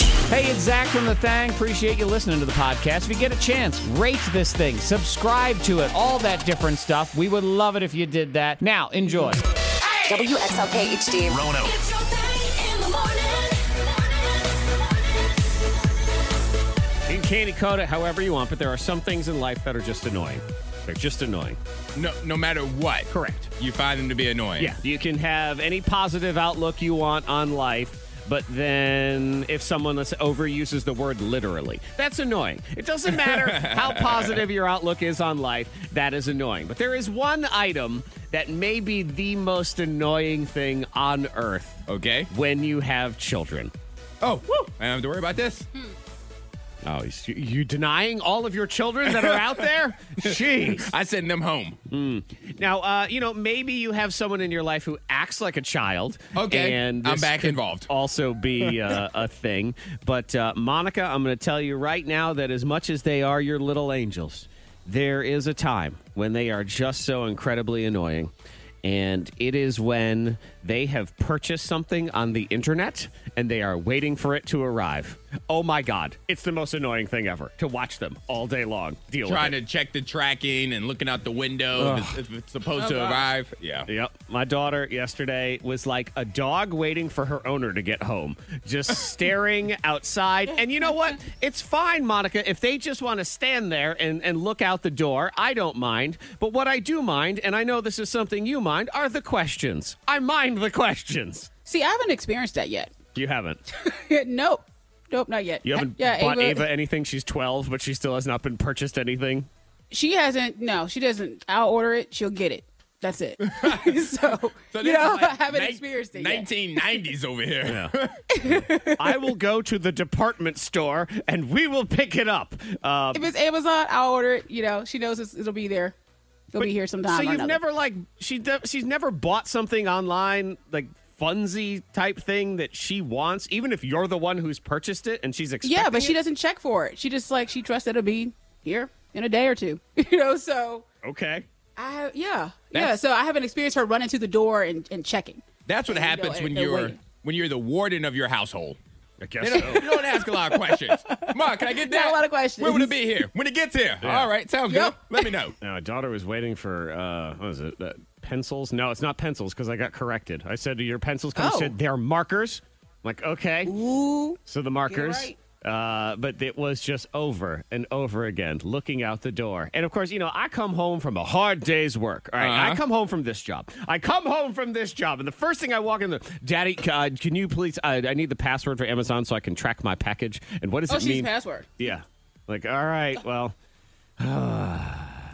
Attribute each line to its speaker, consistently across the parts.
Speaker 1: Hey, it's Zach from The Thang. Appreciate you listening to the podcast. If you get a chance, rate this thing, subscribe to it, all that different stuff. We would love it if you did that. Now, enjoy.
Speaker 2: WXLK HD.
Speaker 3: Rono.
Speaker 4: It's your thing in the morning.
Speaker 5: You can code it however you want, but there are some things in life that are just annoying. They're just annoying.
Speaker 6: No, no matter what.
Speaker 5: Correct.
Speaker 6: You find them to be annoying.
Speaker 5: Yeah. You can have any positive outlook you want on life, but then if someone let's say, overuses the word literally, that's annoying. It doesn't matter how positive your outlook is on life, that is annoying. But there is one item that may be the most annoying thing on earth
Speaker 6: Okay.
Speaker 5: when you have children.
Speaker 6: Oh, I don't have to worry about this.
Speaker 7: Hmm.
Speaker 5: Oh, is- you- you denying all of your children that are out there? Jeez.
Speaker 6: I send them home.
Speaker 5: Now, uh, you know, maybe you have someone in your life who acts like a child.
Speaker 6: Okay,
Speaker 5: and
Speaker 6: I'm
Speaker 5: this
Speaker 6: back
Speaker 5: could
Speaker 6: involved.
Speaker 5: Also, be uh, a thing. But uh, Monica, I'm going to tell you right now that as much as they are your little angels, there is a time when they are just so incredibly annoying. And it is when they have purchased something on the internet and they are waiting for it to arrive. Oh my God. It's the most annoying thing ever to watch them all day long. Deal with it.
Speaker 6: Trying to check the tracking and looking out the window if it's, if it's
Speaker 7: Oh,
Speaker 6: supposed to arrive. Yeah.
Speaker 5: Yep. My daughter yesterday was like a dog waiting for her owner to get home, just staring outside. And you know what? It's fine, Monica, if they just want to stand there and, and look out the door. I don't mind. But what I do mind, and I know this is something you mind, are the questions. I mind the questions.
Speaker 7: See, I haven't experienced that yet.
Speaker 5: You haven't.
Speaker 7: nope. Nope, not yet.
Speaker 5: You haven't
Speaker 7: yeah,
Speaker 5: bought Ava anything. She's 12, but she still has not been purchased anything.
Speaker 7: She hasn't. No, she doesn't. I'll order it. She'll get it. That's it. so,
Speaker 6: So
Speaker 7: you
Speaker 6: this
Speaker 7: know,
Speaker 6: is
Speaker 7: I
Speaker 6: like
Speaker 7: haven't
Speaker 6: ni-
Speaker 7: experienced it yet.
Speaker 6: 1990s over here.
Speaker 5: I will go to the department store and we will pick it up. Uh,
Speaker 7: If it's Amazon, I'll order it. You know, she knows it's, it'll be there. It'll be here sometime.
Speaker 5: So
Speaker 7: or
Speaker 5: you've
Speaker 7: another.
Speaker 5: never like she de- she's never bought something online like funsy type thing that she wants, even if you're the one who's purchased it and she's expecting.
Speaker 7: Yeah, but she
Speaker 5: it?
Speaker 7: doesn't check for it. She just like she trusts it'll be here in a day or two. You know, so
Speaker 5: Okay.
Speaker 7: I yeah yeah.
Speaker 6: That's-
Speaker 7: So I haven't experienced her running to the door and, and checking.
Speaker 6: That's what
Speaker 7: And, you know,
Speaker 6: happens
Speaker 7: and-
Speaker 6: when
Speaker 7: and
Speaker 6: you're
Speaker 7: waiting.
Speaker 6: when you're the warden of your household.
Speaker 5: I
Speaker 6: They
Speaker 5: guess so.
Speaker 6: don't, you don't ask a lot of questions. Ma, can I get
Speaker 7: Not
Speaker 6: that?
Speaker 7: a lot of questions.
Speaker 6: When will it be here? When it gets here. All right, sounds good.
Speaker 7: Yep.
Speaker 6: Let me know.
Speaker 5: Now, my daughter was waiting for uh, what was it? Uh, pencils? No, it's not pencils because I got corrected. I said your pencils. Come. She
Speaker 7: Oh.
Speaker 5: said they're markers. I'm like okay.
Speaker 7: Ooh,
Speaker 5: So the markers.
Speaker 7: right.
Speaker 5: Uh, but it was just over and over again, looking out the door. And of course, you know, I come home from a hard day's work. All right? I
Speaker 6: Uh-huh.
Speaker 5: come home from this job. I come home from this job, and the first thing I walk in the Daddy, uh, can you please? I, I need the password for Amazon so I can track my package. And what does
Speaker 7: oh,
Speaker 5: it
Speaker 7: she's
Speaker 5: mean?
Speaker 7: password.
Speaker 5: yeah. Like, all right, well,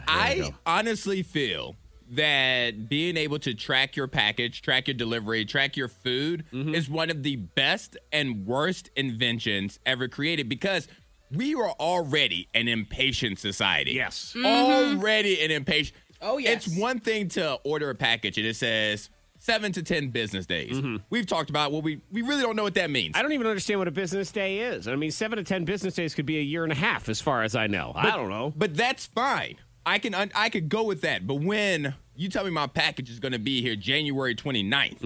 Speaker 6: I honestly feel that being able to track your package, track your delivery, track your food
Speaker 7: Mm-hmm.
Speaker 6: is one of the best and worst inventions ever created because we are already an impatient society.
Speaker 5: Yes.
Speaker 6: Already an impatient.
Speaker 7: Mm-hmm. Oh, yes.
Speaker 6: It's one thing to order a package and it says seven to 10 business days.
Speaker 7: Mm-hmm.
Speaker 6: We've talked about what we, we really don't know what that means.
Speaker 5: I don't even understand what a business day is. I mean, seven to ten business days could be a year and a half, as far as I know. I don't know.
Speaker 6: But that's fine. I can un- I could go with that. But when you tell me my package is going to be here January 29th,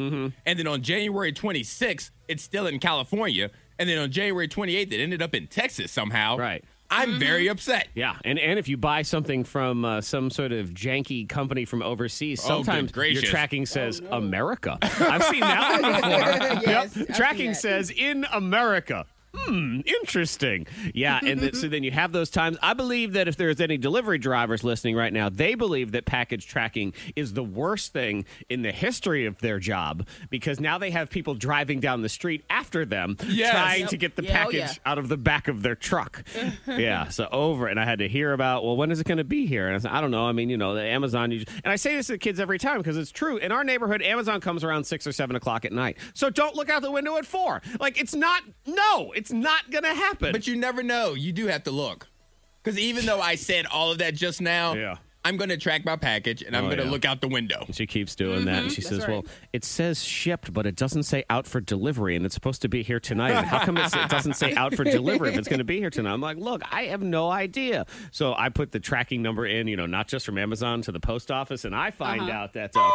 Speaker 6: and then on January 26th, it's still in California, and then on January 28th, it ended up in Texas somehow.
Speaker 5: Right.
Speaker 6: I'm
Speaker 7: Mm-hmm.
Speaker 6: very upset.
Speaker 5: Yeah, and and if you buy something from uh, some sort of janky company from overseas,
Speaker 6: Oh, good
Speaker 5: sometimes your
Speaker 6: gracious.
Speaker 5: tracking says America. I've seen that one before.
Speaker 7: Oh, Yes, I've seen
Speaker 5: tracking
Speaker 7: that.
Speaker 5: says in America. Hmm, interesting. Yeah, and th- so then you have those times. I believe that if there's any delivery drivers listening right now, they believe that package tracking is the worst thing in the history of their job because now they have people driving down the street after them
Speaker 6: Yes.
Speaker 5: trying
Speaker 6: Yep.
Speaker 5: to get the
Speaker 7: Yeah, oh,
Speaker 5: package
Speaker 7: yeah.
Speaker 5: out of the back of their truck. yeah, so over, and I had to hear about, well, when is it going to be here? And I said, I don't know. I mean, you know, the Amazon. You, and I say this to the kids every time because it's true. In our neighborhood, Amazon comes around six or seven o'clock at night. So don't look out the window at four. Like it's not. No, it's not going to happen.
Speaker 6: But you never know. You do have to look. Because even though I said all of that just now,
Speaker 5: Yeah.
Speaker 6: I'm going to track my package and I'm
Speaker 5: Oh,
Speaker 6: going to
Speaker 5: yeah.
Speaker 6: look out the window.
Speaker 5: she keeps doing that, and she says,
Speaker 7: Mm-hmm. right.
Speaker 5: "Well, it says shipped, but it doesn't say out for delivery, and it's supposed to be here tonight. And how come it's, it doesn't say out for delivery if it's going to be here tonight?" I'm like, "Look, I have no idea." So I put the tracking number in,
Speaker 7: Uh-huh.
Speaker 5: you know, not just from Amazon to the post office, and I find out that. Uh,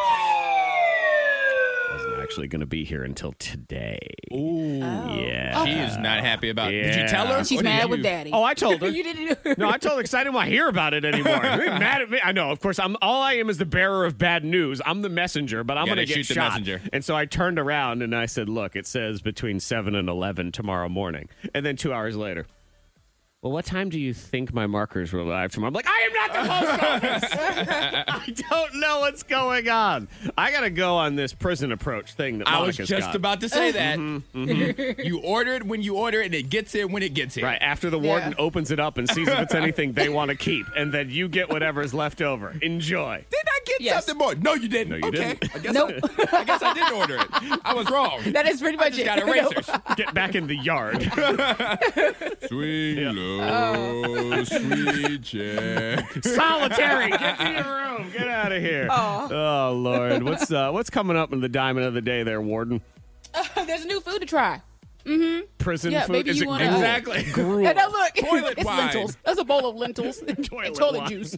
Speaker 5: wasn't actually going to be here until today.
Speaker 7: Oh.
Speaker 6: Ooh.
Speaker 5: Yeah.
Speaker 6: She is not happy about it. Did you
Speaker 5: Yeah.
Speaker 6: tell her?
Speaker 7: She's
Speaker 6: Or did
Speaker 7: mad
Speaker 6: you-
Speaker 7: with daddy.
Speaker 5: Oh, I told her.
Speaker 7: you didn't.
Speaker 5: No, I told her because I didn't want to hear about it anymore. You're mad at me? I know. Of course, I'm. All I am is the bearer of bad news. I'm the messenger, but I'm
Speaker 6: Yeah,
Speaker 5: going to
Speaker 6: they
Speaker 5: get
Speaker 6: shoot the
Speaker 5: shot.
Speaker 6: messenger.
Speaker 5: And so I turned around and I said, "Look, it says between seven and eleven tomorrow morning." And then two hours later, well, what time do you think my markers will arrive tomorrow? I'm like, I am not the post office. I don't know what's going on. I got to go on this prison approach thing that
Speaker 6: I was
Speaker 5: Monica's
Speaker 6: just
Speaker 5: got.
Speaker 6: about to say that.
Speaker 5: Mm-hmm,
Speaker 6: you order it when you order it, and it gets here when it gets here.
Speaker 5: Right after the warden opens it up and sees if it's anything they want to keep, and then you get whatever's left over. Enjoy.
Speaker 6: Did I get
Speaker 7: Yes.
Speaker 6: something more? No, you didn't.
Speaker 5: No, you
Speaker 6: okay.
Speaker 5: didn't.
Speaker 6: I guess
Speaker 7: Nope.
Speaker 6: I, I guess I did order it. I was wrong.
Speaker 7: That is pretty
Speaker 6: I
Speaker 7: much
Speaker 6: just
Speaker 7: it.
Speaker 6: got erasers.
Speaker 5: Get back in the yard.
Speaker 6: Swing low,
Speaker 7: Oh.
Speaker 6: sweet Jack.
Speaker 5: Solitary. Get to your room. Get out of here. Oh, Lord. What's uh, what's coming up in the diamond of the day there, Warden?
Speaker 7: No. There's new food to try.
Speaker 5: Prison
Speaker 7: Yeah,
Speaker 5: food?
Speaker 7: maybe
Speaker 5: Is
Speaker 7: you
Speaker 5: it
Speaker 7: wanna-
Speaker 5: gruel?
Speaker 6: Exactly.
Speaker 5: Gruel.
Speaker 7: And now look,
Speaker 6: Toilet
Speaker 7: it's
Speaker 6: wine.
Speaker 7: lentils. That's a bowl of lentils and
Speaker 5: Toilet
Speaker 7: and toilet
Speaker 5: wine.
Speaker 7: juice.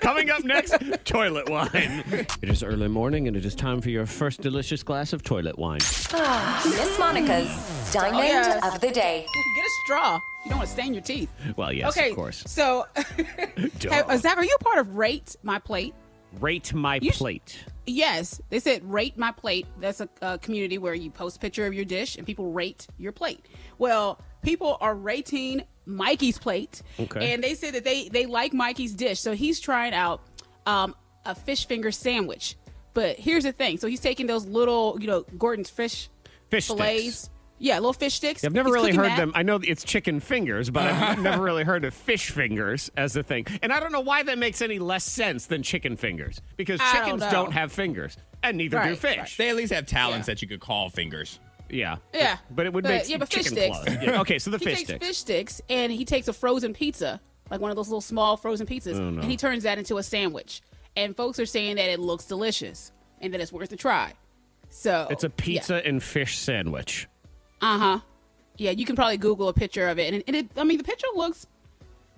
Speaker 5: Coming up next, toilet wine. It is early morning and it is time for your first delicious glass of toilet wine.
Speaker 2: Miss Monica's Diamond
Speaker 7: yes.
Speaker 2: of the Day.
Speaker 7: Get a straw. You don't want to stain your teeth.
Speaker 5: Well, yes,
Speaker 7: okay,
Speaker 5: of course.
Speaker 7: So,
Speaker 5: Duh.
Speaker 7: Hey, uh, Zach, are you a part of Rate My Plate?
Speaker 5: Rate my
Speaker 7: You sh-
Speaker 5: plate.
Speaker 7: Yes, they said rate my plate. That's a, a community where you post a picture of your dish and people rate your plate. Well, people are rating Mikey's plate,
Speaker 5: Okay.
Speaker 7: and they said that they they like Mikey's dish, so he's trying out um, a fish finger sandwich. But here's the thing: so he's taking those little, you know, Gordon's fish
Speaker 5: Fish
Speaker 7: fillets.
Speaker 5: sticks.
Speaker 7: Yeah, little fish sticks.
Speaker 5: I've never
Speaker 7: He's
Speaker 5: really
Speaker 7: cooking
Speaker 5: heard
Speaker 7: that. Uh-huh.
Speaker 5: them. I know it's chicken fingers, but I've never really heard of fish fingers as a thing. And I don't know why that makes any less sense than chicken fingers because
Speaker 7: I don't
Speaker 5: chickens
Speaker 7: know.
Speaker 5: don't, have fingers, and neither do
Speaker 7: Right,
Speaker 5: fish.
Speaker 7: right.
Speaker 6: They at least have talents
Speaker 7: Yeah.
Speaker 6: that you could call fingers.
Speaker 5: Yeah.
Speaker 7: Yeah.
Speaker 5: But it would
Speaker 7: But-
Speaker 5: make
Speaker 7: yeah, but fish
Speaker 5: chicken
Speaker 7: sticks.
Speaker 5: claws. Yeah, Okay, so the
Speaker 7: He
Speaker 5: fish
Speaker 7: takes
Speaker 5: sticks.
Speaker 7: fish sticks and he takes a frozen pizza, like one of those little small frozen pizzas,
Speaker 5: Oh,
Speaker 7: and he turns that into a sandwich. And folks are saying that it looks delicious and that it's worth a try. So
Speaker 5: It's a pizza and fish sandwich.
Speaker 7: Uh huh. Yeah, you can probably Google a picture of it, and, and it, I mean the picture looks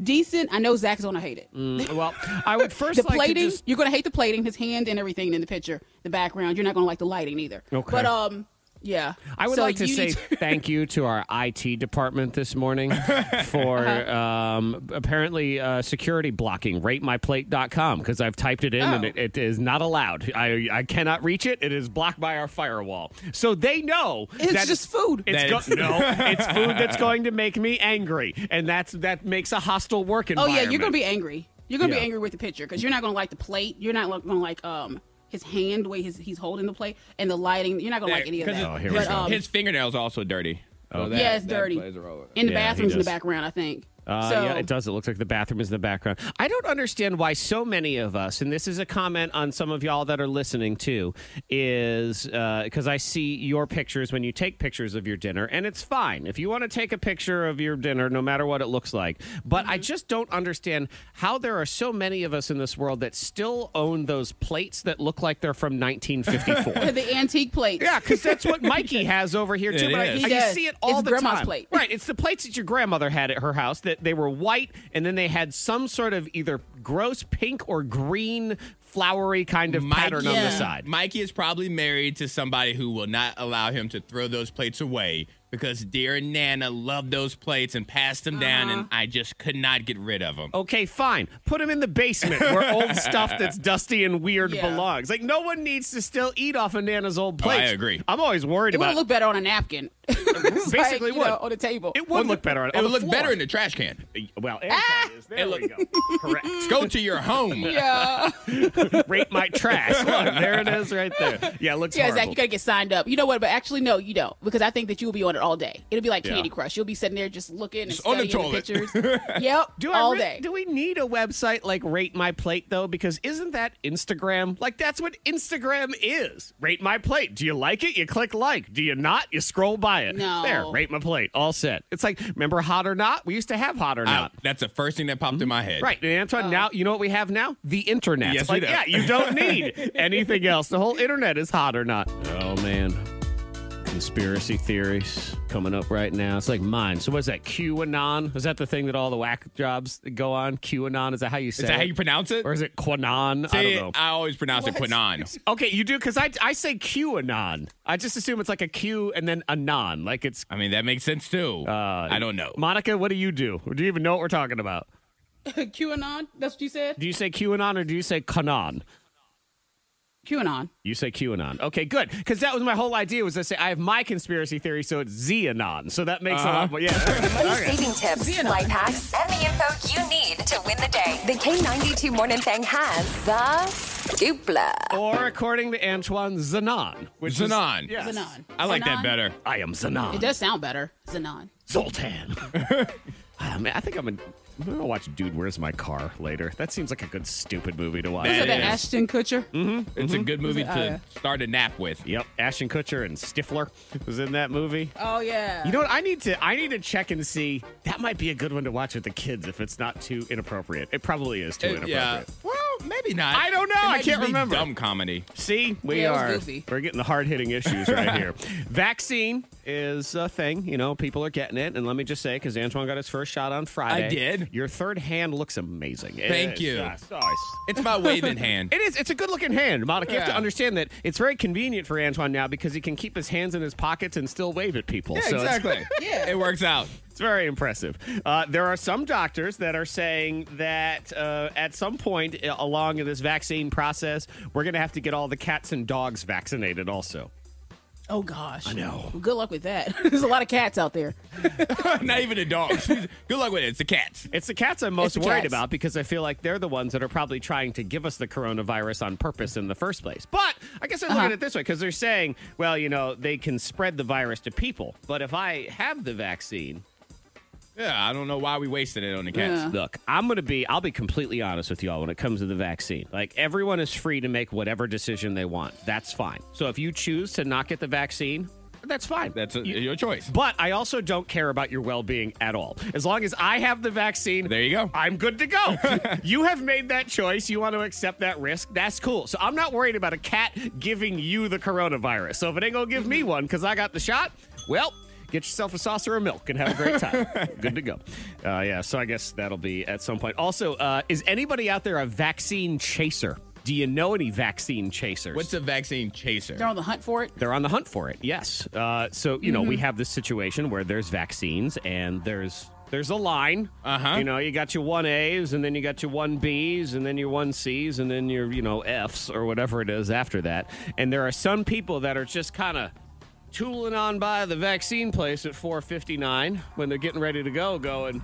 Speaker 7: decent. I know Zach's gonna hate it.
Speaker 5: Well, I would first
Speaker 7: The
Speaker 5: Mm. like
Speaker 7: plating,
Speaker 5: to just
Speaker 7: you're gonna hate the plating, his hand and everything in the picture, the background. You're not gonna like the lighting either.
Speaker 5: Okay.
Speaker 7: But um, yeah.
Speaker 5: I would
Speaker 7: So
Speaker 5: like to
Speaker 7: you
Speaker 5: say
Speaker 7: need
Speaker 5: thank you to our IT department this morning
Speaker 7: Uh-huh.
Speaker 5: for um, apparently uh, security blocking ratemyplate.com because I've typed it in and
Speaker 7: Oh.
Speaker 5: it, it is not allowed. I, I cannot reach it. It is blocked by our firewall. So they know
Speaker 7: It's
Speaker 5: that
Speaker 7: just food.
Speaker 5: It's
Speaker 6: That
Speaker 5: go-
Speaker 6: it's-
Speaker 5: no, it's food that's going to make me angry, and that's that makes a hostile work
Speaker 7: Oh
Speaker 5: environment.
Speaker 7: yeah, you're gonna be angry. You're gonna
Speaker 5: Yeah.
Speaker 7: be angry with the picture because you're not gonna like the plate. You're not like, gonna like um his hand the way he's he's holding the plate and the lighting. You're not gonna like any of
Speaker 6: 'Cause
Speaker 7: that. um,
Speaker 5: Oh, here
Speaker 6: his,
Speaker 5: we
Speaker 6: his,
Speaker 5: go.
Speaker 6: his fingernails also dirty. Oh, that,
Speaker 7: yeah, it's dirty.
Speaker 6: plays a role.
Speaker 7: In the
Speaker 5: Yeah, he
Speaker 7: bathrooms in the
Speaker 5: does.
Speaker 7: background, I think.
Speaker 5: Uh,
Speaker 7: so
Speaker 5: yeah, it does. It looks like the bathroom is in the background. I don't understand why so many of us, and this is a comment on some of y'all that are listening too, is because I see your pictures when you take pictures of your dinner, and it's fine if you want to take a picture of your dinner, no matter what it looks like. But I just don't understand how there are so many of us in this world that still own those plates that look like they're from 1954.
Speaker 7: the antique plates.
Speaker 5: Yeah, because that's what Mikey has over here too.
Speaker 6: It
Speaker 5: but I,
Speaker 6: is.
Speaker 5: I
Speaker 7: He
Speaker 5: you
Speaker 7: does.
Speaker 5: see it all
Speaker 7: It's
Speaker 5: the
Speaker 7: grandma's
Speaker 5: time.
Speaker 7: plate.
Speaker 5: Right, it's the plates that your grandmother had at her house that they were white and then they had some sort of either gross pink or green flowery kind of pattern on the
Speaker 7: Yeah.
Speaker 5: side.
Speaker 6: Mikey is probably married to somebody who will not allow him to throw those plates away because dear Nana loved those plates and passed them down, and I just could not get rid of them.
Speaker 5: Okay, fine. Put them in the basement where old stuff that's dusty and weird
Speaker 7: Yeah.
Speaker 5: belongs. Like no one needs to still eat off of Nana's old
Speaker 6: Oh, I
Speaker 5: plates.
Speaker 6: agree.
Speaker 5: I'm always worried
Speaker 7: It would
Speaker 5: about.
Speaker 7: look better on a napkin. It's like,
Speaker 5: Basically
Speaker 7: you
Speaker 5: would.
Speaker 7: know, on the table.
Speaker 5: it would look better. On,
Speaker 6: It
Speaker 5: on
Speaker 6: would
Speaker 5: the
Speaker 6: look better
Speaker 5: floor.
Speaker 6: in the trash can.
Speaker 5: well. and so it is. There
Speaker 6: It
Speaker 5: we go. Correct.
Speaker 6: Go to your home.
Speaker 7: yeah.
Speaker 5: Rate my trash. Look, there it is, right there. Yeah, it looks.
Speaker 7: Yeah, Zach,
Speaker 5: horrible.
Speaker 7: you gotta get signed up. You know what? But actually, no, you don't, because I think that you will be on it all day. It'll be like
Speaker 5: Yeah.
Speaker 7: Candy Crush. You'll be sitting there just looking and
Speaker 6: Just on the
Speaker 7: studying the,
Speaker 6: toilet.
Speaker 7: pictures. yep,
Speaker 5: Do I
Speaker 7: all
Speaker 5: re-
Speaker 7: day.
Speaker 5: Do we need a website like Rate My Plate though? Because isn't that Instagram? Like that's what Instagram is. Rate My Plate. Do you like it? You click like. Do you not? You scroll by it.
Speaker 7: No.
Speaker 5: There. Rate My Plate. All set. It's like remember Hot or Not? We used to have Hot or
Speaker 6: I-
Speaker 5: Not.
Speaker 6: that's the first thing that popped in my head.
Speaker 5: Right, and Antoine. Now you know what we have now: the internet.
Speaker 6: Yes, we
Speaker 5: like
Speaker 6: do.
Speaker 5: yeah, you don't need anything else. The whole internet is hot or not. Oh man, conspiracy theories coming up right now. It's like mine. So what's that? QAnon? Is that the thing that all the whack jobs go on? QAnon? Is that how you say
Speaker 6: Is that
Speaker 5: it?
Speaker 6: how you pronounce it?
Speaker 5: or is it Quanon? I
Speaker 6: See,
Speaker 5: don't know.
Speaker 6: I always pronounce it Quanon.
Speaker 5: okay, you do because I I say QAnon. I just assume it's like a Q and then anon, like it's.
Speaker 6: I mean, that makes sense too.
Speaker 5: Uh,
Speaker 6: I don't know.
Speaker 5: Monica, what do you do? Or do you even know what we're talking about?
Speaker 7: QAnon. That's what you said.
Speaker 5: Do you say QAnon or do you say Canon?
Speaker 7: QAnon.
Speaker 5: You say QAnon. Okay, good. Because that was my whole idea was to say I have my conspiracy theory, so it's Xenon. So that makes
Speaker 6: Uh-huh.
Speaker 5: a lot more. Yeah.
Speaker 2: Money saving tips, life hacks, and the info you need to win the day. The K92 Morning Thing has the dupla.
Speaker 5: or according to Antoine Zanon. Which is-
Speaker 6: Zanon.
Speaker 5: yes.
Speaker 7: Zanon.
Speaker 6: I like that
Speaker 7: Zanon.
Speaker 6: better.
Speaker 5: I am Zanon.
Speaker 7: It does sound better. Zanon.
Speaker 5: Zoltan. Ah, man, I think I'm, in, I'm gonna watch Dude, Where's My Car later. That seems like a good stupid movie to watch.
Speaker 7: Is
Speaker 6: It
Speaker 7: it the
Speaker 6: is.
Speaker 7: Ashton Kutcher?
Speaker 5: Hmm?
Speaker 6: It's a good movie
Speaker 7: Oh, yeah.
Speaker 6: to start a nap with.
Speaker 5: Yep, Ashton Kutcher and Stifler was in that movie.
Speaker 7: Oh yeah.
Speaker 5: You know what? I need to I need to check and see. That might be a good one to watch with the kids if it's not too inappropriate. It probably is too
Speaker 6: It-
Speaker 5: inappropriate.
Speaker 6: yeah. Well, maybe not.
Speaker 5: I don't know.
Speaker 6: It
Speaker 5: I
Speaker 6: might
Speaker 5: can't
Speaker 6: just be
Speaker 5: remember.
Speaker 6: Dumb comedy.
Speaker 5: See, we
Speaker 7: Yeah, it was
Speaker 5: are
Speaker 7: goofy.
Speaker 5: we're getting the hard hitting issues right here. Vaccine is a thing, you know. People are getting it, and let me just say, because Antoine got his first shot on Friday.
Speaker 6: I did.
Speaker 5: Your third hand looks amazing.
Speaker 6: Thank you.
Speaker 5: yes, nice.
Speaker 6: It's my waving hand.
Speaker 5: It is. It's a good looking hand, Monica. You have to
Speaker 6: Yeah.
Speaker 5: understand that it's very convenient for Antoine now because he can keep his hands in his pockets and still wave at people.
Speaker 6: Yeah,
Speaker 5: so it's-
Speaker 6: exactly.
Speaker 7: Yeah.
Speaker 6: It works out.
Speaker 5: It's very impressive. Uh, there are some doctors that are saying that uh, at some point uh, along in this vaccine process, we're going to have to get all the cats and dogs vaccinated also.
Speaker 7: Oh gosh. I
Speaker 5: know.
Speaker 7: Good luck with that. There's a lot of cats out there.
Speaker 6: not even the dogs. Good luck with it. It's the cats.
Speaker 5: It's the cats I'm most
Speaker 7: It's the
Speaker 5: worried
Speaker 7: cats.
Speaker 5: about because I feel like they're the ones that are probably trying to give us the coronavirus on purpose in the first place. But I guess I
Speaker 7: Uh-huh.
Speaker 5: look at it this way because they're saying, well, you know, they can spread the virus to people. But if I have the vaccine,
Speaker 6: Yeah, I don't know why we wasted it on the
Speaker 7: Uh-huh.
Speaker 6: cats.
Speaker 5: Look, I'm going to be, I'll be completely honest with y'all when it comes to the vaccine. Like, everyone is free to make whatever decision they want. That's fine. So if you choose to not get the vaccine, that's fine.
Speaker 6: That's a,
Speaker 5: You-
Speaker 6: your choice.
Speaker 5: But I also don't care about your well being at all. As long as I have the vaccine,
Speaker 6: There you go.
Speaker 5: I'm good to go. you have made that choice. You want to accept that risk. That's cool. So I'm not worried about a cat giving you the coronavirus. So if it ain't going to give me one because I got the shot, well, get yourself a saucer of milk and have a great time. good to go. Uh, yeah, so I guess that'll be at some point. Also, uh, is anybody out there a vaccine chaser? Do you know any vaccine chasers?
Speaker 6: What's a vaccine chaser?
Speaker 7: They're on the hunt for it.
Speaker 5: they're on the hunt for it. Yes. Uh, so you know we have this situation where there's vaccines and there's there's a line.
Speaker 6: Uh-huh.
Speaker 5: You know you got your one A's and then you got your one B's and then your one C's and then your you know F's or whatever it is after that. And there are some people that are just kind of tooling on by the vaccine place at 4:59 when they're getting ready to go, going.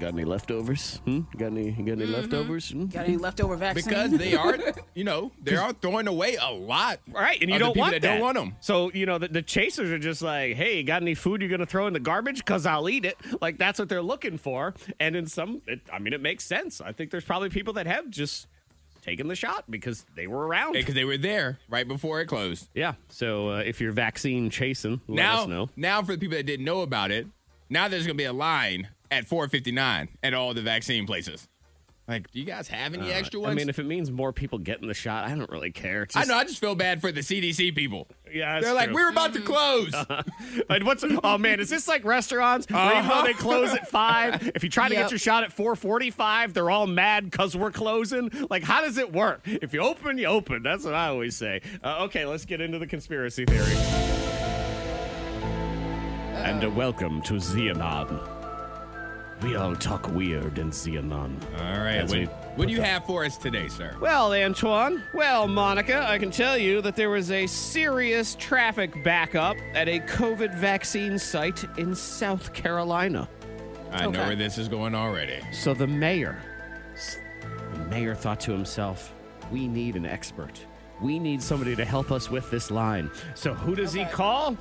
Speaker 5: Got any leftovers? Hmm? Got any? Got any leftovers? Hmm?
Speaker 7: Got any leftover vaccine?
Speaker 6: because they are, you know, they are throwing away a lot.
Speaker 5: Right, and you
Speaker 6: of the
Speaker 5: don't
Speaker 6: people
Speaker 5: want
Speaker 6: that
Speaker 5: that.
Speaker 6: don't want them.
Speaker 5: So you know the, the chasers are just like, "Hey, got any food you're gonna throw in the garbage? Cause I'll eat it." Like that's what they're looking for. And in some, it, I mean, it makes sense. I think there's probably people that have just taken the shot because they were around.
Speaker 6: because they were there right before it closed.
Speaker 5: yeah. So uh, if you're vaccine chasing, let us
Speaker 6: Now,
Speaker 5: know.
Speaker 6: now for the people that didn't know about it, now there's gonna be a line at 4:59 at all the vaccine places. Like, do you guys have any extra ones?
Speaker 5: Uh, I mean, if it means more people getting the shot, I don't really care. It's
Speaker 6: I
Speaker 5: just-
Speaker 6: know. I just feel bad for the CDC people.
Speaker 5: Yeah, that's
Speaker 6: They're like,
Speaker 5: true.
Speaker 6: we're about to close.
Speaker 5: Like, what's oh man, is this like restaurants? Where even though they close at five, if you try to get
Speaker 7: Yep.
Speaker 5: your shot at four forty-five, they're all mad because we're closing. Like, how does it work? If you open, you open. That's what I always say. Uh, okay, let's get into the conspiracy theory. And a welcome to Xenon. We all talk weird in Xenon.
Speaker 6: all right.
Speaker 5: As we-
Speaker 6: What, what do you have for us today, sir?
Speaker 5: Well, Antoine, well, Monica, I can tell you that there was a serious traffic backup at a COVID vaccine site in South Carolina.
Speaker 6: I know
Speaker 7: Okay.
Speaker 6: where this is going already.
Speaker 5: So the mayor, the mayor thought to himself, we need an expert. We need somebody to help us with this line. So who does he call?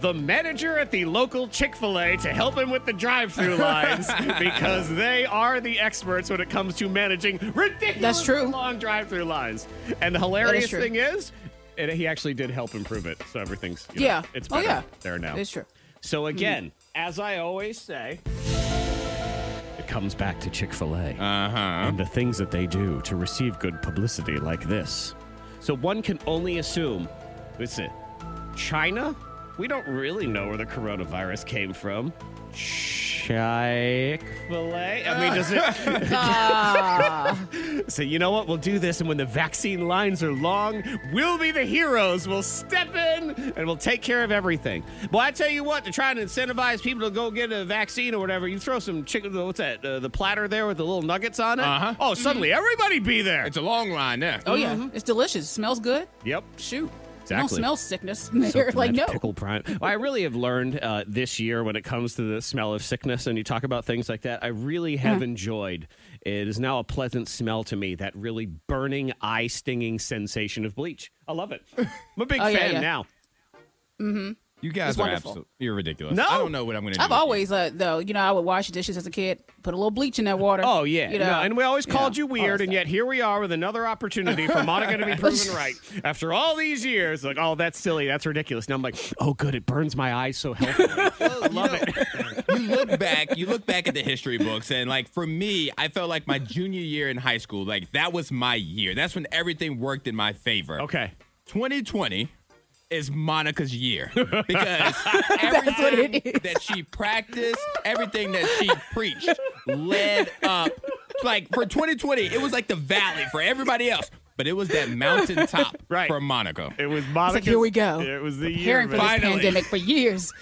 Speaker 5: The manager at the local Chick fil A to help him with the drive through lines because they are the experts when it comes to managing ridiculous
Speaker 7: That's true.
Speaker 5: long drive through lines. And the hilarious
Speaker 7: true.
Speaker 5: thing is, it, he actually did help improve it. So everything's, you know,
Speaker 7: Yeah.
Speaker 5: it's
Speaker 7: Oh,
Speaker 5: better
Speaker 7: yeah.
Speaker 5: there now.
Speaker 7: It's true.
Speaker 5: So again, Hmm. as I always say, it comes back to Chick fil A
Speaker 6: Uh huh.
Speaker 5: and the things that they do to receive good publicity like this. So one can only assume it's a China We don't really know where the coronavirus came from. Chick fil A? I mean, does it. so, you know what? We'll do this, and when the vaccine lines are long, we'll be the heroes. We'll step in and we'll take care of everything. Well, I tell you what, to try and incentivize people to go get a vaccine or whatever, you throw some chicken, what's that, uh, the platter there with the little nuggets on it?
Speaker 6: Uh-huh.
Speaker 5: Oh, suddenly everybody be there.
Speaker 6: It's a long line there.
Speaker 7: Oh yeah, it's delicious. Smells good.
Speaker 5: yep.
Speaker 7: Shoot, I don't
Speaker 5: Mm-hmm. Exactly.
Speaker 7: smell sickness. They're
Speaker 5: Something
Speaker 7: like no.
Speaker 5: that's pickle prime. Well, I really have learned uh, this year when it comes to the smell of sickness, and you talk about things like that. I really have enjoyed. It is now a pleasant smell to me. That really burning, eye stinging sensation of bleach. I love it. I'm a big
Speaker 7: Oh, yeah,
Speaker 5: fan
Speaker 7: yeah.
Speaker 5: now.
Speaker 6: You guys
Speaker 7: It's
Speaker 6: are
Speaker 7: wonderful.
Speaker 6: absolutely you're ridiculous.
Speaker 5: No.
Speaker 6: I don't know what I'm going to do.
Speaker 7: I've
Speaker 6: with you.
Speaker 7: always uh, though, you know, I would wash dishes as a kid, put a little bleach in that water.
Speaker 5: Oh yeah,
Speaker 7: you know,
Speaker 5: No, and we always called you
Speaker 7: all that
Speaker 5: weird, and
Speaker 7: stuff.
Speaker 5: yet here we are with another opportunity for Monica to be proven right after all these years. Like, oh, that's silly, that's ridiculous. Now I'm like, oh, good, it burns my eyes so healthy.
Speaker 6: I love it. you look back, you look back at the history books, and like for me, I felt like my junior year in high school, like that was my year. That's when everything worked in my favor.
Speaker 5: okay,
Speaker 6: 2020 is Monica's year because everything that she practiced, everything that she preached led up. Like for 2020, it was like the valley for everybody else, but it was that mountaintop
Speaker 5: Right.
Speaker 6: for Monica.
Speaker 5: it was Monica.
Speaker 7: here we go.
Speaker 5: It was the year.
Speaker 7: Preparing for this
Speaker 5: man.
Speaker 6: Finally.
Speaker 7: pandemic for years.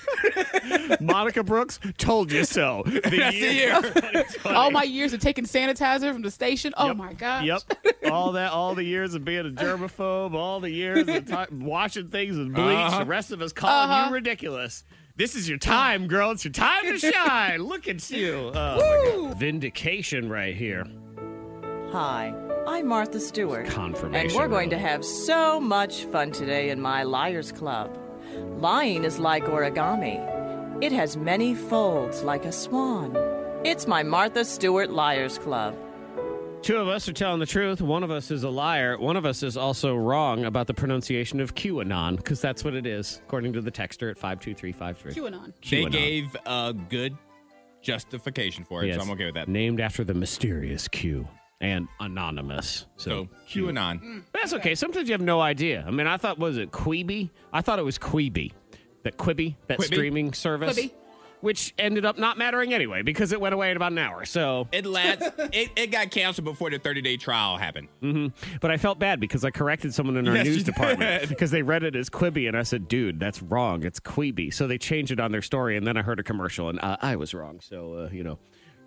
Speaker 5: Monica Brooks told you so. The
Speaker 6: That's the year.
Speaker 7: All my years of taking sanitizer from the station. Oh my gosh.
Speaker 5: Yep. All that, all the years of being a germaphobe, all the years of ti- washing things with bleach,
Speaker 6: Uh-huh.
Speaker 5: the rest of us calling you ridiculous. This is your time, girl. It's your time to shine. Look at you. Oh
Speaker 7: Woo!
Speaker 5: Vindication right here.
Speaker 8: Hi, I'm Martha Stewart.
Speaker 5: Confirmation,
Speaker 8: And we're going to
Speaker 5: really.
Speaker 8: have so much fun today in my Liars Club. Lying is like origami, it has many folds like a swan. It's my Martha Stewart Liars Club.
Speaker 5: Two of us are telling the truth. One of us is a liar. One of us is also wrong about the pronunciation of QAnon because that's what it is, according to the texter at 52353.
Speaker 7: QAnon.
Speaker 6: They
Speaker 5: QAnon.
Speaker 6: gave a good justification for it,
Speaker 5: Yes.
Speaker 6: so I'm okay with that.
Speaker 5: Named after the mysterious Q and anonymous.
Speaker 6: So
Speaker 5: Q
Speaker 6: QAnon.
Speaker 5: That's okay. Sometimes you have no idea. I mean, I thought was it Queeby? I thought it was Queeby, that Quibi, that
Speaker 6: Quibi?
Speaker 5: streaming service,
Speaker 7: Quibi.
Speaker 5: which ended up not mattering anyway because it went away in about an hour. So,
Speaker 6: It lasts. it, it got canceled before the 30 day trial happened.
Speaker 5: but I felt bad because I corrected someone in our
Speaker 6: Yes,
Speaker 5: news
Speaker 6: you
Speaker 5: department
Speaker 6: did.
Speaker 5: because they read it as Quibi, and I said, "Dude, that's wrong. It's Queeby." So they changed it on their story, and then I heard a commercial, and uh, I was wrong. So uh, you know,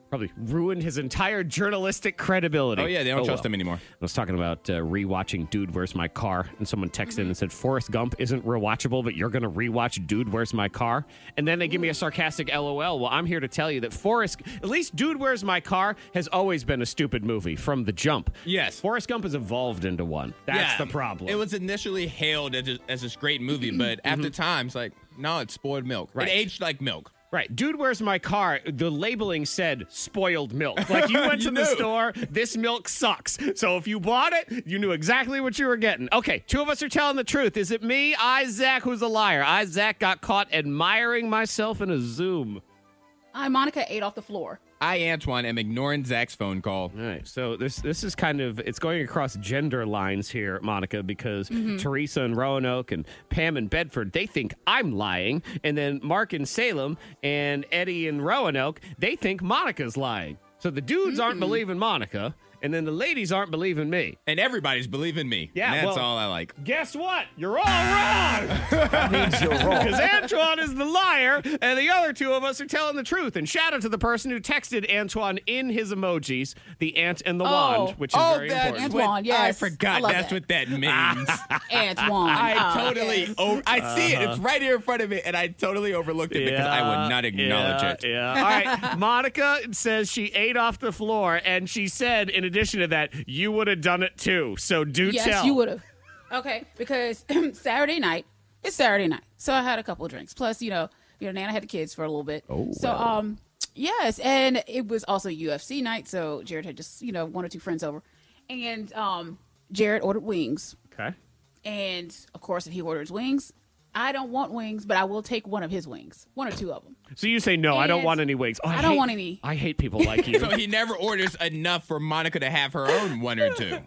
Speaker 5: probably ruined his entire journalistic credibility.
Speaker 6: Oh yeah, they don't trust
Speaker 5: well.
Speaker 6: them anymore.
Speaker 5: I was talking about uh, rewatching Dude, Where's My Car? And someone texted
Speaker 6: Mm-hmm.
Speaker 5: in and said, Forrest Gump isn't rewatchable, but you're going to rewatch Dude, Where's My Car? And then they give me a
Speaker 6: Mm.
Speaker 5: sarcastic LOL. Well, I'm here to tell you that Forrest, at least Dude, Where's My Car has always been a stupid movie from the jump.
Speaker 6: Yes.
Speaker 5: Forrest Gump has evolved into one. That's
Speaker 6: Yeah,
Speaker 5: the problem.
Speaker 6: It was initially hailed as, a, as this great movie, but after time, it's like, no, it's spoiled milk.
Speaker 5: Right.
Speaker 6: Mm-hmm. It aged like milk.
Speaker 5: Right, dude, where's my car? The labeling said spoiled milk. Like you went
Speaker 6: You
Speaker 5: to the
Speaker 6: knew.
Speaker 5: store, this milk sucks. So if you bought it, you knew exactly what you were getting. Okay, two of us are telling the truth. Is it me, Isaac, who's a liar? Isaac got caught admiring myself in a Zoom.
Speaker 7: I Monica ate off the floor.
Speaker 6: I Antoine am ignoring Zach's phone call.
Speaker 5: All right, so this this is kind of it's going across gender lines here, Monica, because Teresa and Roanoke and Pam and Bedford they think I'm lying, and then Mark and Salem and Eddie and Roanoke they think Monica's lying. So the dudes aren't believing Monica, and then the ladies aren't believing me.
Speaker 6: And everybody's believing me.
Speaker 5: Yeah,
Speaker 6: And that's
Speaker 5: well-
Speaker 6: all I like.
Speaker 5: Guess what? You're all wrong. that means you're wrong. Because Antoine is the liar, and the other two of us are telling the truth. And shout out to the person who texted Antoine in his emojis, the ant and the
Speaker 7: Oh.
Speaker 5: wand, which is
Speaker 6: oh,
Speaker 5: very
Speaker 6: that's
Speaker 5: important.
Speaker 6: what
Speaker 7: Antoine,
Speaker 6: I
Speaker 7: yes. I
Speaker 6: forgot.
Speaker 7: love
Speaker 6: that's
Speaker 7: that.
Speaker 6: what that means.
Speaker 7: Antoine.
Speaker 5: Ah,
Speaker 6: I
Speaker 7: Oh,
Speaker 6: totally.
Speaker 7: yes.
Speaker 6: Over, I see it. It's right here in front of me, and I totally overlooked it because I would not acknowledge
Speaker 5: Uh-huh. yeah,
Speaker 6: it.
Speaker 5: Yeah. All right. Monica says she ate off the floor, and she said, in addition to that, you would have done it too. So do
Speaker 7: Yes,
Speaker 5: tell.
Speaker 7: you would have. Okay, because Saturday night, it's Saturday night, so I had a couple of drinks. Plus, you know, you know, Nana had the kids for a little bit. Oh, so um, yes, and it was also UFC night, so Jared had just you know one or two friends over, and um, Jared ordered wings,
Speaker 5: Okay.
Speaker 7: and of course, if he orders wings, I don't want wings, but I will take one of his wings, one or two of them.
Speaker 5: So you say no, I don't
Speaker 7: And
Speaker 5: want any wigs. Oh, I,
Speaker 7: I don't
Speaker 5: hate-
Speaker 7: want any.
Speaker 5: I hate people like you.
Speaker 6: So he never orders enough for Monica to have her own one or two.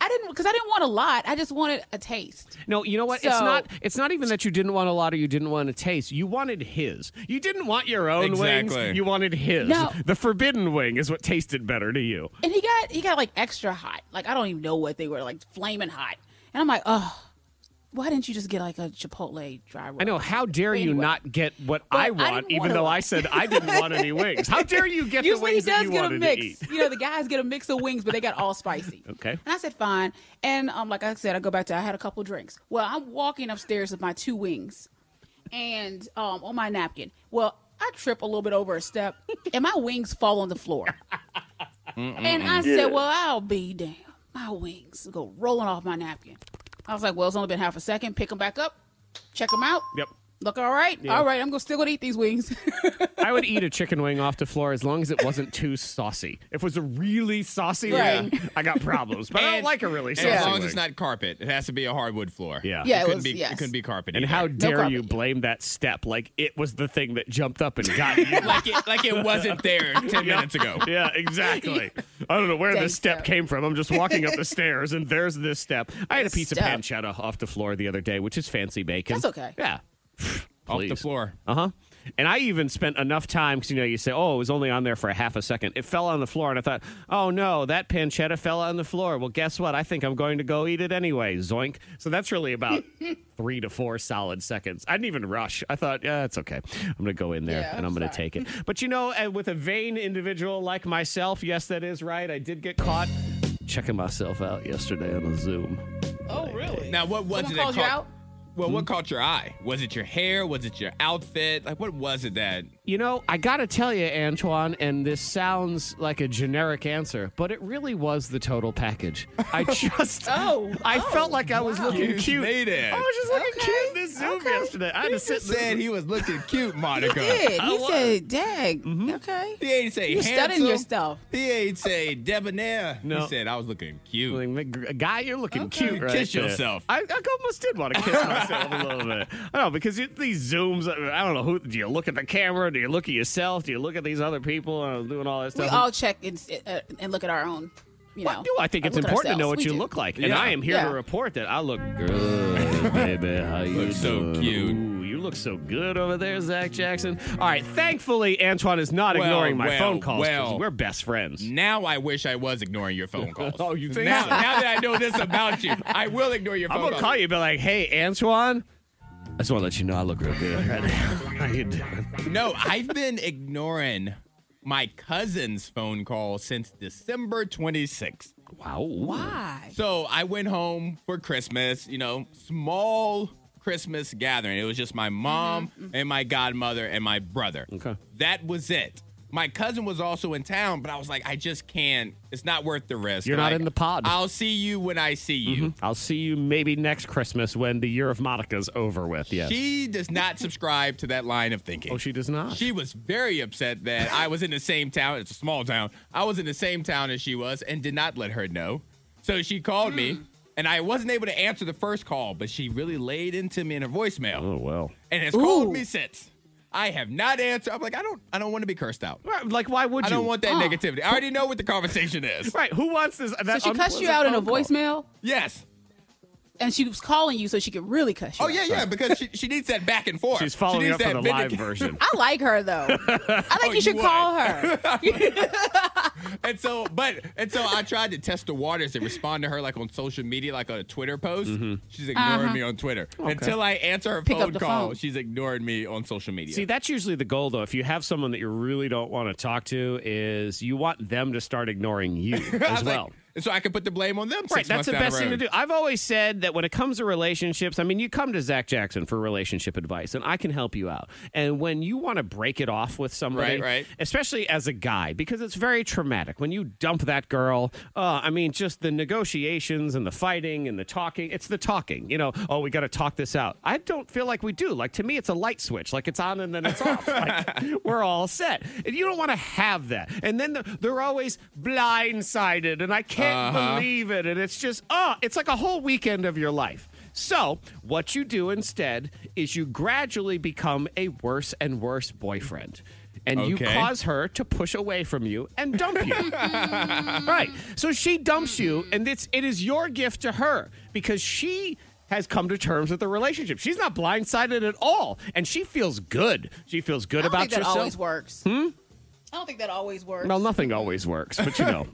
Speaker 7: I didn't didn't because I didn't want a lot. I just wanted a taste.
Speaker 5: No, you know what? it's
Speaker 7: So-
Speaker 5: not. It's not even that you didn't want a lot or you didn't want to taste. You wanted his. You didn't want your own
Speaker 6: Exactly.
Speaker 5: wings. You wanted his.
Speaker 7: No.
Speaker 5: The forbidden wing is what tasted better to you.
Speaker 7: And he got he got like extra hot. Like I don't even know what they were like flaming hot. And I'm like, oh, why didn't you just get like a Chipotle dry rub?
Speaker 5: I know. How dare you
Speaker 7: Anyway.
Speaker 5: not get what
Speaker 7: But I
Speaker 5: I
Speaker 7: didn't
Speaker 5: want, even
Speaker 7: want a
Speaker 5: though
Speaker 7: lot.
Speaker 5: I said I didn't want any wings? How dare you get the
Speaker 7: Usually he
Speaker 5: wings that
Speaker 7: does
Speaker 5: you
Speaker 7: get a
Speaker 5: wanted to eat?
Speaker 7: mix. You know, the guys get a mix of wings, but they got all spicy.
Speaker 5: Okay.
Speaker 7: And I said, fine. And um, like I said, I go back to I had a couple drinks. Well, I'm walking upstairs with my two wings and um on my napkin. Well, I trip a little bit over a step and my wings fall on the floor. and I said, Well, I'll be damned. My wings go rolling off my napkin. I was like, Well, it's only been half a second. Pick them back up, check them out.
Speaker 5: Yep.
Speaker 7: Look all right. All right, I'm gonna still gonna eat these wings.
Speaker 5: I would eat a chicken wing off the floor as long as it wasn't too saucy. If it was a really saucy
Speaker 7: Right.
Speaker 5: wing, I got problems. But I don't
Speaker 6: And-
Speaker 5: like a really saucy
Speaker 6: and as long
Speaker 5: wing.
Speaker 6: as it's not carpet, it has to be a hardwood floor.
Speaker 5: Yeah.
Speaker 7: Yeah, it
Speaker 6: it couldn't
Speaker 7: was-
Speaker 6: be.
Speaker 7: yes.
Speaker 6: It couldn't be carpet.
Speaker 5: and
Speaker 6: either.
Speaker 5: how dare
Speaker 7: problem.
Speaker 5: you blame that step like it was the thing that jumped up and got you?
Speaker 6: like it like it wasn't there ten minutes ago.
Speaker 5: Yeah, exactly. I don't know where this step
Speaker 7: Gangsta.
Speaker 5: came from. I'm just walking up the stairs, and there's this step. I had a piece
Speaker 7: Step.
Speaker 5: of pancetta off the floor the other day, which is fancy bacon.
Speaker 7: That's okay.
Speaker 5: Yeah.
Speaker 6: Off the
Speaker 5: Please.
Speaker 6: floor.
Speaker 5: Uh huh. And I even spent enough time because you know you say, "Oh, it was only on there for a half a second. It fell on the floor, and I thought, "Oh no, that pancetta fell on the floor." Well, guess what? I think I'm going to go eat it anyway. Zoink! So that's really about three to four solid seconds. I didn't even rush. I thought, "Yeah, it's okay. I'm going to go in there
Speaker 7: Yeah,
Speaker 5: and I'm,
Speaker 7: I'm
Speaker 5: going to
Speaker 7: sorry.
Speaker 5: take it." But you know, and with a vain individual like myself, yes, that is right. I did get caught checking myself out yesterday on a Zoom.
Speaker 7: oh really?
Speaker 6: Now what was
Speaker 7: Someone
Speaker 6: it that
Speaker 7: calls you
Speaker 6: caught-
Speaker 7: out?
Speaker 6: Well, what caught your eye? Was it your hair? Was it your outfit? Like what was it that
Speaker 5: You know, I got to tell you, Antoine, and this sounds like a generic answer, but it really was the total package. I just,
Speaker 7: Oh,
Speaker 5: I
Speaker 7: oh,
Speaker 5: felt like I was looking
Speaker 6: You
Speaker 5: cute.
Speaker 6: made it.
Speaker 5: I was just looking
Speaker 7: Okay,
Speaker 5: cute in this Zoom
Speaker 7: okay.
Speaker 5: yesterday. I had to sit. in the-
Speaker 6: said he was looking cute, Monica?
Speaker 7: did.
Speaker 5: I Mm-hmm.
Speaker 7: He
Speaker 5: was.
Speaker 7: said, "Dag, okay."
Speaker 6: He ain't say
Speaker 7: You
Speaker 6: handsome.
Speaker 7: studying your stuff.
Speaker 6: He ain't say debonair.
Speaker 5: No.
Speaker 6: He said I was looking cute.
Speaker 5: Like, Guy, you're looking
Speaker 7: Okay.
Speaker 5: cute. Right
Speaker 6: Kiss
Speaker 5: there."
Speaker 6: yourself.
Speaker 5: I, I almost did want to kiss myself a little bit. I know because you, these zooms. I don't know who. Do you look at the camera? Do you look at yourself? Do you look at these other people? I was doing all that
Speaker 7: We
Speaker 5: stuff.
Speaker 7: all check and, s- uh, and look at our own. You know, uh,
Speaker 5: Well, no, I think it's
Speaker 7: look at
Speaker 5: important to know
Speaker 7: ourselves.
Speaker 5: what
Speaker 7: We
Speaker 5: you
Speaker 7: do.
Speaker 5: look like, and
Speaker 6: Yeah.
Speaker 5: I am here
Speaker 7: Yeah.
Speaker 5: to report that I look good, baby. How you
Speaker 6: Look so
Speaker 5: doing?
Speaker 6: cute.
Speaker 5: Ooh, you look so good over there, Zach Jackson. All right, thankfully Antoine is not
Speaker 6: Well,
Speaker 5: ignoring my
Speaker 6: well,
Speaker 5: phone calls 'cause
Speaker 6: well.
Speaker 5: we're best friends.
Speaker 6: Now I wish I was ignoring your phone calls.
Speaker 5: Oh, you think
Speaker 6: now,
Speaker 5: so?
Speaker 6: now that I know this about you, I will ignore your
Speaker 5: I'm
Speaker 6: phone
Speaker 5: gonna
Speaker 6: calls.
Speaker 5: call you and be like, "Hey, Antoine." I just want to let you know I look real good right now. How you doing?
Speaker 6: No, I've been ignoring my cousin's phone call since December 26th.
Speaker 5: Wow. Wow.
Speaker 7: Why?
Speaker 6: So I went home for Christmas, you know, small Christmas gathering. It was just my mom and my godmother and my brother.
Speaker 5: Okay.
Speaker 6: That was it. My cousin was also in town, but I was like, I just can't. It's not worth the risk.
Speaker 5: You're not
Speaker 6: Like,
Speaker 5: in the pod. Mm-hmm.
Speaker 6: I'll see you when I see you.
Speaker 5: I'll see you maybe next Christmas when the year of Monica's over with. Yes.
Speaker 6: She does not subscribe to that line of thinking.
Speaker 5: oh, she does not.
Speaker 6: She was very upset that I was in the same town. It's a small town. I was in the same town as she was and did not let her know. So she called
Speaker 5: Hmm.
Speaker 6: me, and I wasn't able to answer the first call, but she really laid into me in her voicemail
Speaker 5: oh well.
Speaker 6: and has called
Speaker 7: Ooh.
Speaker 6: me since. I have not answered. I'm like, I don't, I don't want to be cursed out.
Speaker 5: Like, why would
Speaker 6: I
Speaker 5: you?
Speaker 6: don't want that negativity. I already know what the conversation is.
Speaker 5: Right. Who wants this?
Speaker 7: So
Speaker 5: that
Speaker 7: she cussed you
Speaker 5: unpleasant
Speaker 7: out in a
Speaker 5: phone call?
Speaker 7: voicemail,
Speaker 6: Yes.
Speaker 7: and she was calling you so she could really cuss you.
Speaker 6: Oh yeah,
Speaker 7: out.
Speaker 6: yeah. Because she, she needs that back and forth.
Speaker 5: She's
Speaker 6: she
Speaker 5: following
Speaker 6: needs
Speaker 5: up with
Speaker 6: that
Speaker 5: a live
Speaker 6: vindic-
Speaker 5: version.
Speaker 7: I like her though. I
Speaker 5: Oh,
Speaker 7: think
Speaker 6: you
Speaker 7: you should
Speaker 6: would.
Speaker 7: call her.
Speaker 6: And so, but and so, I tried to test the waters and respond to her like on social media, like on a Twitter post.
Speaker 5: Mm-hmm.
Speaker 6: She's ignoring
Speaker 5: Uh-huh.
Speaker 6: me on Twitter until I answer her
Speaker 7: Pick up
Speaker 6: phone
Speaker 7: the
Speaker 6: call.
Speaker 7: phone.
Speaker 6: She's ignoring me on social media.
Speaker 5: See, that's usually the goal, though. If you have someone that you really don't want to talk to, is you want them to start ignoring you
Speaker 6: I was
Speaker 5: as well.
Speaker 6: like- and so I can put the blame on them.
Speaker 5: Right,
Speaker 6: six
Speaker 5: that's
Speaker 6: months
Speaker 5: the
Speaker 6: down
Speaker 5: best thing to
Speaker 6: road.
Speaker 5: do. I've always said that when it comes to relationships, I mean, you come to Zach Jackson for relationship advice, and I can help you out. And when you want to break it off with somebody,
Speaker 6: Right, right.
Speaker 5: especially as a guy, because it's very traumatic when you dump that girl. Uh, I mean, just the negotiations and the fighting and the talking. It's the talking, you know. Oh, we got to talk this out. I don't feel like we do. Like to me, it's a light switch. Like it's on and then it's off. Like we're all set. And you don't want to have that. And then the, they're always blindsided, and I can't believe it. And it's just, oh, it's like a whole weekend of your life. So, what you do instead is you gradually become a worse and worse boyfriend. and you
Speaker 6: Okay.
Speaker 5: cause her to push away from you and dump you. right. So she dumps you, and it's it is your gift to her because she has come to terms with the relationship. She's not blindsided at all, and she feels good. She feels good
Speaker 7: I don't
Speaker 5: about Hmm?
Speaker 7: think that
Speaker 5: herself.
Speaker 7: always works. I don't think that always works.
Speaker 5: well, nothing always works, but you know.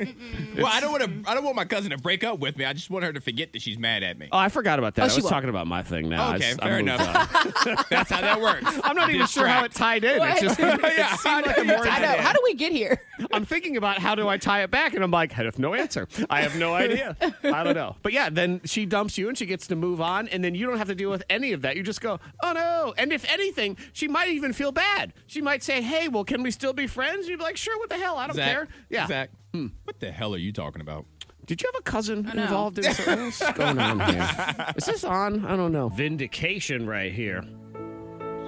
Speaker 6: Well, I don't want to. I don't want my cousin to break up with me. I just want her to forget that she's mad at me.
Speaker 5: oh, I forgot about that.
Speaker 7: Oh,
Speaker 5: I
Speaker 7: she
Speaker 5: was
Speaker 7: won't.
Speaker 5: talking about my thing now. Oh, I
Speaker 6: okay,
Speaker 5: just- I
Speaker 6: fair
Speaker 5: moved
Speaker 6: enough.
Speaker 5: on.
Speaker 6: That's how that works.
Speaker 5: I'm not even sure how it tied in. It just it seemed like a more
Speaker 7: I know. How do we get here?
Speaker 5: I'm thinking about how do I tie it back, and I'm like, I have no answer. I have no idea. I don't know. But yeah, then she dumps you, and she gets to move on, and then you don't have to deal with any of that. You just go, oh no. And if anything, she might even feel bad. She might say, Hey, well, can we still be friends? You'd be like, Sure, what the hell? I don't
Speaker 6: Zach,
Speaker 5: care. Yeah.
Speaker 6: Zach,
Speaker 5: Hmm.
Speaker 6: what the hell are you talking about?
Speaker 5: Did you have a cousin
Speaker 7: know.
Speaker 5: involved in something? What's going on here? Is this on? I don't know. Vindication right here.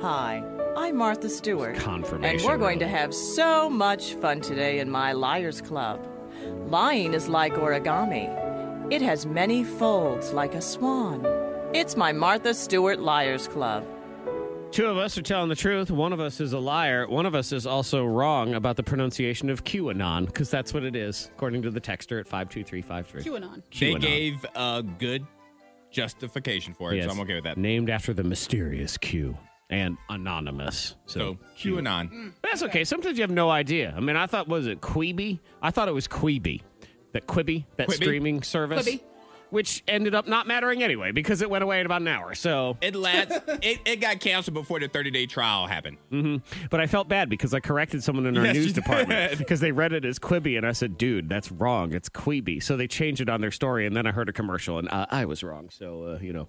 Speaker 8: Hi, I'm Martha Stewart.
Speaker 5: Confirmation,
Speaker 8: And we're going to
Speaker 5: really.
Speaker 8: have so much fun today in my Liars Club. Lying is like origami, it has many folds like a swan. It's my Martha Stewart Liars Club.
Speaker 5: Two of us are telling the truth. One of us is a liar. One of us is also wrong about the pronunciation of QAnon because that's what it is, according to the texter at 52353.
Speaker 7: QAnon.
Speaker 6: They
Speaker 5: QAnon.
Speaker 6: gave a good justification for it,
Speaker 5: Yes.
Speaker 6: so I'm okay with that.
Speaker 5: Named after the mysterious Q and anonymous. So,
Speaker 6: So QAnon.
Speaker 5: that's okay. Sometimes you have no idea. I mean, I thought, was it Queeby? I thought it was Queeby. That Quibi, that
Speaker 6: Quibi?
Speaker 5: streaming service.
Speaker 7: Quibi.
Speaker 5: Which ended up not mattering anyway because it went away in about an hour. So,
Speaker 6: It lasts. it, it got canceled before the 30 day trial happened.
Speaker 5: Mm. but I felt bad because I corrected someone in our
Speaker 6: Yes, you
Speaker 5: news department
Speaker 6: did.
Speaker 5: because they read it as Quibi, and I said, "Dude, that's wrong. It's Quibi." So they changed it on their story, and then I heard a commercial, and uh, I was wrong. So uh, you know,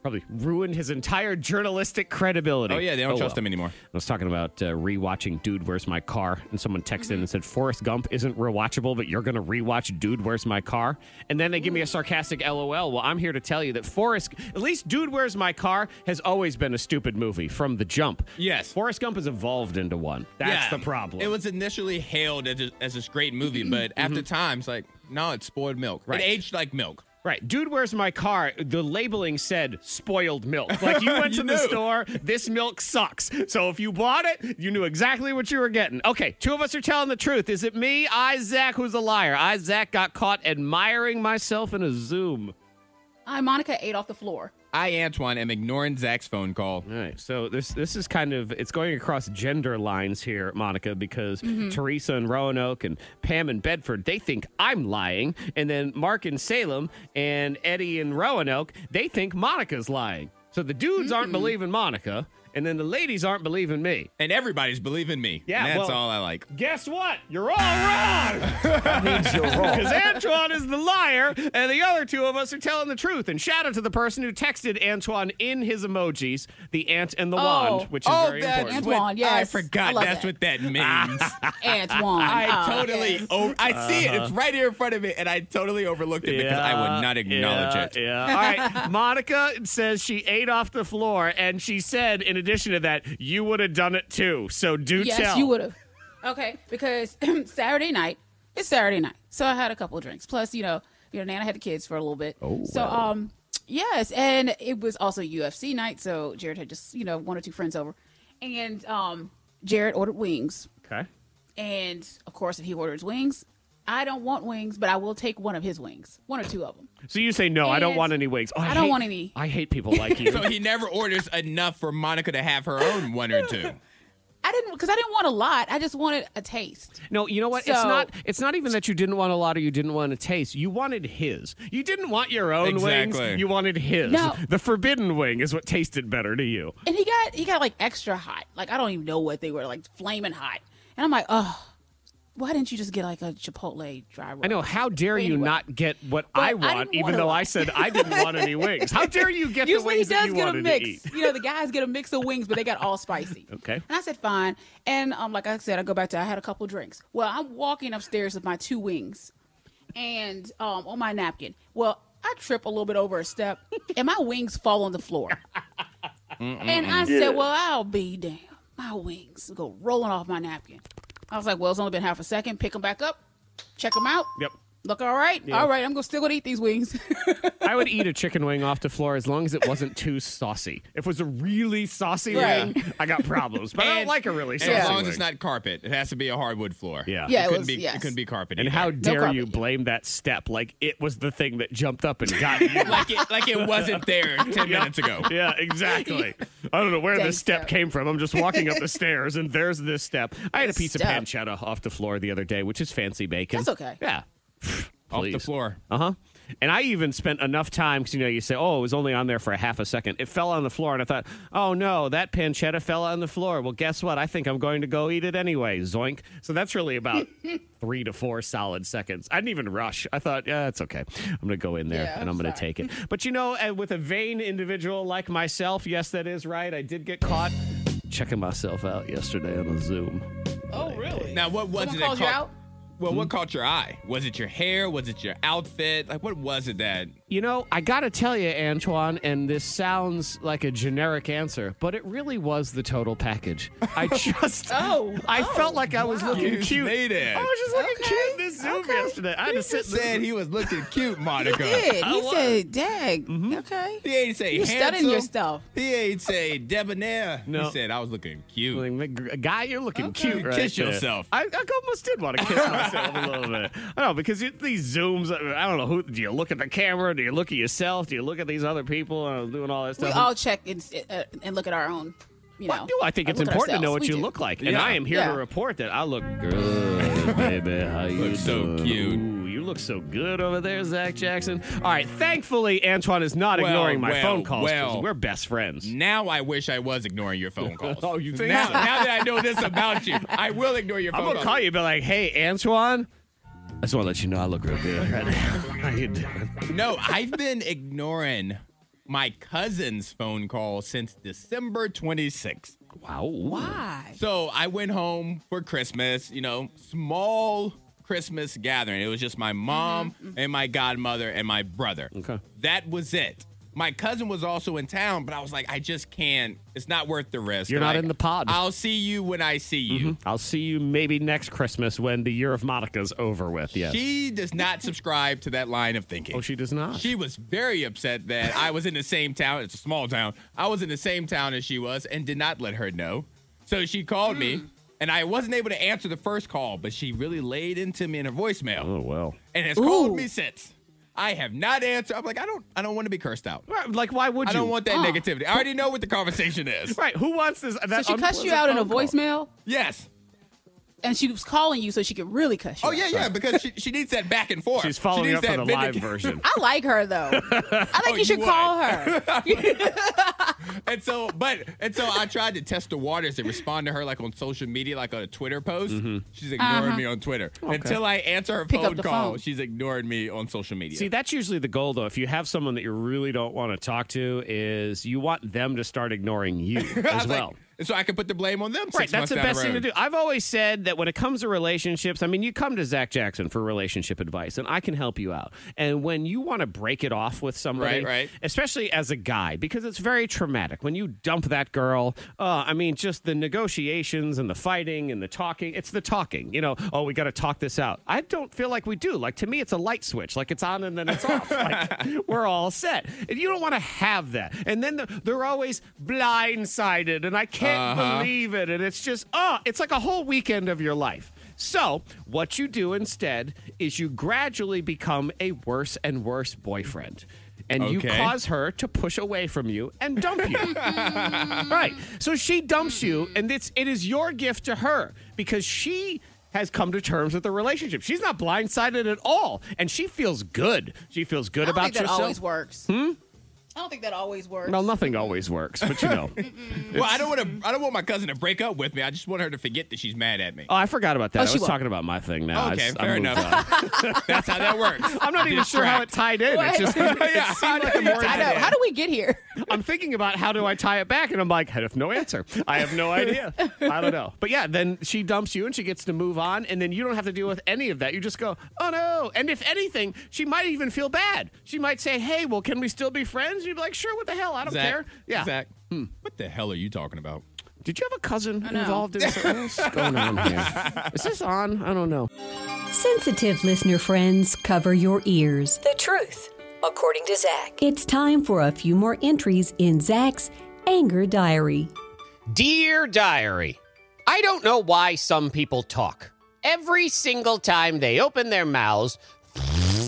Speaker 5: probably ruined his entire journalistic credibility.
Speaker 6: Oh yeah, they don't trust
Speaker 5: well.
Speaker 6: them anymore.
Speaker 5: I was talking about uh, rewatching Dude, Where's My Car? And someone texted
Speaker 6: Mm-hmm.
Speaker 5: in and said, Forrest Gump isn't rewatchable, but you're going to rewatch Dude, Where's My Car? And then they give me a
Speaker 6: Mm.
Speaker 5: sarcastic LOL. Well, I'm here to tell you that Forrest, at least Dude, Where's My Car has always been a stupid movie from the jump.
Speaker 6: Yes.
Speaker 5: Forrest Gump has evolved into one. That's the
Speaker 6: Yeah,
Speaker 5: problem. Mm-hmm.
Speaker 6: It was initially hailed as, a, as this great movie, but after time, it's like, no, it's spoiled milk.
Speaker 5: Right.
Speaker 6: It aged like milk.
Speaker 5: Right, dude, where's my car? The labeling said spoiled milk. Like you went
Speaker 6: You
Speaker 5: to the
Speaker 6: knew.
Speaker 5: store, this milk sucks. So if you bought it, you knew exactly what you were getting. Okay, two of us are telling the truth. Is it me, Isaac, who's a liar? Isaac got caught admiring myself in a Zoom.
Speaker 7: I Monica ate off the floor.
Speaker 6: I, Antoine, am ignoring Zach's phone call.
Speaker 5: All right, so this this is kind of it's going across gender lines here, Monica, because
Speaker 7: Mm-hmm.
Speaker 5: Teresa and Roanoke and Pam and Bedford they think I'm lying, and then Mark and Salem and Eddie and Roanoke they think Monica's lying. So the dudes
Speaker 7: Mm.
Speaker 5: aren't believing Monica, and then the ladies aren't believing me.
Speaker 6: And everybody's believing me.
Speaker 5: Yeah,
Speaker 6: And that's
Speaker 5: well-
Speaker 6: all I like.
Speaker 5: Guess what? You're all wrong. that means you're wrong. Because Antoine is the liar, and the other two of us are telling the truth. And shout out to the person who texted Antoine in his emojis, the ant and the
Speaker 7: Oh.
Speaker 5: wand, which is very important.
Speaker 7: Antoine,
Speaker 6: I
Speaker 7: yes. I
Speaker 6: forgot
Speaker 7: love
Speaker 6: that's
Speaker 7: that.
Speaker 6: what that means.
Speaker 7: Antoine.
Speaker 6: I
Speaker 7: Oh,
Speaker 6: totally,
Speaker 7: yes.
Speaker 6: over, I see it. It's right here in front of me, and I totally overlooked it because I would not acknowledge
Speaker 5: Uh-huh. yeah,
Speaker 6: it.
Speaker 5: Yeah. All right. Monica says she ate off the floor, and she said, in addition to that, you would have done it too. So do
Speaker 7: Yes,
Speaker 5: tell.
Speaker 7: you would have. Okay, because Saturday night, it's Saturday night, so I had a couple drinks. Plus, you know, you know, Nana had the kids for a little bit. Oh, so um, yes, and it was also UFC night, so Jared had just you know one or two friends over, and um, Jared ordered wings,
Speaker 5: Okay.
Speaker 7: and of course, if he orders wings, I don't want wings, but I will take one of his wings, one or two of them.
Speaker 5: So you say no. I don't
Speaker 7: And-
Speaker 5: want any wigs. Oh, I,
Speaker 7: I don't
Speaker 5: hate-
Speaker 7: want any.
Speaker 5: I hate people like you.
Speaker 6: So he never orders enough for Monica to have her own one or two.
Speaker 7: I didn't because I didn't want a lot. I just wanted a taste.
Speaker 5: No, you know what? it's
Speaker 7: So-
Speaker 5: not. It's not even that you didn't want a lot or you didn't want to taste. You wanted his. You didn't want your own
Speaker 6: Exactly.
Speaker 5: wings. You wanted his.
Speaker 7: No.
Speaker 5: The forbidden wing is what tasted better to you.
Speaker 7: and he got he got like extra hot. Like I don't even know what they were like, flaming hot. And I'm like, oh, why didn't you just get like a Chipotle dry rub?
Speaker 5: I know. How dare you
Speaker 7: Anyway.
Speaker 5: not get what
Speaker 7: But
Speaker 5: I
Speaker 7: I
Speaker 5: want,
Speaker 7: didn't
Speaker 5: even
Speaker 7: want a
Speaker 5: though
Speaker 7: lot.
Speaker 5: I said I didn't want any wings? How dare you get the
Speaker 7: Usually he
Speaker 5: wings that
Speaker 7: does
Speaker 5: you
Speaker 7: get a
Speaker 5: wanted to eat?
Speaker 7: mix. You know, the guys get a mix of wings, but they got all spicy.
Speaker 5: Okay.
Speaker 7: And I said, fine. And um, like I said, I go back to I had a couple drinks. Well, I'm walking upstairs with my two wings and um on my napkin. Well, I trip a little bit over a step and my wings fall on the floor. and I said, Well, I'll be damned. My wings go rolling off my napkin. I was like, Well, it's only been half a second. Pick them back up, check them out.
Speaker 5: Yep.
Speaker 7: Look all right. All right, I'm gonna still gonna eat these wings.
Speaker 5: I would eat a chicken wing off the floor as long as it wasn't too saucy. If it was a really saucy
Speaker 7: Right.
Speaker 5: wing, I got problems. But I don't
Speaker 6: And-
Speaker 5: like a really
Speaker 6: and
Speaker 5: saucy
Speaker 6: As long
Speaker 5: wing.
Speaker 6: as it's not carpet, it has to be a hardwood floor.
Speaker 5: Yeah.
Speaker 7: Yeah, it
Speaker 6: it couldn't
Speaker 7: was-
Speaker 6: be.
Speaker 7: yes.
Speaker 6: It couldn't be carpet.
Speaker 5: and
Speaker 6: either.
Speaker 5: how dare
Speaker 7: carpet.
Speaker 5: you blame that step like it was the thing that jumped up and got you?
Speaker 6: like it like it wasn't there ten minutes ago.
Speaker 5: Yeah, exactly. I don't know where
Speaker 7: Dang
Speaker 5: this step
Speaker 7: step.
Speaker 5: came from. I'm just walking up the stairs, and there's this step. I had a piece
Speaker 7: Step.
Speaker 5: of pancetta off the floor the other day, which is fancy bacon.
Speaker 7: That's okay.
Speaker 5: Yeah.
Speaker 6: Off the
Speaker 5: Please.
Speaker 6: floor.
Speaker 5: Uh huh. And I even spent enough time because you know you say, "Oh, it was only on there for a half a second. It fell on the floor, and I thought, "Oh no, that pancetta fell on the floor." Well, guess what? I think I'm going to go eat it anyway. Zoink! So that's really about three to four solid seconds. I didn't even rush. I thought, "Yeah, it's okay. I'm going to go in there
Speaker 7: Yeah,
Speaker 5: and I'm
Speaker 7: I'm
Speaker 5: going to
Speaker 7: sorry.
Speaker 5: take it." But you know, and with a vain individual like myself, yes, that is right. I did get caught checking myself out yesterday on a Zoom.
Speaker 7: oh really?
Speaker 6: Now what was
Speaker 7: Someone
Speaker 6: it that
Speaker 7: calls you
Speaker 6: caught-
Speaker 7: out?
Speaker 6: Well, what caught your eye? Was it your hair? Was it your outfit? Like what was it that
Speaker 5: You know, I got to tell you, Antoine, and this sounds like a generic answer, but it really was the total package. I just,
Speaker 7: Oh,
Speaker 5: I
Speaker 7: oh,
Speaker 5: felt like I was looking
Speaker 6: You
Speaker 5: cute.
Speaker 6: made it.
Speaker 5: I was just looking
Speaker 7: Okay,
Speaker 5: cute in this Zoom
Speaker 7: okay.
Speaker 5: yesterday. I had to sit. in the-
Speaker 6: said he was looking cute,
Speaker 7: He
Speaker 6: Monica.
Speaker 7: did. He
Speaker 5: I was. Mm-hmm.
Speaker 7: said, "Dag, okay."
Speaker 6: He ain't say
Speaker 7: You
Speaker 6: handsome.
Speaker 7: studying your stuff.
Speaker 6: He ain't say debonair.
Speaker 5: No.
Speaker 6: He said I was looking cute.
Speaker 5: Like, Guy, you're looking
Speaker 7: Okay.
Speaker 5: cute. Right
Speaker 6: Kiss
Speaker 5: there."
Speaker 6: yourself.
Speaker 5: I, I almost did want to kiss myself a little bit. I know because you, these zooms. I don't know who. Do you look at the camera? Do you look at yourself? Do you look at these other people uh, doing all that
Speaker 7: We
Speaker 5: stuff?
Speaker 7: all check and, s- uh, and look at our own. You know, uh,
Speaker 5: Well, I think it's
Speaker 7: look at
Speaker 5: important to know what
Speaker 7: ourselves. We
Speaker 5: you
Speaker 7: do.
Speaker 5: look like, and
Speaker 6: Yeah.
Speaker 5: I am here
Speaker 7: Yeah.
Speaker 5: to report that I look good, baby. How you
Speaker 6: Look so
Speaker 5: doing?
Speaker 6: cute.
Speaker 5: Ooh, you look so good over there, Zach Jackson. All right, thankfully Antoine is not
Speaker 6: Well,
Speaker 5: ignoring my
Speaker 6: well,
Speaker 5: phone calls 'cause
Speaker 6: well.
Speaker 5: we're best friends.
Speaker 6: Now I wish I was ignoring your phone calls.
Speaker 5: Oh, you think
Speaker 6: now,
Speaker 5: so?
Speaker 6: now that I know this about you, I will ignore your
Speaker 5: I'm
Speaker 6: phone
Speaker 5: gonna
Speaker 6: calls.
Speaker 5: call you and be like, "Hey, Antoine." I just want to let you know I look real good right now. How you doing?
Speaker 6: No, I've been ignoring my cousin's phone call since December 26th.
Speaker 5: Wow. Wow.
Speaker 7: Why?
Speaker 6: So I went home for Christmas, you know, small Christmas gathering. It was just my mom and my godmother and my brother.
Speaker 5: Okay.
Speaker 6: That was it. My cousin was also in town, but I was like, I just can't. It's not worth the risk.
Speaker 5: You're not
Speaker 6: Like,
Speaker 5: in the pod. Mm-hmm.
Speaker 6: I'll see you when I see you.
Speaker 5: I'll see you maybe next Christmas when the year of Monica's over with. Yes.
Speaker 6: She does not subscribe to that line of thinking.
Speaker 5: oh, she does not.
Speaker 6: She was very upset that I was in the same town. It's a small town. I was in the same town as she was and did not let her know. So she called me, and I wasn't able to answer the first call, but she really laid into me in her voicemail
Speaker 5: oh well.
Speaker 6: and has called
Speaker 7: Ooh.
Speaker 6: me since. I have not answered. I'm like, I don't, I don't want to be cursed out.
Speaker 5: Like, why would
Speaker 6: I
Speaker 5: you?
Speaker 6: don't want that negativity. I already know what the conversation is.
Speaker 5: Right. Who wants this?
Speaker 7: So
Speaker 5: that
Speaker 7: she cussed
Speaker 5: unpleasant
Speaker 7: you out in a
Speaker 5: phone call?
Speaker 7: voicemail,
Speaker 6: Yes.
Speaker 7: and she was calling you so she could really cuss you.
Speaker 6: Oh yeah,
Speaker 7: out.
Speaker 6: yeah. Because she, she needs that back and forth.
Speaker 5: She's
Speaker 6: She
Speaker 5: following
Speaker 6: needs
Speaker 5: up for the
Speaker 6: that
Speaker 5: live
Speaker 6: vindic-
Speaker 5: version.
Speaker 7: I like her though. I
Speaker 5: Oh,
Speaker 7: think you
Speaker 6: you
Speaker 7: should
Speaker 6: would.
Speaker 7: call her.
Speaker 6: And so, but and so, I tried to test the waters and respond to her like on social media, like on a Twitter post.
Speaker 5: Mm-hmm.
Speaker 6: She's ignoring
Speaker 5: Uh-huh.
Speaker 6: me on Twitter until I answer her
Speaker 7: Pick up
Speaker 6: phone
Speaker 7: the
Speaker 6: call.
Speaker 7: phone.
Speaker 6: She's ignoring me on social media.
Speaker 5: See, that's usually the goal, though. If you have someone that you really don't want to talk to, is you want them to start ignoring you as well.
Speaker 6: and so I can put the blame on them.
Speaker 5: Right, that's
Speaker 6: six months
Speaker 5: the
Speaker 6: down
Speaker 5: best thing to
Speaker 6: road.
Speaker 5: do. I've always said that when it comes to relationships, I mean, you come to Zach Jackson for relationship advice, and I can help you out. And when you want to break it off with somebody,
Speaker 6: Right, right.
Speaker 5: especially as a guy, because it's very traumatic. When you dump that girl, uh, I mean, just the negotiations and the fighting and the talking. It's the talking, you know, oh, we got to talk this out. I don't feel like we do. Like, to me, it's a light switch. Like, it's on and then it's off. like, we're all set. And you don't want to have that. And then the, they're always blindsided, and I can't believe it. And it's just, uh, it's like a whole weekend of your life. So, what you do instead is you gradually become a worse and worse boyfriend. And you
Speaker 6: Okay.
Speaker 5: cause her to push away from you and dump you. right. So she dumps you, and it's it is your gift to her because she has come to terms with the relationship. She's not blindsided at all, and she feels good. She feels good
Speaker 7: I don't
Speaker 5: about
Speaker 7: think that
Speaker 5: yourself.
Speaker 7: always works. Hmm? I don't think that always works.
Speaker 5: Well, nothing always works, but you know.
Speaker 6: Well, I don't want to. I don't want my cousin to break up with me. I just want her to forget that she's mad at me.
Speaker 5: oh, I forgot about that.
Speaker 7: Oh,
Speaker 5: I
Speaker 7: she
Speaker 5: was
Speaker 7: won't.
Speaker 5: talking about my thing now. I
Speaker 6: okay,
Speaker 5: s- I
Speaker 6: fair
Speaker 5: moved
Speaker 6: enough.
Speaker 5: on.
Speaker 6: that's how that works.
Speaker 5: I'm not even sure how it tied in. It's
Speaker 7: Right.
Speaker 5: just it seemed like a more
Speaker 7: I know. How do we get here?
Speaker 5: I'm thinking about how do I tie it back, and I'm like, I have no answer. I have no idea. I don't know. But yeah, then she dumps you, and she gets to move on, and then you don't have to deal with any of that. You just go, oh no. And if anything, she might even feel bad. She might say, Hey, well, can we still be friends? And you'd be like, Sure, what the hell? I don't
Speaker 6: Zach, hmm.
Speaker 5: care. Yeah.
Speaker 6: Zach, what the hell are you talking about?
Speaker 9: Did you have a cousin
Speaker 7: know.
Speaker 9: involved in something? What's going on here? Is this on? I don't know.
Speaker 4: Sensitive listener friends, cover your ears.
Speaker 10: The truth, according to Zach.
Speaker 4: It's time for a few more entries in Zach's Anger Diary.
Speaker 5: Dear Diary, I don't know why some people talk. Every single time they open their mouths,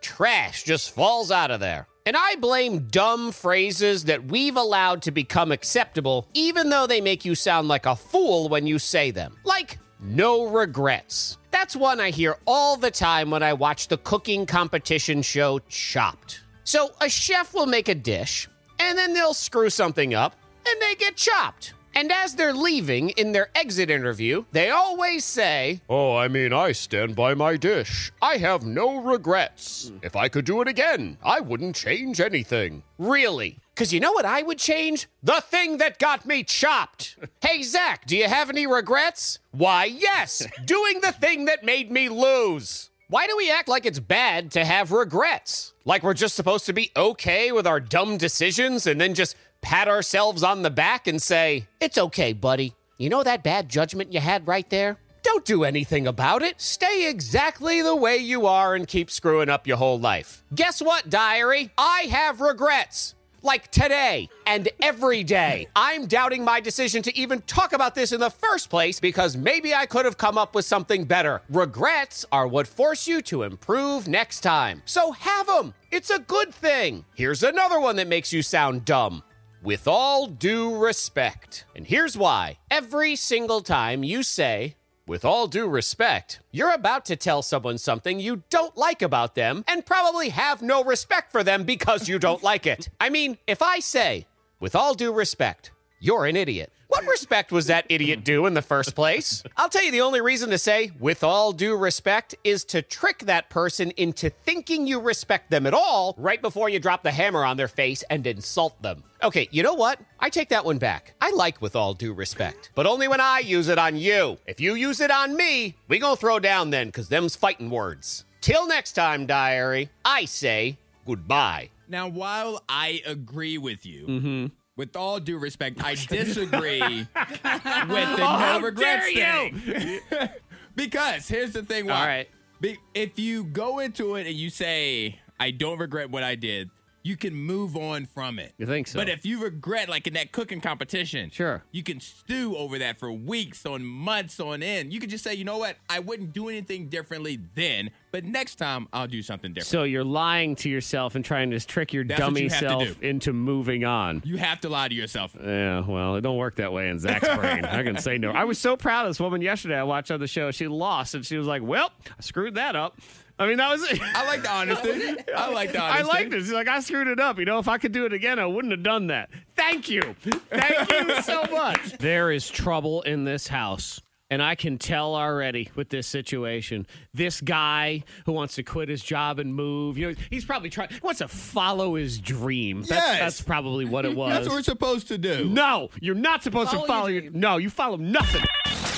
Speaker 5: trash just falls out of there. And I blame dumb phrases that we've allowed to become acceptable, even though they make you sound like a fool when you say them. Like, no regrets. That's one I hear all the time when I watch the cooking competition show Chopped. So, a chef will make a dish, and then they'll screw something up, and they get chopped. And as they're leaving in their exit interview, they always say, Oh, I mean, I stand by my dish. I have no regrets. If I could do it again, I wouldn't change anything. Really? Because you know what I would change? The thing that got me chopped. hey, Zach, do you have any regrets? Why, yes, doing the thing that made me lose. Why do we act like it's bad to have regrets? Like we're just supposed to be okay with our dumb decisions and then just pat ourselves on the back and say, It's okay, buddy. You know that bad judgment you had right there? Don't do anything about it. Stay exactly the way you are and keep screwing up your whole life. Guess what, diary? I have regrets. Like today and every day. I'm doubting my decision to even talk about this in the first place because maybe I could have come up with something better. Regrets are what force you to improve next time. So have them. It's a good thing. Here's another one that makes you sound dumb. With all due respect. And here's why. Every single time you say, with all due respect, you're about to tell someone something you don't like about them and probably have no respect for them because you don't like it. I mean, if I say, with all due respect, you're an idiot. What respect was that idiot due in the first place? I'll tell you the only reason to say, with all due respect, is to trick that person into thinking you respect them at all right before you drop the hammer on their face and insult them. Okay, you know what? I take that one back. I like with all due respect, but only when I use it on you. If you use it on me, we gonna throw down then, cause them's fighting words. Till next time, diary, I say goodbye.
Speaker 6: Now, while I agree with you,
Speaker 9: Mm-hmm.
Speaker 6: with all due respect, I disagree with the no regrets thing. because here's the thing: why?
Speaker 5: All right.
Speaker 6: Be- if you go into it and you say, "I don't regret what I did," you can move on from it.
Speaker 9: You think so?
Speaker 6: But if you regret, like in that cooking competition,
Speaker 9: Sure.
Speaker 6: you can stew over that for weeks on months on end. You can just say, "You know what? I wouldn't do anything differently then, but next time I'll do something different."
Speaker 9: So you're lying to yourself and trying to trick your
Speaker 6: That's what
Speaker 9: dummy
Speaker 6: you have to
Speaker 9: self
Speaker 6: do.
Speaker 9: into moving on.
Speaker 6: you have to lie to yourself.
Speaker 9: Yeah, well, it don't work that way in Zach's brain. I can say no. I was so proud of this woman yesterday. I watched on the show. She lost, and she was like, "Well, I screwed that up." I mean, that was it.
Speaker 6: I like the honesty. I like the
Speaker 9: I
Speaker 6: honesty.
Speaker 9: liked it. She's like, "I screwed it up." You know, if I could do it again, I wouldn't have done that. Thank you, thank you so much. There is trouble in this house. And I can tell already with this situation. This guy who wants to quit his job and move, you know, he's probably trying, wants to follow his dream. That's,
Speaker 6: Yes.
Speaker 9: that's probably what it was.
Speaker 6: That's what we're supposed to do.
Speaker 9: No, you're not supposed
Speaker 8: Follow
Speaker 9: to follow
Speaker 8: your
Speaker 9: your.
Speaker 8: dream.
Speaker 9: No, you follow nothing.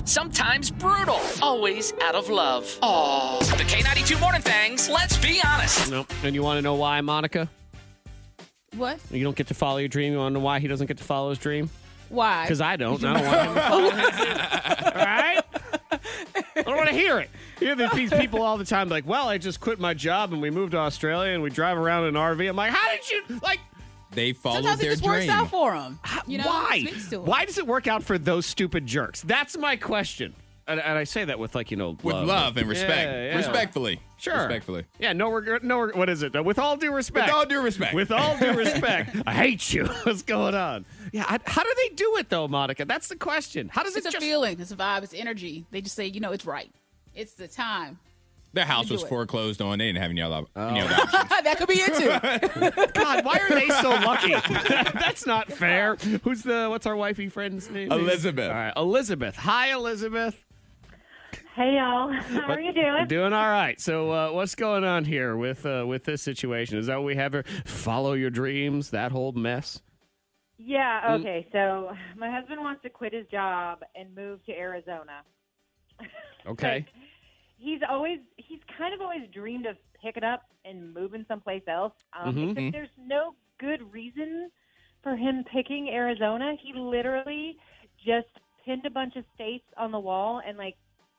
Speaker 11: Sometimes brutal, always out of love. Oh, the K92 Morning Thangs. Let's be honest.
Speaker 9: No. And you want to know why, Monica?
Speaker 7: What?
Speaker 9: You don't get to follow your dream. You want to know why he doesn't get to follow his dream?
Speaker 7: Why?
Speaker 9: Because I don't. and I don't want him to follow his dream. All right? I don't want to hear it. You hear these- these people all the time, like, well, I just quit my job and we moved to Australia and we drive around in an RV. I'm like, how did you, like,
Speaker 6: They followed
Speaker 7: Sometimes it
Speaker 6: their
Speaker 7: just
Speaker 6: dream.
Speaker 7: works out for them. You know,
Speaker 9: why?
Speaker 7: Speaks to 'em.
Speaker 9: Why does it work out for those stupid jerks? That's my question. And, and I say that with, like, you know,
Speaker 6: with love, and respect.
Speaker 9: Yeah, yeah.
Speaker 6: Respectfully.
Speaker 9: Sure.
Speaker 6: Respectfully.
Speaker 9: Yeah, no regret. No, reg- what is it? With all due respect.
Speaker 6: With all due respect.
Speaker 9: With all due respect. I hate you. What's going on? Yeah. I, how do they do it though, Monica? That's the question. How does
Speaker 7: It's
Speaker 9: it
Speaker 7: a
Speaker 9: just?
Speaker 7: feeling. It's a vibe. It's energy. They just say, you know, it's right. It's the time.
Speaker 6: Their house
Speaker 7: do
Speaker 6: was
Speaker 7: it.
Speaker 6: foreclosed on. They didn't have any other, any other option.
Speaker 7: that could be it too.
Speaker 9: God, why are they so lucky? That's not fair. Who's the? What's our wifey friend's name?
Speaker 6: Elizabeth.
Speaker 9: All right, Elizabeth. Hi, Elizabeth.
Speaker 12: Hey y'all, how are you doing?
Speaker 9: Doing all right. So, uh, what's going on here with uh, with this situation? Is that what we have here? Follow your dreams. That whole mess. Mm.
Speaker 12: Yeah, okay. So my husband wants to quit his job and move to Arizona.
Speaker 9: Okay.
Speaker 12: He's always he's kind of always dreamed of picking up and moving someplace else. Um,
Speaker 9: Mm-hmm.
Speaker 12: except there's no good reason for him picking Arizona. He literally just pinned a bunch of states on the wall and like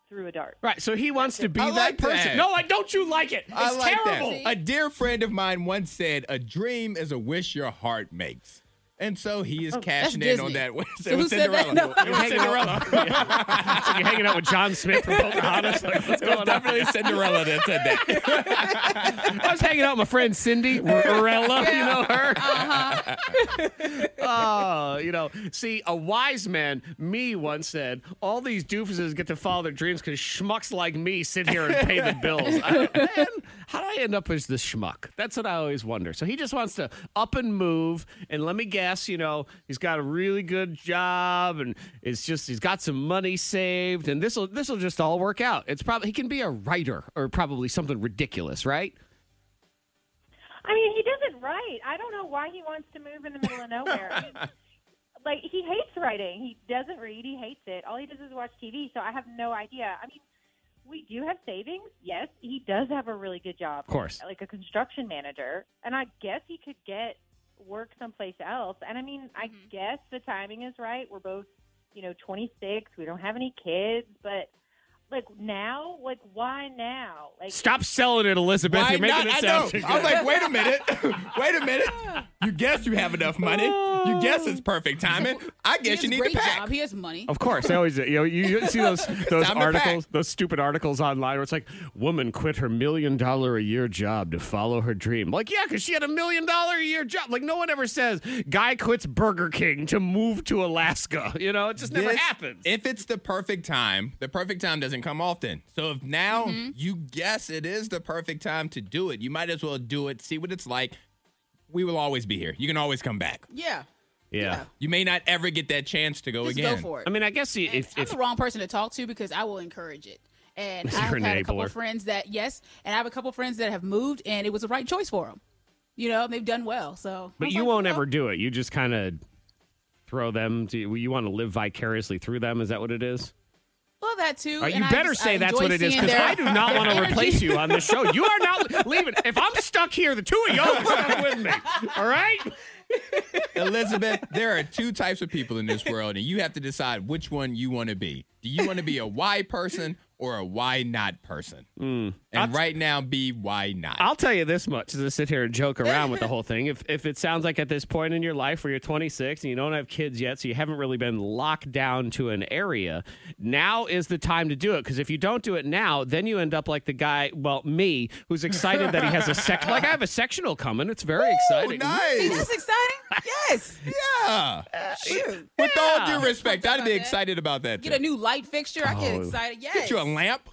Speaker 12: threw a dart.
Speaker 9: Right. So he wants to be
Speaker 6: I
Speaker 9: that
Speaker 6: like
Speaker 9: person.
Speaker 6: that.
Speaker 9: No, I don't. You like it? It's
Speaker 6: I like
Speaker 9: terrible.
Speaker 6: that. A dear friend of mine once said, "A dream is a wish your heart makes." And so he is cashing in
Speaker 7: Disney.
Speaker 6: on that. wish.
Speaker 7: So
Speaker 6: it
Speaker 7: who
Speaker 6: was
Speaker 7: said that?
Speaker 6: Cinderella.
Speaker 7: No.
Speaker 6: It was Cinderella.
Speaker 9: It's like you're hanging out with John Smith from Pocahontas. Like, what's going on?
Speaker 6: Definitely Cinderella that said that.
Speaker 9: I was hanging out with my friend Cindy Morella. You know her. Uh-huh. oh, you know. See, a wise man, me, once said, all these doofuses get to follow their dreams because schmucks like me sit here and pay the bills. I- man, how do I end up as the schmuck? That's what I always wonder. So he just wants to up and move. And let me guess, you know, he's got a really good job, and it's just he's got some money saved, and this will this will just all work out. It's probably he can be a writer or probably something ridiculous, right?
Speaker 12: I mean, he doesn't write. I don't know why he wants to move in the middle of nowhere. He's- like he hates writing. He doesn't read. He hates it. All he does is watch TV. So I have no idea. I mean, we do have savings. Yes, he does have a really good job. Of
Speaker 9: course.
Speaker 12: like a construction manager, and I guess he could get work someplace else. And I mean, I
Speaker 6: Mm-hmm.
Speaker 12: guess the timing is right. We're both, you know, 26. We don't have any kids, but like now, like why now? Like
Speaker 9: Stop selling it, Elizabeth.
Speaker 6: Why
Speaker 9: You're making
Speaker 6: not?
Speaker 9: it
Speaker 6: I
Speaker 9: sound
Speaker 6: know.
Speaker 9: too good.
Speaker 6: I'm like, wait a minute. wait a minute. You guess you have enough money. You guess it's perfect timing. I
Speaker 7: He
Speaker 6: guess
Speaker 7: has
Speaker 6: you
Speaker 7: a
Speaker 6: need to
Speaker 7: great
Speaker 6: pack.
Speaker 7: job. He has money.
Speaker 9: Of course, they always do. you know you you see those those
Speaker 6: Time to pack.
Speaker 9: articles, those stupid articles online where it's like, woman quit her million dollar a year job to follow her dream. Like, yeah, because she had a million dollar a year job. Like, no one ever says guy quits Burger King to move to Alaska. You know, it just never
Speaker 6: This-
Speaker 9: happens.
Speaker 6: If it's the perfect time, the perfect time doesn't come often. So if now you guess it is the perfect time to do it, you might as well do it, see what it's like. We will always be here. You can always come back.
Speaker 7: Yeah.
Speaker 9: yeah.
Speaker 6: You may not ever get that chance to go
Speaker 7: Just
Speaker 6: again.
Speaker 7: go for it.
Speaker 9: I mean, I guess i-
Speaker 7: And
Speaker 9: if,
Speaker 7: I'm
Speaker 9: if
Speaker 7: the wrong person to talk to because I will encourage it. And I
Speaker 9: You're
Speaker 7: have
Speaker 9: an
Speaker 7: had a couple
Speaker 9: enabler.
Speaker 7: of friends that yes, and I have a couple of friends that have moved, and it was the right choice for them. You know, and they've done well. So, I
Speaker 9: but
Speaker 7: was
Speaker 9: you
Speaker 7: like,
Speaker 9: won't
Speaker 7: well,
Speaker 9: ever do it. You just kind of throw them. To, you want to live vicariously through them. Is that what it is?
Speaker 7: Well, that too.
Speaker 9: All right,
Speaker 7: and
Speaker 9: Uh, you
Speaker 7: I
Speaker 9: better
Speaker 7: just- I
Speaker 9: say that's
Speaker 7: enjoy
Speaker 9: what it is
Speaker 7: seeing
Speaker 9: because
Speaker 7: their-
Speaker 9: I do not
Speaker 7: their
Speaker 9: want to
Speaker 7: energy.
Speaker 9: replace you on this show. You are not leaving. If I'm stuck here, the two of y'all are stuck with me. All right?
Speaker 6: Elizabeth, there are two types of people in this world, and you have to decide which one you want to be. Do you want to be a why person or a why not person? And right now, be why not.
Speaker 9: I'll tell you this much as I sit here and joke around with the whole thing. If if it sounds like at this point in your life where you're 26 and you don't have kids yet, so you haven't really been locked down to an area, now is the time to do it. Because if you don't do it now, then you end up like the guy, well, me, who's excited that he has a section. Like I have a sectional coming. It's very exciting.
Speaker 7: See,
Speaker 6: Oh, nice.
Speaker 7: that's exciting. Yes.
Speaker 6: Yeah.
Speaker 7: Shoot.
Speaker 6: With all due respect, I'd be excited about that.
Speaker 7: Get a
Speaker 6: too.
Speaker 7: new light fixture. I get
Speaker 9: Oh.
Speaker 7: excited. Yes.
Speaker 6: Get you a lamp.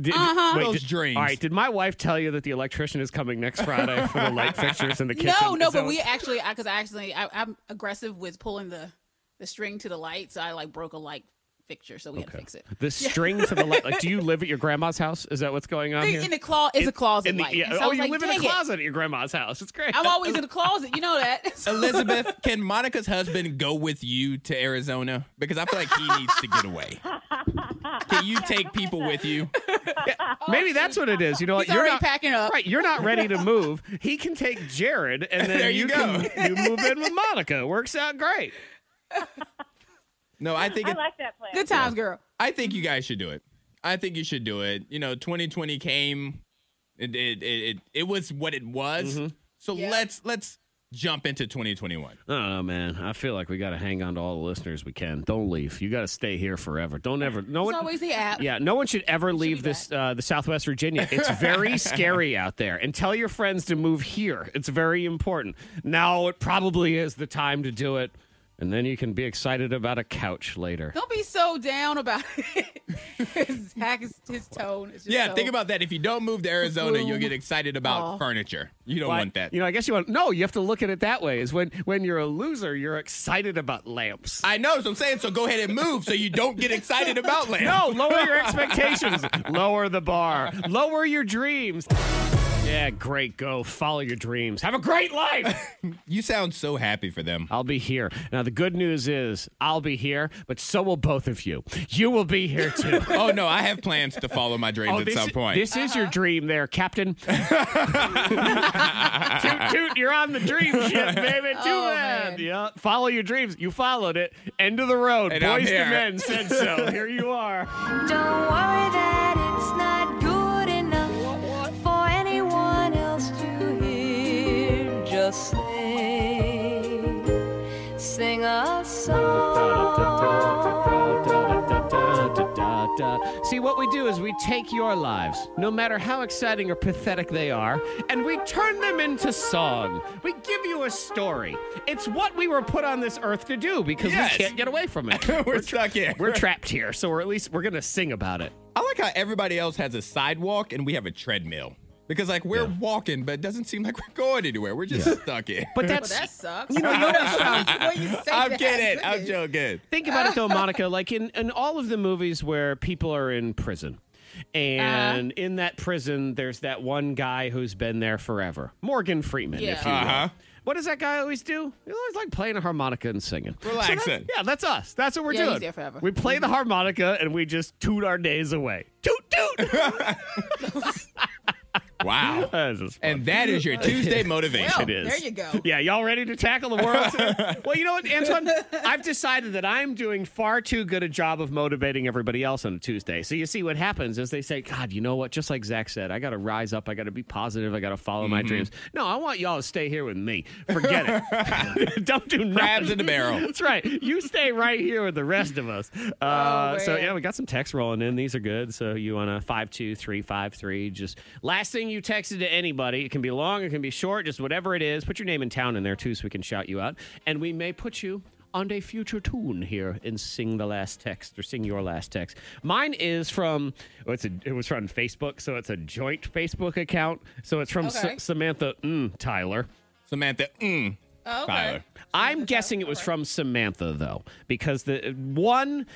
Speaker 9: Did,
Speaker 7: Uh-huh.
Speaker 9: wait,
Speaker 6: Those
Speaker 9: did-
Speaker 6: dreams.
Speaker 9: All right. Did my wife tell you that the electrician is coming next Friday for the light fixtures in the kitchen?
Speaker 7: No, no,
Speaker 9: Is that
Speaker 7: but
Speaker 9: what-
Speaker 7: we actually, because I, actually, I, I'm aggressive with pulling the the string to the light, so I like broke a light fixture, so we had to fix it.
Speaker 9: The string to the light. Like, do you live at your grandma's house? Is that what's going on here?
Speaker 7: In the closet, it's a closet
Speaker 9: In the-
Speaker 7: light.
Speaker 9: yeah.
Speaker 7: And so I
Speaker 9: oh,
Speaker 7: was
Speaker 9: you
Speaker 7: like,
Speaker 9: live in a
Speaker 7: "Dang it."
Speaker 9: closet at your grandma's house. It's great.
Speaker 7: I'm always in the closet. You know that. So-
Speaker 6: Elizabeth, can Monica's husband go with you to Arizona? Because I feel like he needs to get away. Can you take people with you?
Speaker 9: Maybe that's what it is. You know, what?
Speaker 7: Oh, He's
Speaker 9: you're
Speaker 7: already
Speaker 9: not
Speaker 7: packing up.
Speaker 9: right. You're not ready to move. He can take Jared, and then
Speaker 6: There you go.
Speaker 9: Can, you move in with Monica. It works out great.
Speaker 6: No, I think
Speaker 12: I
Speaker 6: it,
Speaker 12: like that plan.
Speaker 7: Good times, girl.
Speaker 6: I think you guys should do it. I think you should do it. You know, 2020 came. It it it, it, it was what it was.
Speaker 9: Mm-hmm.
Speaker 6: So let's let's jump into 2021.
Speaker 9: Oh man, I feel like we got to hang on to all the listeners we can. Don't leave. You got to stay here forever. Don't ever. No
Speaker 7: It's
Speaker 9: one.
Speaker 7: always the app.
Speaker 9: Yeah, no one should ever leave this uh, the Southwest Virginia. It's very scary out there, and tell your friends to move here. It's very important. Now it probably is the time to do it, and then you can be excited about a couch later.
Speaker 7: Don't be so down about it. Zach is his tone. Is just
Speaker 6: Yeah,
Speaker 7: so-
Speaker 6: think about that. If you don't move to Arizona, you'll get excited about
Speaker 7: Aw.
Speaker 6: furniture. You don't
Speaker 9: But,
Speaker 6: want that.
Speaker 9: You know, I guess you want no. You have to look at it that way. Is when when you're a loser, you're excited about lamps.
Speaker 6: I know, so I'm saying, so go ahead and move so you don't get excited about
Speaker 9: Oh,
Speaker 6: land.
Speaker 9: no, lower your expectations. lower the bar. Lower your dreams. Yeah, great. Go follow your dreams. Have a great life.
Speaker 6: you sound so happy for them.
Speaker 9: I'll be here. Now, the good news is I'll be here, but so will both of you. You will be here too.
Speaker 6: oh no, I have plans to follow my dreams
Speaker 9: Oh,
Speaker 6: at
Speaker 9: this
Speaker 6: some
Speaker 9: is-
Speaker 6: point.
Speaker 9: This is your dream there, Captain. toot, toot, you're on the dream ship, baby. Too
Speaker 7: Oh,
Speaker 9: bad.
Speaker 7: man.
Speaker 9: Yeah, follow your dreams. You followed it. End of the road.
Speaker 6: And I'm
Speaker 9: Boys to
Speaker 6: here.
Speaker 9: men said so. Here you are.
Speaker 13: Don't worry that it's not good enough for anyone else to hear. Just sing, sing a song.
Speaker 9: See, what we do is we take your lives, no matter how exciting or pathetic they are, and we turn them into song. We give you a story. It's what we were put on this earth to do because
Speaker 6: Yes.
Speaker 9: we can't get away from it.
Speaker 6: we're, stuck here.
Speaker 9: We're trapped here, so we're at least we're gonna sing about it.
Speaker 6: I like how everybody else has a sidewalk and we have a treadmill. Because like we're walking, but it doesn't seem like we're going anywhere. We're just stuck here.
Speaker 9: But
Speaker 7: Well,
Speaker 9: that's
Speaker 7: that sucks.
Speaker 9: you know, you
Speaker 6: I'm kidding. I'm joking.
Speaker 9: Think about it though, Monica. Like in, in all of the movies where people are in prison, and in that prison, there's that one guy who's been there forever, Morgan Freeman, if you
Speaker 7: Yeah.
Speaker 9: will.
Speaker 6: Uh-huh.
Speaker 9: What does that guy always do? He always like playing a harmonica and singing. So that's-
Speaker 6: Relaxing.
Speaker 9: yeah, that's us. That's what we're
Speaker 7: Yeah, he's
Speaker 9: doing.
Speaker 7: there forever.
Speaker 9: We play the harmonica and we just toot our days away. Toot toot.
Speaker 6: Wow.
Speaker 9: That's just fun.
Speaker 6: And that is your Tuesday motivation.
Speaker 9: It is.
Speaker 7: There you go.
Speaker 9: Yeah, y'all ready to tackle the world? today? well, you know what, Antoine? I've decided that I'm doing far too good a job of motivating everybody else on a Tuesday. So you see, what happens is they say, God, you know what? Just like Zach said, I got to rise up. I got to be positive. I got to follow my dreams. No, I want y'all to stay here with me. Forget it. Don't do
Speaker 6: Crabs
Speaker 9: nothing.
Speaker 6: in the barrel.
Speaker 9: That's right. You stay right here with the rest of us. Uh, so
Speaker 7: Oh, man.
Speaker 9: yeah, we got some texts rolling in. These are good. So you want to five two three five three? Just last thing you texted to anybody. It can be long. It can be short. Just whatever it is. Put your name and town in there too, so we can shout you out, and we may put you. On a future tune here and sing the last text or sing your last text. Mine is from oh, it's a, it was from Facebook, so it's a joint Facebook account. So it's from S-
Speaker 7: Okay.
Speaker 9: Samantha mm, Tyler.
Speaker 6: Samantha, mm,
Speaker 7: Oh, okay.
Speaker 6: Tyler.
Speaker 9: I'm guessing it was from Samantha though, because the one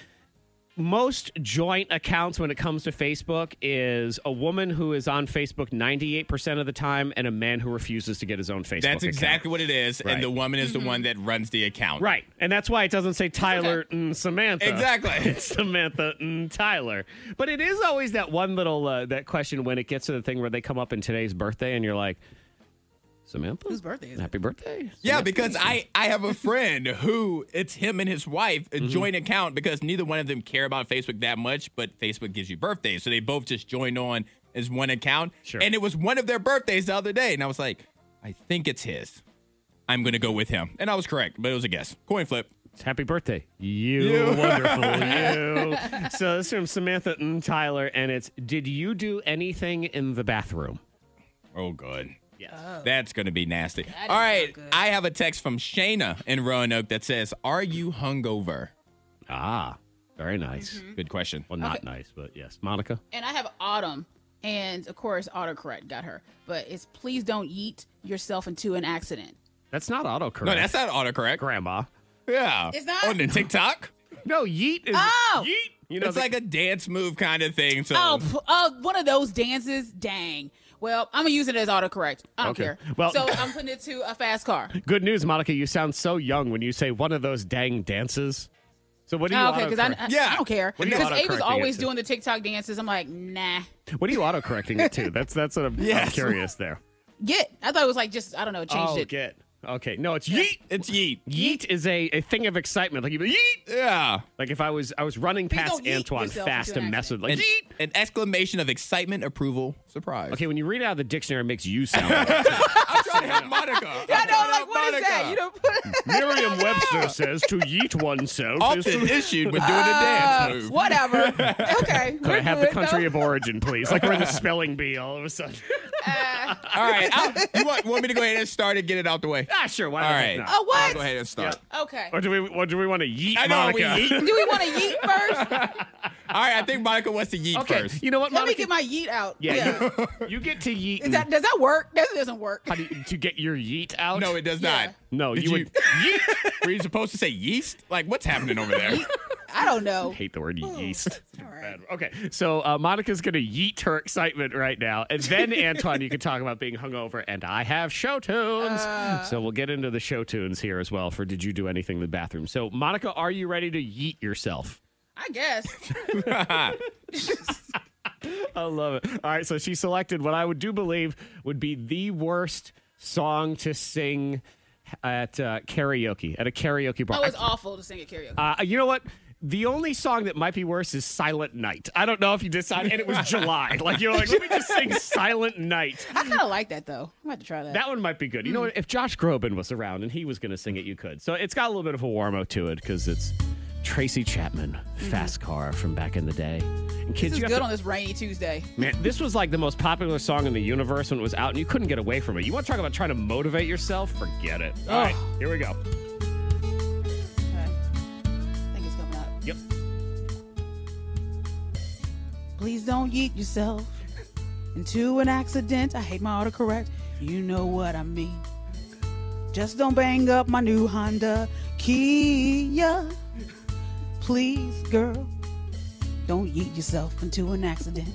Speaker 9: most joint accounts when it comes to Facebook is a woman who is on Facebook 98% of the time and a man who refuses to get his own Facebook.
Speaker 6: That's
Speaker 9: account.
Speaker 6: exactly what it is.
Speaker 9: Right.
Speaker 6: And the woman is the one that runs the account.
Speaker 9: right. And that's why it doesn't say Tyler and Samantha.
Speaker 6: Exactly.
Speaker 9: It's Samantha and Tyler. But it is always that one little uh, that question when it gets to the thing where they come up in today's birthday and you're like Samantha?
Speaker 7: Whose birthday is it?
Speaker 9: Happy birthday.
Speaker 6: Yeah, because I I have a friend who it's him and his wife
Speaker 9: Mm-hmm.
Speaker 6: a joint account because neither one of them care about Facebook that much, but Facebook gives you birthdays, so they both just joined on as one account.
Speaker 9: Sure.
Speaker 6: And it was one of their birthdays the other day, and I was like, I think it's his. I'm gonna go with him, and I was correct, but it was a guess. Coin flip.
Speaker 9: Happy birthday. You, wonderful you. So this is from Samantha and Tyler, and it's Did you do anything in the bathroom?
Speaker 6: Oh good.
Speaker 9: Yes.
Speaker 7: Oh.
Speaker 6: That's going to be nasty. All right. I have a text from Shayna in Roanoke that says, Are you hungover?
Speaker 9: Ah, very nice.
Speaker 7: Mm-hmm.
Speaker 6: Good question.
Speaker 9: Well, not nice, but yes. Monica?
Speaker 7: And I have Autumn, and of course, autocorrect got her. But it's please don't yeet yourself into an accident.
Speaker 9: That's not autocorrect.
Speaker 6: No, that's not autocorrect.
Speaker 9: grandma.
Speaker 6: Yeah.
Speaker 7: Is that-
Speaker 6: on the TikTok?
Speaker 9: No, yeet is
Speaker 7: Oh!
Speaker 9: yeet. You know,
Speaker 6: it's
Speaker 9: the-
Speaker 6: like a dance move kind of thing. So
Speaker 7: Oh, p- oh, one of those dances. Dang. Well, I'm gonna use it as autocorrect. I don't
Speaker 9: Okay.
Speaker 7: care.
Speaker 9: Well-
Speaker 7: so I'm putting it to a fast car.
Speaker 9: good news, Monica. You sound so young when you say one of those dang dances. So what do you
Speaker 7: Oh, okay, because I, I,
Speaker 9: autocorrect-
Speaker 6: Yeah.
Speaker 7: I don't care.
Speaker 9: What are you
Speaker 7: Because Abe
Speaker 9: autocorrecting
Speaker 7: was
Speaker 9: it
Speaker 7: always
Speaker 9: to?
Speaker 7: doing the TikTok dances. I'm like, nah,
Speaker 9: what are you autocorrecting it to? That's that's what I'm, I'm
Speaker 6: Yes.
Speaker 9: curious there.
Speaker 7: get. I thought it was like just I don't know, changed
Speaker 9: oh,
Speaker 7: it.
Speaker 9: get. Okay. No, it's yeet.
Speaker 6: it's yeet.
Speaker 9: Yeet is a, a thing of excitement. Like you yeet.
Speaker 6: Yeah.
Speaker 9: Like if I was I was running
Speaker 7: Please
Speaker 9: past
Speaker 7: don't yeet
Speaker 9: Antoine
Speaker 7: yourself
Speaker 9: fast
Speaker 7: into an
Speaker 9: and mess with like
Speaker 6: An,
Speaker 9: yeet.
Speaker 6: an exclamation of excitement, approval, surprise.
Speaker 9: Okay, when you read it out of the dictionary, it makes you sound. like
Speaker 6: I'm trying to help Monica. I'm
Speaker 7: I
Speaker 6: trying to
Speaker 7: know,
Speaker 6: help
Speaker 7: like what is that?
Speaker 9: uh,
Speaker 7: You know,
Speaker 9: Merriam-Webster says to yeet oneself is
Speaker 6: Often
Speaker 9: to
Speaker 6: issued when doing a
Speaker 7: Uh,
Speaker 6: dance move.
Speaker 7: whatever. okay,
Speaker 9: Could I
Speaker 7: we're
Speaker 9: have
Speaker 7: good,
Speaker 9: the country
Speaker 7: though.
Speaker 9: of origin, please? Like we're in the spelling bee all of a sudden.
Speaker 6: All right. I'll- you want, want me to go ahead and start and get it out the way?
Speaker 9: ah, sure. Why
Speaker 6: All
Speaker 9: the
Speaker 6: right.
Speaker 9: heck not?
Speaker 7: Oh,
Speaker 6: I'll
Speaker 7: what?
Speaker 6: go ahead and start.
Speaker 7: Okay.
Speaker 9: Or do we? Or do we want to yeet
Speaker 6: I know, we
Speaker 9: Monica?
Speaker 6: yeet.
Speaker 7: Do we want to yeet first?
Speaker 6: All right. I think Monica wants to yeet
Speaker 9: Okay.
Speaker 6: first.
Speaker 9: You know what,
Speaker 7: Let me
Speaker 9: Monica?
Speaker 7: get my yeet out.
Speaker 9: yeah. You, you get to yeet.
Speaker 7: Is that, does that work? That doesn't work.
Speaker 9: how do you, to get your yeet out?
Speaker 6: No, it does
Speaker 7: Yeah.
Speaker 6: not.
Speaker 9: No,
Speaker 6: Did
Speaker 9: you would-
Speaker 6: yeet? Were you supposed to say yeast? Like, what's happening over there?
Speaker 7: I don't know.
Speaker 9: hate the word
Speaker 7: Oh,
Speaker 9: yeast. Bad- Okay, so uh, Monica's going to yeet her excitement right now. And then, Antoine, you can talk about being hungover. And I have show tunes.
Speaker 7: Uh.
Speaker 9: so we'll get into the show tunes here as well for Did You Do Anything in the Bathroom? So, Monica, are you ready to yeet yourself?
Speaker 7: I guess.
Speaker 9: I love it. All right, so she selected what I would do believe would be the worst song to sing at uh, karaoke, at a karaoke bar.
Speaker 7: That was
Speaker 9: I-
Speaker 7: awful to sing at karaoke.
Speaker 9: Uh, you know what? The only song that might be worse is Silent Night. I don't know if you decided, and it was July. Like you're like, let me just sing Silent Night.
Speaker 7: I kind of like that though. I'm about to try that.
Speaker 9: That one might be good. You know what? If Josh Groban was around and he was going to sing it, you could. So it's got a little bit of a warm-up to it because it's Tracy Chapman, Fast Car from back in the day. And
Speaker 7: this
Speaker 9: kids,
Speaker 7: is
Speaker 9: you
Speaker 7: good
Speaker 9: have to-
Speaker 7: on this rainy Tuesday.
Speaker 9: Man, this was like the most popular song in the universe when it was out, and you couldn't get away from it. You want to talk about trying to motivate yourself? Forget it. All right, here we go.
Speaker 7: I think it's coming up.
Speaker 9: Yep.
Speaker 7: Please don't yeet yourself into an accident. I hate my autocorrect. You know what I mean. Just don't bang up my new Honda Kia. Please, girl, don't yeet yourself into an accident.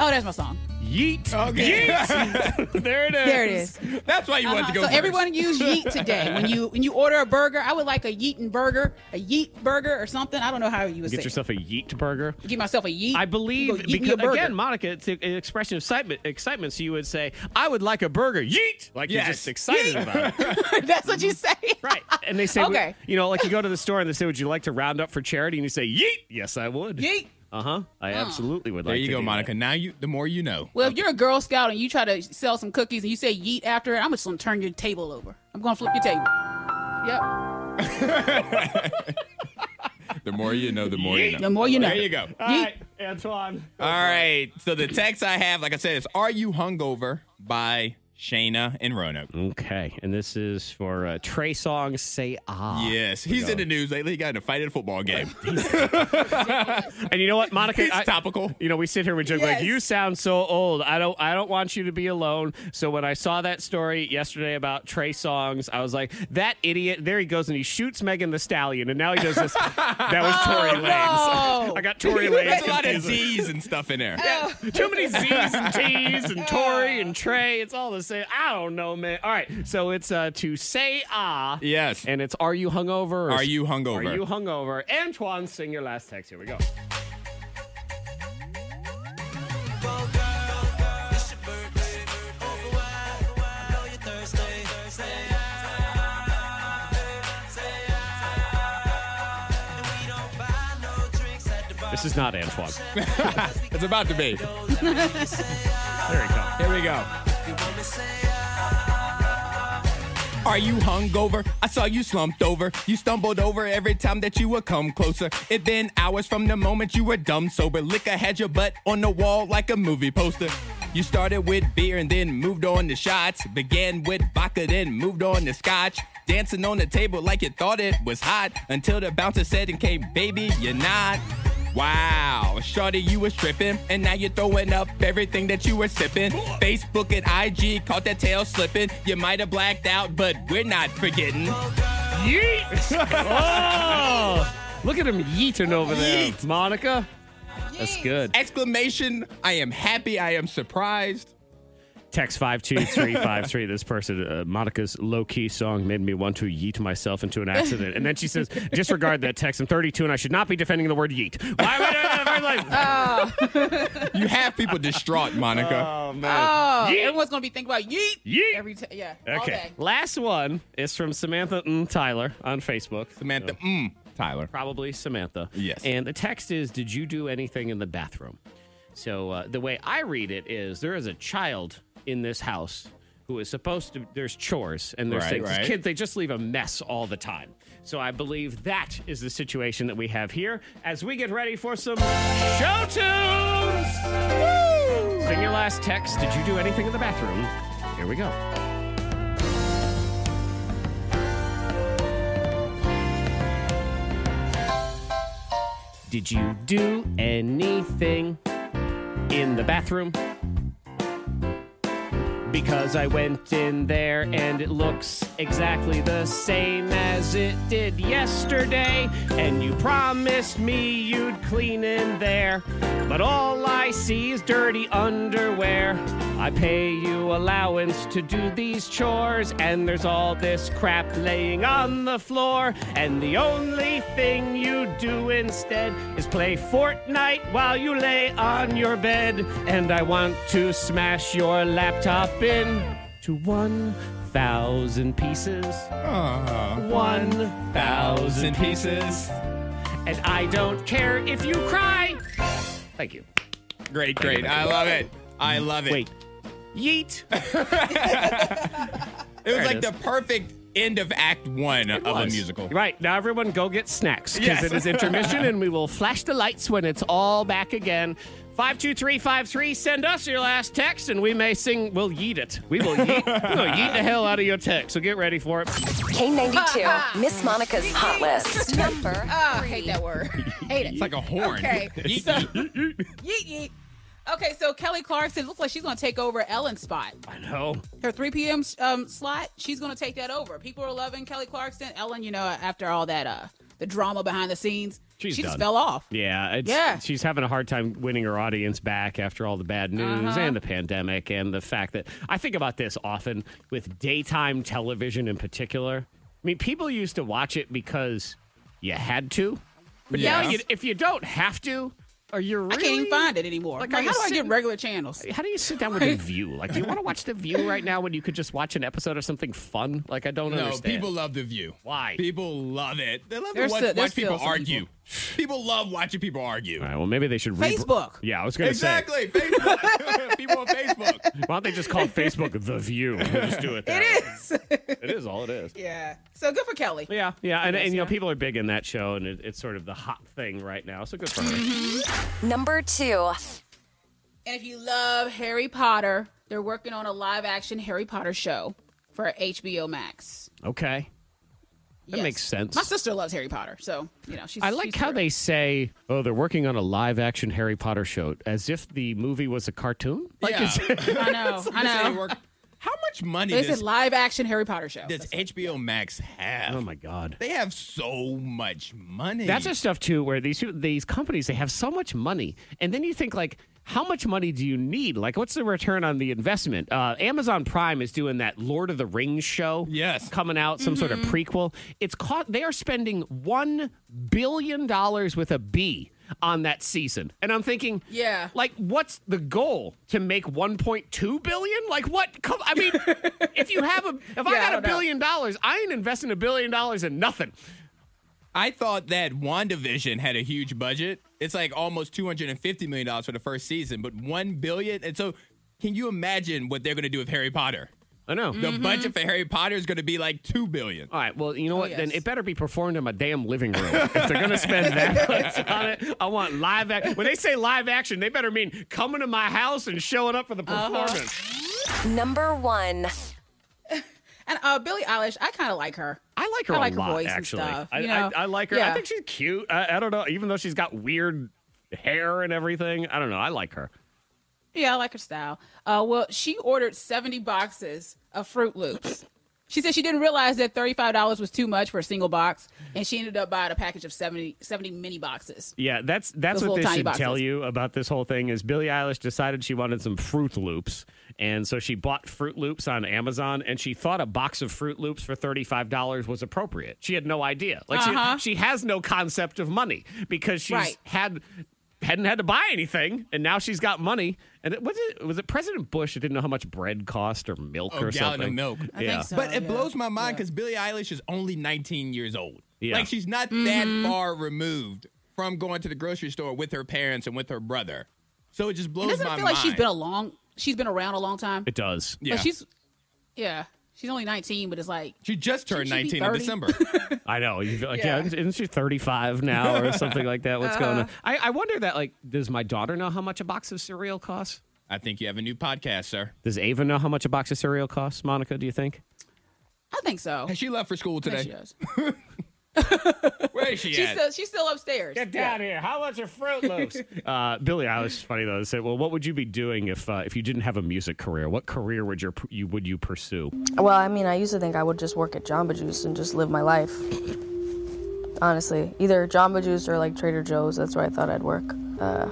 Speaker 7: Oh, that's my song.
Speaker 9: Yeet.
Speaker 7: Okay.
Speaker 9: Yeet. Oh, there it is.
Speaker 7: There it is.
Speaker 6: That's why you want
Speaker 7: Uh-huh.
Speaker 6: to go
Speaker 7: so
Speaker 6: first.
Speaker 7: everyone use yeet today when you when you order a burger. I would like a yeetin' burger, a yeet burger, or something. I don't know how you would
Speaker 9: Get
Speaker 7: say. it.
Speaker 9: yourself a yeet burger.
Speaker 7: Give myself a yeet.
Speaker 9: I
Speaker 7: You
Speaker 9: believe
Speaker 7: go yeet me
Speaker 9: because
Speaker 7: a burger.
Speaker 9: again, Monica, it's an expression of excitement. Excitement. So you would say, "I would like a burger." Yeet! Like you're
Speaker 6: Yes.
Speaker 9: just excited
Speaker 6: Yeet.
Speaker 9: about it,
Speaker 7: That's what you say.
Speaker 9: right? And they say,
Speaker 7: Okay.
Speaker 9: You know, like you go to the store and they say, "Would you like to round up for charity?" And you say, "Yeet!" Yes, I would.
Speaker 7: Yeet.
Speaker 9: Uh huh. I absolutely would.
Speaker 6: There
Speaker 9: like
Speaker 6: you
Speaker 9: to
Speaker 6: go,
Speaker 9: do
Speaker 6: Monica. Now you, the more you know.
Speaker 7: Well, if you're a Girl Scout and you try to sell some cookies and you say yeet after it, I'm just gonna turn your table over. I'm gonna flip your table. Yep.
Speaker 6: The more you know, the more you know.
Speaker 7: The more you know.
Speaker 6: There you go.
Speaker 9: That. All right, Antoine.
Speaker 6: All right. So the text I have, like I said, is "Are You Hungover?" by Shayna and Roanoke.
Speaker 9: Okay, and this is for uh, Trey Songz. Say ah.
Speaker 6: Yes, he's in the news lately. He got in a fight at a football game.
Speaker 9: And you know what, Monica?
Speaker 6: He's
Speaker 9: I-
Speaker 6: topical.
Speaker 9: You know, we sit here with Jug
Speaker 7: Yes.
Speaker 9: like you sound so old. I don't I don't want you to be alone. So when I saw that story yesterday about Trey Songs, I was like, that idiot, there he goes and he shoots Megan the Stallion and now he does this. that was Tory Lanez.
Speaker 7: no.
Speaker 9: I got Tory Lanez.
Speaker 6: There's Oh, a lot of
Speaker 9: confused.
Speaker 6: Z's and stuff in there.
Speaker 9: Too many Z's and T's and Tory and Trey. It's all the same. I don't know, man. All right. So it's uh to say ah.
Speaker 6: Yes.
Speaker 9: And it's are you hungover? Or
Speaker 6: Are you
Speaker 9: Are
Speaker 6: hungover?
Speaker 9: you hungover? Antoine, sing your last text. Here we go. This is not Antoine.
Speaker 6: it's about to be.
Speaker 9: There you go.
Speaker 6: Here we go. Are you hungover? I saw you slumped over. You stumbled over every time that you would come closer. It been hours from the moment you were dumb sober. Liquor had your butt on the wall like a movie poster. You started with beer and then moved on to shots. Began with vodka, then moved on to scotch. Dancing on the table like you thought it was hot until the bouncer said and came, baby, you're not. Wow, shorty, you was tripping, and now you're throwing up everything that you were sipping. Facebook and IG caught that tail slipping. You might have blacked out, but we're not forgetting.
Speaker 9: Yeet! oh! Look at him yeeting over there,
Speaker 6: Yeet.
Speaker 9: Monica. That's good.
Speaker 6: Exclamation! I am happy. I am surprised.
Speaker 9: Text five two three five three. This person, uh, Monica's low key song made me want to yeet myself into an accident, and then she says, "Disregard that text. I'm 32, and I should not be defending the word yeet. Why would I in the first place?
Speaker 7: Uh,
Speaker 6: You have people distraught, Monica.
Speaker 9: Oh man,
Speaker 7: Oh,
Speaker 9: Yeet.
Speaker 7: everyone's gonna be thinking about yeet.
Speaker 9: Yeet.
Speaker 7: Every t- yeah. All
Speaker 9: Okay,
Speaker 7: day.
Speaker 9: last one is from Samantha mm, Tyler on Facebook.
Speaker 6: Samantha,
Speaker 9: So,
Speaker 6: mm, Tyler.
Speaker 9: probably Samantha.
Speaker 6: Yes.
Speaker 9: And the text is, "Did you do anything in the bathroom?" So uh, the way I read it is, there is a child in this house who is supposed to. There's chores and there's
Speaker 6: Right,
Speaker 9: things.
Speaker 6: right.
Speaker 9: Kids, they just leave a mess all the time. So I believe that is the situation that we have here as we get ready for some show tunes. Woo! Sing your last text. Did you do anything in the bathroom? Here we go. Did you do anything in the bathroom? because I went in there and it looks exactly the same as it did yesterday. And you promised me you'd clean in there, but all I see is dirty underwear. I pay you allowance to do these chores, and there's all this crap laying on the floor. And the only thing you do instead is play Fortnite while you lay on your bed. And I want to smash your laptop into 1,000 pieces. 1,000 pieces. And I don't care if you cry. Thank you.
Speaker 6: Great, great. I love it. I love it. Wait.
Speaker 9: Yeet.
Speaker 6: It was
Speaker 9: it
Speaker 6: like
Speaker 9: is.
Speaker 6: the perfect end of act one of a
Speaker 9: was.
Speaker 6: musical.
Speaker 9: Right. Now, everyone go get snacks because
Speaker 6: Yes.
Speaker 9: it is intermission and we will flash the lights when it's all back again. 52353, send us your last text and we may sing. We'll yeet it. We will yeet, we will yeet the hell out of your text. So get ready for it.
Speaker 2: K92, Miss Monica's hot list. Number.
Speaker 7: Ah, I hate that word. hate it.
Speaker 6: It's like a horn.
Speaker 7: Okay.
Speaker 6: Yeet,
Speaker 7: So-
Speaker 6: yeet.
Speaker 7: yeet yeet. Okay, so Kelly Clarkson looks like she's going to take over Ellen's spot.
Speaker 9: I know.
Speaker 7: Her 3 p.m. Um, slot, she's going to take that over. People are loving Kelly Clarkson. Ellen, you know, after all that uh the drama behind the scenes,
Speaker 9: She's
Speaker 7: she just
Speaker 9: done.
Speaker 7: fell off.
Speaker 9: Yeah, it's,
Speaker 7: Yeah.
Speaker 9: She's having a hard time winning her audience back after all the bad news
Speaker 7: Uh-huh.
Speaker 9: and the pandemic and the fact that I think about this often with daytime television in particular. I mean, people used to watch it because you had to, but now
Speaker 7: Yes.
Speaker 9: you, if you don't have to, are you really?
Speaker 7: I can't even find it anymore.
Speaker 9: Like,
Speaker 7: Like,
Speaker 9: are you
Speaker 7: how do I get
Speaker 9: sitting-
Speaker 7: regular channels?
Speaker 9: How do you sit down with a view? Like, do you want to watch the view right now when you could just watch an episode of something fun? Like, I don't
Speaker 6: No,
Speaker 9: understand.
Speaker 6: people love the view.
Speaker 9: Why?
Speaker 6: People love it. They love
Speaker 7: There's
Speaker 6: to watch,
Speaker 7: still- there's
Speaker 6: watch people
Speaker 7: still some
Speaker 6: argue. People. love watching people argue.
Speaker 9: all right, well, maybe they should re-
Speaker 7: Facebook.
Speaker 9: Yeah, I was going to
Speaker 6: Exactly. Facebook. people on Facebook.
Speaker 9: say. Why don't they just call Facebook the View? We'll just do it. That way.
Speaker 7: It is.
Speaker 9: It is all it is.
Speaker 7: yeah. So good for Kelly.
Speaker 9: Yeah, yeah, and, and you know people are big in that show, and it, it's sort of the hot thing right now. So good for
Speaker 7: Mm-hmm.
Speaker 9: her.
Speaker 2: Number two.
Speaker 7: And if you love Harry Potter, they're working on a live action Harry Potter show for HBO Max.
Speaker 9: Okay, that
Speaker 7: Yes.
Speaker 9: makes sense.
Speaker 7: My sister loves Harry Potter, so you know she's.
Speaker 9: I like
Speaker 7: she's
Speaker 9: how
Speaker 7: thrilled.
Speaker 9: they say, "Oh, they're working on a live-action Harry Potter show," as if the movie was a cartoon. Like,
Speaker 6: yeah.
Speaker 9: it's-
Speaker 7: I know. I
Speaker 6: They
Speaker 7: know.
Speaker 6: work- How much money
Speaker 7: They said
Speaker 6: does,
Speaker 7: live action Harry Potter show.
Speaker 6: does HBO Max have?
Speaker 9: oh my god.
Speaker 6: They have so much money.
Speaker 9: That's the stuff too, where these these companies they have so much money, and then you think like, how much money do you need? Like, what's the return on the investment? Uh, Amazon Prime is doing that Lord of the Rings show,
Speaker 6: Yes.
Speaker 9: coming out some sort of
Speaker 7: Mm-hmm.
Speaker 9: prequel. It's caught. They are spending one billion dollars with a B on that season, and I'm thinking,
Speaker 7: Yeah.
Speaker 9: like what's the goal to make 1.2 billion? Like what? Come, I mean, if you have a, if I
Speaker 7: Yeah, I
Speaker 9: got a
Speaker 7: don't know.
Speaker 9: billion dollars, I ain't investing a billion dollars in nothing.
Speaker 6: I thought that WandaVision had a huge budget. It's like almost two hundred and fifty million dollars for the first season, but one billion. And so, can you imagine what they're going to do with Harry Potter?
Speaker 9: I know.
Speaker 7: Mm-hmm.
Speaker 6: The budget for Harry Potter is going to be like two billion.
Speaker 9: All right. Well, you know what? Then
Speaker 7: Oh, yes.
Speaker 9: it better be performed in my damn living room. if they're going to spend that much on it, I want live action. When they say live action, they better mean coming to my house and showing up for the
Speaker 7: Uh-huh.
Speaker 9: performance.
Speaker 2: Number one.
Speaker 7: And uh, Billie Eilish, I kind of like her.
Speaker 9: I like her
Speaker 7: I like
Speaker 9: a
Speaker 7: her
Speaker 9: lot,
Speaker 7: voice and
Speaker 9: actually.
Speaker 7: stuff,
Speaker 9: I,
Speaker 7: you know?
Speaker 9: I, I like her. I
Speaker 7: Yeah.
Speaker 9: think she's cute. I, I don't know. Even though she's got weird hair and everything, I don't know. I like her.
Speaker 7: Yeah, I like her style. Uh, well, she ordered seventy boxes of Fruit Loops. She said she didn't realize that $35 was too much for a single box, and she ended up buying a package of 70, 70 mini boxes.
Speaker 9: Yeah, that's that's
Speaker 7: Those
Speaker 9: what
Speaker 7: little
Speaker 9: this
Speaker 7: tiny
Speaker 9: should tell
Speaker 7: boxes.
Speaker 9: you about this whole thing is Billie Eilish decided she wanted some Fruit Loops, and so she bought Fruit Loops on Amazon, and she thought a box of Fruit Loops for thirty five dollars was appropriate. She had no idea, like
Speaker 7: Uh-huh.
Speaker 9: she, she has no concept of money because she's
Speaker 7: Right.
Speaker 9: had hadn't had to buy anything, and now she's got money. And it, was it was it President Bush that didn't know how much bread cost or milk
Speaker 6: Oh,
Speaker 9: or
Speaker 6: gallon
Speaker 9: something?
Speaker 6: of milk.
Speaker 7: I
Speaker 9: Yeah.
Speaker 7: think so.
Speaker 6: But it
Speaker 7: Oh, yeah.
Speaker 6: blows my mind because Billie Eilish is only 19 years old.
Speaker 9: Yeah.
Speaker 6: Like she's not
Speaker 7: Mm-hmm.
Speaker 6: that far removed from going to the grocery store with her parents and with her brother. So it just blows
Speaker 7: It doesn't
Speaker 6: my
Speaker 7: feel
Speaker 6: mind.
Speaker 7: like she's been a long, she's been around a long time.
Speaker 9: It does.
Speaker 6: yeah.
Speaker 7: Like she's, yeah, she's only 19, but it's like,
Speaker 6: she just turned
Speaker 7: should she be
Speaker 6: 19 in
Speaker 7: 30?
Speaker 6: December.
Speaker 9: I know. You feel like, yeah.
Speaker 7: Yeah.
Speaker 9: isn't she 35 now or something like that? What's going on? I, I wonder that, like, does my daughter know how much a box of cereal costs?
Speaker 6: I think you have a new podcast, sir.
Speaker 9: Does Ava know how much a box of cereal costs, Monica, do you think?
Speaker 7: I think so.
Speaker 6: Has she left for school
Speaker 7: I think she
Speaker 6: today?
Speaker 7: does.
Speaker 6: Where is she
Speaker 7: She's
Speaker 9: at?
Speaker 7: still, she's still upstairs.
Speaker 9: Get down here. How much are Fruit Loops? Uh, Billy Eilish is funny though. They said, "Well, what would you be doing if uh, if you didn't have a music career? What career would your you would you pursue?"
Speaker 14: Well, I mean, I used to think I would just work at Jamba Juice and just live my life. Honestly, either Jamba Juice or like Trader Joe's. That's where I thought I'd work. Uh,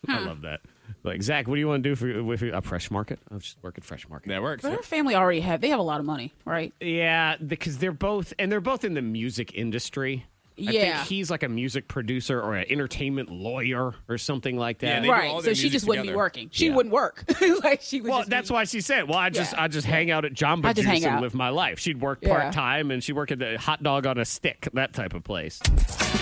Speaker 9: I love that. Like Zach, what do you want to do for, with a fresh market? I'll just work at Fresh Market. That works.
Speaker 7: But her family already have. They have a lot of money, right?
Speaker 9: Yeah, because they're both and they're both in the music industry. I
Speaker 7: Yeah.
Speaker 9: think he's like a music producer or an entertainment lawyer or something like that.
Speaker 7: right. So she just wouldn't be working. She wouldn't work. like she would.
Speaker 9: Well, that's why she said, "Well, I just I just hang out at Jamba
Speaker 7: I just
Speaker 9: Juice
Speaker 7: hang
Speaker 9: and
Speaker 7: out.
Speaker 9: live my life." She'd work
Speaker 7: Yeah.
Speaker 9: part time and she worked at the hot dog on a stick, that type of place.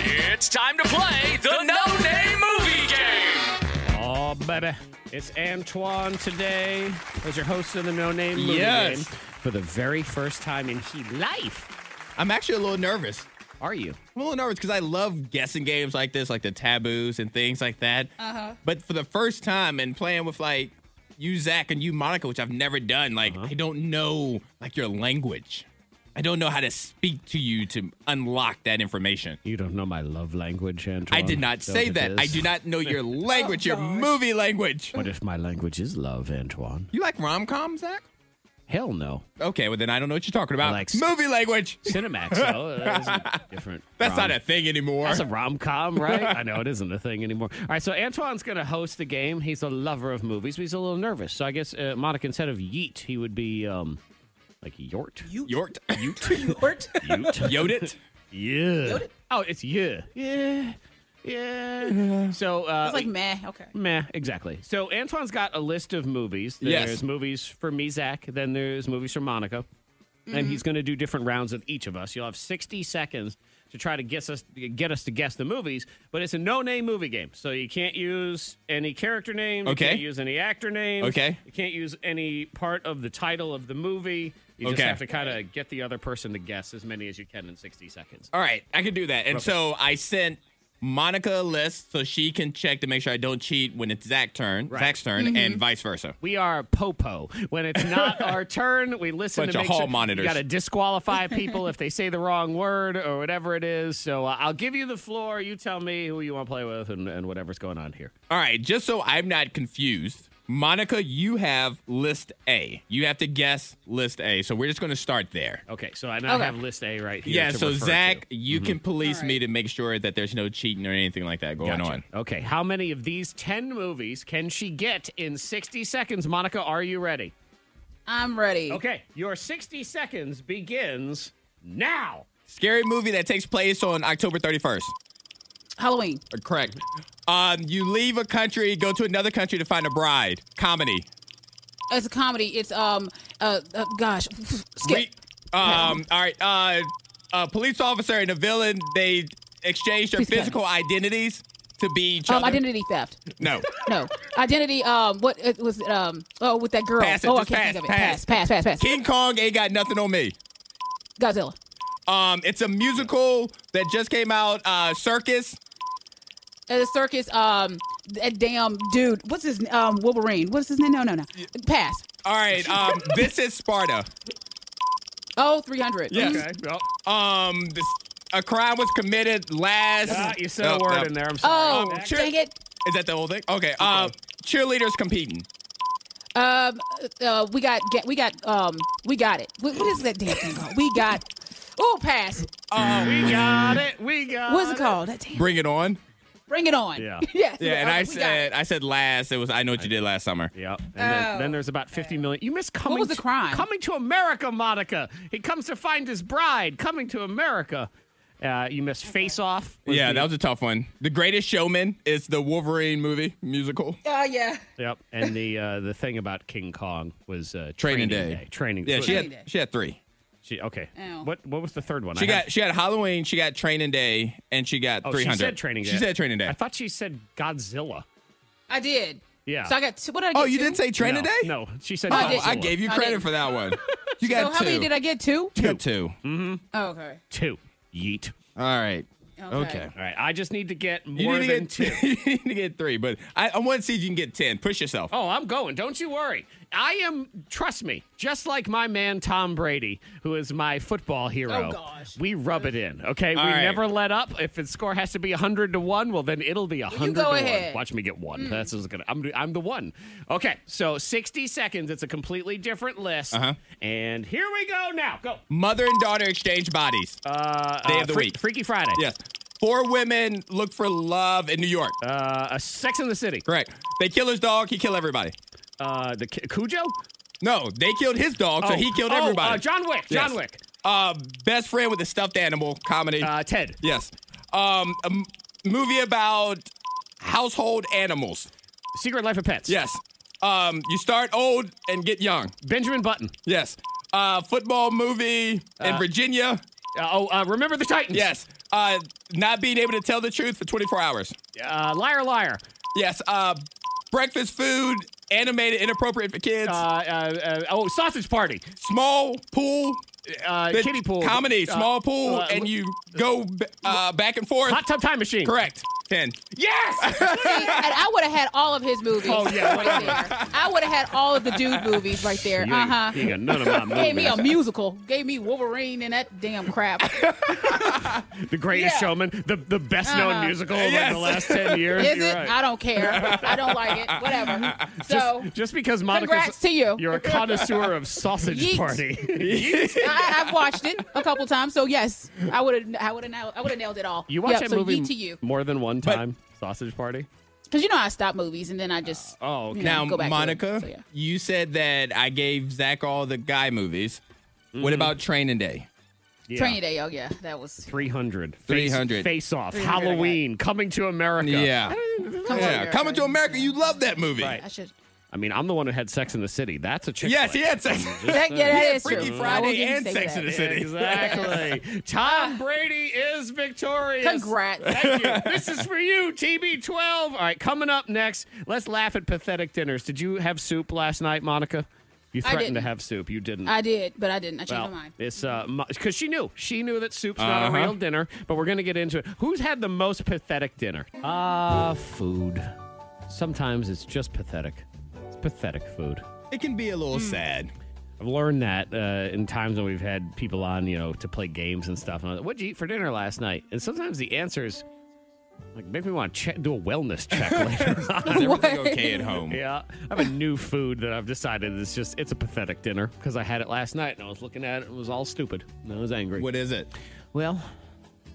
Speaker 11: It's time to play the No Name Movie Game.
Speaker 9: Oh, baby. It's Antoine today as your host of the No Name Movie
Speaker 6: Yes.
Speaker 9: Game for the very first time in he life.
Speaker 6: I'm actually a little nervous.
Speaker 9: Are you?
Speaker 6: I'm a little nervous because I love guessing games like this, like the taboos and things like that. Uh-huh. But for the first time and playing with like you, Zach, and you, Monica, which I've never done, like
Speaker 9: Uh-huh.
Speaker 6: I don't know like your language. I don't know how to speak to you to unlock that information.
Speaker 9: You don't know my love language, Antoine.
Speaker 6: I did not
Speaker 9: Is that
Speaker 6: say
Speaker 9: what
Speaker 6: that.
Speaker 9: it
Speaker 6: I
Speaker 9: is?
Speaker 6: do not know your language, your movie language.
Speaker 9: What if my language is love, Antoine?
Speaker 6: You like rom coms, Zach?
Speaker 9: Hell no.
Speaker 6: Okay, well then I don't know what you're talking about.
Speaker 9: like-
Speaker 6: movie language.
Speaker 9: Cinemax, though. That is a different.
Speaker 6: That's
Speaker 9: rom-
Speaker 6: not a thing anymore.
Speaker 9: That's a rom com, right? I know it isn't a thing anymore. All right, so Antoine's going to host the game. He's a lover of movies, but he's a little nervous. So I guess uh, Monica, instead of yeet, he would be um, like yort.
Speaker 6: Yort.
Speaker 9: Ute.
Speaker 7: Yort.
Speaker 9: Ute.
Speaker 6: Yodit.
Speaker 9: Yeah. Oh, it's yeah. Yeah. Yeah. So uh,
Speaker 7: It's like meh. Okay.
Speaker 9: Meh, exactly. So Antoine's got a list of movies. There's
Speaker 6: Yes.
Speaker 9: movies for me, Zach. Then there's movies for Monica. And
Speaker 6: Mm-hmm.
Speaker 9: he's going to do different rounds of each of us. You'll have 60 seconds to try to guess us, get us to guess the movies. But it's a no-name movie game, so you can't use any character names.
Speaker 6: Okay.
Speaker 9: You can't use any actor names.
Speaker 6: Okay.
Speaker 9: You can't use any part of the title of the movie. You just
Speaker 6: Okay.
Speaker 9: have to kind of get the other person to guess as many as you can in 60 seconds.
Speaker 6: All right, I can do that. And
Speaker 9: Perfect.
Speaker 6: so I sent Monica a list so she can check to make sure I don't cheat when it's Zach's turn, Zach's turn, and vice versa.
Speaker 9: We are popo. When it's not our turn, we listen
Speaker 6: Bunch
Speaker 9: to
Speaker 6: of
Speaker 9: make
Speaker 6: hall
Speaker 9: sure
Speaker 6: monitors.
Speaker 9: You got to disqualify people if they say the wrong word or whatever it is. So uh, I'll give you the floor. You tell me who you want to play with and, and whatever's going on here.
Speaker 6: All right, just so I'm not confused, Monica, you have list A. You have to guess list A. So we're just going to start there.
Speaker 9: Okay, so I now
Speaker 6: Okay.
Speaker 9: have list A right here.
Speaker 6: Yeah,
Speaker 9: to Mm-hmm.
Speaker 6: so
Speaker 9: refer
Speaker 6: Zach,
Speaker 9: to.
Speaker 6: you can police me to make sure that there's no cheating or anything like that going
Speaker 9: Gotcha.
Speaker 6: on.
Speaker 9: Okay, how many of these 10 movies can she get in 60 seconds? Monica, are you ready?
Speaker 7: I'm ready.
Speaker 9: Okay, your 60 seconds begins now.
Speaker 6: Scary movie that takes place on October 31st.
Speaker 7: Halloween.
Speaker 6: Uh, Correct. Um, you leave a country, go to another country to find a bride. Comedy.
Speaker 7: It's a comedy. It's um uh, uh gosh. Skip.
Speaker 6: Re- um, all right. Uh, a police officer and a villain, they exchange their
Speaker 7: Please cut.
Speaker 6: physical identities to be each
Speaker 7: um,
Speaker 6: other.
Speaker 7: identity theft.
Speaker 6: No.
Speaker 7: No. Identity. Um. What it was. it, Um. Oh, with that girl.
Speaker 6: Pass it.
Speaker 7: oh,
Speaker 6: Just
Speaker 7: I can't
Speaker 6: pass,
Speaker 7: think of it.
Speaker 6: pass.
Speaker 7: Pass. Pass. Pass. Pass.
Speaker 6: King Kong ain't got nothing on me.
Speaker 7: Godzilla.
Speaker 6: Um, it's a musical that just came out, uh, Circus.
Speaker 7: Uh, the circus. Um. That damn dude. What's his? Um. Wolverine. What's his name? No. No. No. Pass.
Speaker 6: All right. Um, this is Sparta.
Speaker 7: Oh, 300.
Speaker 6: Yes.
Speaker 7: Mm.
Speaker 6: Um, this, a crime was committed last.
Speaker 9: Ah, you said a word in there. I'm sorry.
Speaker 7: Oh,
Speaker 6: Um, cheer-
Speaker 7: dang it.
Speaker 6: Is that the whole thing? Okay. Um, cheerleaders competing.
Speaker 7: Um, uh, we got, get, we got, um, we got it. What, what is that damn thing called? We got. Oh, pass.
Speaker 6: Um,
Speaker 9: We got it. We got
Speaker 7: What's it called? That damn.
Speaker 6: bring it on.
Speaker 7: Bring it on.
Speaker 9: Yeah.
Speaker 7: yes.
Speaker 6: Yeah, and
Speaker 7: All
Speaker 6: I
Speaker 7: right, we got it.
Speaker 6: said I said last. It was I know what you did last summer.
Speaker 9: Yep. And then, then there's about 50 million. You missed coming.
Speaker 7: Oh, was the
Speaker 9: to,
Speaker 7: crime?
Speaker 9: Coming to America, Monica. He comes to find his bride. Coming to America. Uh, you missed Face Off.
Speaker 6: Yeah,
Speaker 9: the-
Speaker 6: that was a tough one. The Greatest Showman is the Wolverine movie musical.
Speaker 7: Oh, yeah.
Speaker 9: Yep. And the uh, the thing about King Kong was uh,
Speaker 6: Training Day.
Speaker 9: Training.
Speaker 6: Yeah,
Speaker 9: so-
Speaker 6: she
Speaker 7: Training
Speaker 6: had
Speaker 7: Day.
Speaker 6: she had three.
Speaker 9: she- okay.
Speaker 7: Ow.
Speaker 9: What what was the third one?
Speaker 6: She
Speaker 9: I have-
Speaker 6: got she had Halloween, she got Training Day, and she got
Speaker 9: Oh,
Speaker 6: three
Speaker 9: she
Speaker 6: hundred.
Speaker 9: said Training Day.
Speaker 6: She said Training
Speaker 9: I
Speaker 6: Day.
Speaker 9: thought she said Godzilla.
Speaker 7: I did.
Speaker 9: Yeah.
Speaker 7: So I got two. What did I get?
Speaker 6: Oh, you
Speaker 7: two?
Speaker 6: didn't say Training
Speaker 9: no,
Speaker 6: Day?
Speaker 9: No, she said.
Speaker 6: Oh,
Speaker 7: I did.
Speaker 9: Godzilla.
Speaker 6: I gave you
Speaker 7: I
Speaker 6: credit
Speaker 7: didn't.
Speaker 6: for that one. You got
Speaker 7: So
Speaker 6: two.
Speaker 7: how many did I get? Two?
Speaker 6: You got two.
Speaker 7: Oh, okay.
Speaker 9: two. Yeet.
Speaker 6: All right.
Speaker 7: Okay.
Speaker 9: All right. I just need to get
Speaker 6: You
Speaker 9: more
Speaker 6: need
Speaker 9: than
Speaker 6: to get
Speaker 9: two.
Speaker 6: you need to get three, but I, I want to see if you can get ten. Push yourself.
Speaker 9: Oh, I'm Oh, going. Don't you worry. I am, trust me, just like my man Tom Brady, who is my football hero.
Speaker 5: Oh, gosh.
Speaker 9: We rub it in, okay?
Speaker 5: All
Speaker 9: we
Speaker 5: right.
Speaker 9: never let up. If the score has to be 100 to 1, well, then it'll be 100
Speaker 5: go
Speaker 9: to
Speaker 5: ahead.
Speaker 9: 1. Watch me get one.
Speaker 5: Mm.
Speaker 9: That's what's gonna, I'm, I'm the one. Okay, so 60 seconds. It's a completely different list. Uh-huh. And here we go now. Go.
Speaker 6: Mother and daughter exchange bodies.
Speaker 9: Uh,
Speaker 6: Day
Speaker 9: uh,
Speaker 6: of the
Speaker 9: Freak-
Speaker 6: week.
Speaker 9: Freaky Friday.
Speaker 6: Yes. Four women look for love in New York.
Speaker 9: Uh, a Sex in the City.
Speaker 6: Correct. They kill his dog. He kill everybody.
Speaker 9: Uh, the Cujo.
Speaker 6: No, they killed his dog, so
Speaker 9: Oh,
Speaker 6: he killed
Speaker 9: oh,
Speaker 6: everybody.
Speaker 9: uh, John Wick, John Wick.
Speaker 6: Uh, best friend with a stuffed animal comedy. Uh,
Speaker 9: Ted.
Speaker 6: Yes. Um, a m- movie about household animals.
Speaker 9: Secret Life of Pets.
Speaker 6: Yes. Um, you start old and get young.
Speaker 9: Benjamin Button.
Speaker 6: Yes. Uh, football movie in
Speaker 9: Uh,
Speaker 6: Virginia.
Speaker 9: oh, uh, remember the Titans.
Speaker 6: Yes. Uh, not being able to tell the truth for 24 hours.
Speaker 9: Uh, liar, liar.
Speaker 6: Yes. Uh, breakfast food, animated, inappropriate for kids.
Speaker 9: Uh, uh, uh, oh, Sausage Party.
Speaker 6: Small pool.
Speaker 9: Uh,
Speaker 6: The
Speaker 9: kiddie pool.
Speaker 6: Comedy,
Speaker 9: Uh,
Speaker 6: small pool,
Speaker 9: uh,
Speaker 6: and you go b- uh, back and forth.
Speaker 9: Hot Tub Time Machine.
Speaker 6: Correct. 10.
Speaker 7: Yes! See, and I would have had all of his movies
Speaker 9: Oh, yeah.
Speaker 7: right there. I would have had all of the dude movies right there.
Speaker 9: You
Speaker 7: Uh
Speaker 9: ain't-
Speaker 7: huh.
Speaker 9: you ain't got none of my
Speaker 7: Gave me a
Speaker 9: movies.
Speaker 7: musical. Gave me Wolverine and that damn crap.
Speaker 9: The Greatest
Speaker 7: Yeah.
Speaker 9: Showman. The the best known
Speaker 7: Uh-huh.
Speaker 9: musical
Speaker 6: Yes.
Speaker 9: of the last ten years.
Speaker 7: Is
Speaker 9: You're
Speaker 7: it?
Speaker 9: right.
Speaker 7: I don't care. I don't like it. Whatever. So.
Speaker 9: Just, just because Monica,
Speaker 7: Congrats to you.
Speaker 9: you're a connoisseur of sausage
Speaker 7: Yeet.
Speaker 9: party.
Speaker 7: I, I've watched it a couple times, so yes, I would have, I would have, nailed- I would have nailed it all.
Speaker 9: You watch
Speaker 7: Yep,
Speaker 9: that
Speaker 7: so
Speaker 9: movie
Speaker 7: yeet to you,
Speaker 9: more than one time. sausage party.
Speaker 7: because you know I stop movies and then I just
Speaker 9: Oh,
Speaker 7: you
Speaker 6: Now,
Speaker 7: know, go back to it.
Speaker 6: Monica,
Speaker 7: So, yeah.
Speaker 6: you said that I gave Zach all the guy movies.
Speaker 9: Mm-hmm.
Speaker 6: What about Training Day?
Speaker 7: Training Day, oh yeah, that was
Speaker 9: 300.
Speaker 6: 300.
Speaker 9: Face, face off.
Speaker 7: 300 I got.
Speaker 9: Halloween. Coming to America.
Speaker 6: Yeah.
Speaker 7: Come
Speaker 6: yeah.
Speaker 7: on,
Speaker 6: Coming to America, you love that movie.
Speaker 9: Right.
Speaker 7: I should.
Speaker 9: I mean, I'm the one who had Sex in the City. That's a chick.
Speaker 6: Yes,
Speaker 9: flick.
Speaker 6: he had sex.
Speaker 7: That, yeah,
Speaker 6: He
Speaker 7: that
Speaker 6: had
Speaker 7: is
Speaker 6: Freaky
Speaker 7: true. I will
Speaker 6: Friday
Speaker 7: give you
Speaker 6: and
Speaker 7: say
Speaker 6: Sex
Speaker 7: that.
Speaker 6: in the City.
Speaker 9: Exactly. Tom Brady is victorious.
Speaker 7: Congrats.
Speaker 9: Thank you. This is for you, TB12. All right, coming up next, let's laugh at pathetic dinners. Did you have soup last night, Monica? You
Speaker 7: I
Speaker 9: threatened to
Speaker 7: didn't.
Speaker 9: have soup. You didn't.
Speaker 7: I did, but I didn't. I changed
Speaker 9: Well,
Speaker 7: my mind.
Speaker 9: it's uh, because she knew she knew that soup's not a
Speaker 6: Uh-huh.
Speaker 9: real dinner, but we're gonna get into it. Who's had the most pathetic dinner? Ah, food. Sometimes it's just pathetic. It's pathetic food.
Speaker 6: It can be a
Speaker 9: Hmm.
Speaker 6: little sad.
Speaker 9: I've learned that uh, in times when we've had people on, you know, to play games and stuff. And I'm like, what'd you eat for dinner last night? And sometimes the answer is like, make me want to check, do a wellness check later.
Speaker 6: Is everything okay at home?
Speaker 9: Yeah, I have a new food that I've decided is just it's a pathetic dinner because I had it last night and I was looking at it and it was all stupid and I was angry.
Speaker 6: What is it?
Speaker 9: Well,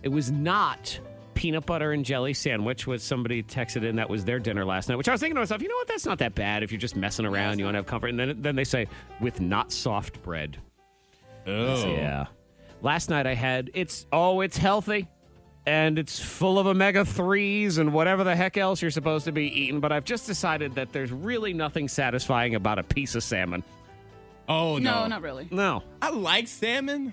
Speaker 9: it was not peanut butter and jelly sandwich which somebody texted in that was their dinner last night which i was thinking to myself you know what that's not that bad if you're just messing around you want to have comfort and then, then they say with not soft bread
Speaker 6: Oh.
Speaker 9: yeah last night i had it's oh it's healthy and it's full of omega 3s and whatever the heck else you're supposed to be eating but i've just decided that there's really nothing satisfying about a piece of salmon
Speaker 6: Oh, no.
Speaker 7: no. not really.
Speaker 9: no
Speaker 6: I like salmon,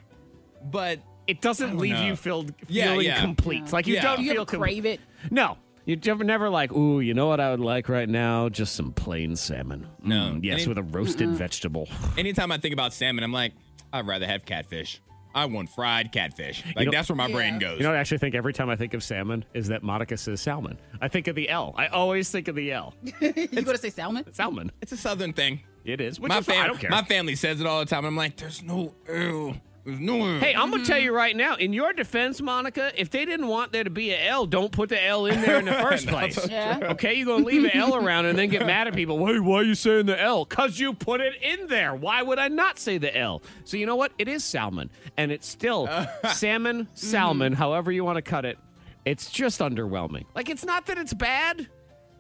Speaker 6: but
Speaker 9: it doesn't
Speaker 6: don't
Speaker 9: leave
Speaker 6: know.
Speaker 9: you filled
Speaker 6: Oh, Yeah,
Speaker 9: feeling
Speaker 6: yeah.
Speaker 9: complete like you
Speaker 6: Yeah.
Speaker 9: don't
Speaker 7: Do you
Speaker 9: feel
Speaker 7: ever crave it?
Speaker 9: No. You never, never like, ooh, you know what I would like right now? Just some plain salmon.
Speaker 6: No.
Speaker 9: Mm, yes,
Speaker 6: Any-
Speaker 9: with a roasted vegetable.
Speaker 6: anytime I think about salmon, I'm like, I'd rather have catfish. I want fried catfish. Like,
Speaker 9: know-
Speaker 6: that's where my
Speaker 7: Yeah.
Speaker 6: brain goes.
Speaker 9: You know what I actually think every time I think of salmon is that Monica says salmon. I think of the L. I always think of the L.
Speaker 7: You gonna say salmon?
Speaker 9: Salmon.
Speaker 6: it's a southern thing.
Speaker 9: It is. Which
Speaker 6: my
Speaker 9: is fine. I don't
Speaker 6: family,
Speaker 9: care.
Speaker 6: my family says it all the time. I'm like, there's no ew. There's no ew.
Speaker 9: hey, I'm going to
Speaker 7: Mm-hmm.
Speaker 9: tell you right now, in your defense, Monica, if they didn't want there to be a L, don't put the L in there in the first place.
Speaker 7: Yeah.
Speaker 9: Okay, you're going to leave an L around and then get mad at people. Wait, why are you saying the L? Because you put it in there. Why would I not say the L? So you know what? It is salmon. And it's still salmon,
Speaker 6: Mm-hmm.
Speaker 9: salmon, however you want to cut it. It's just underwhelming. Like, it's not that it's bad.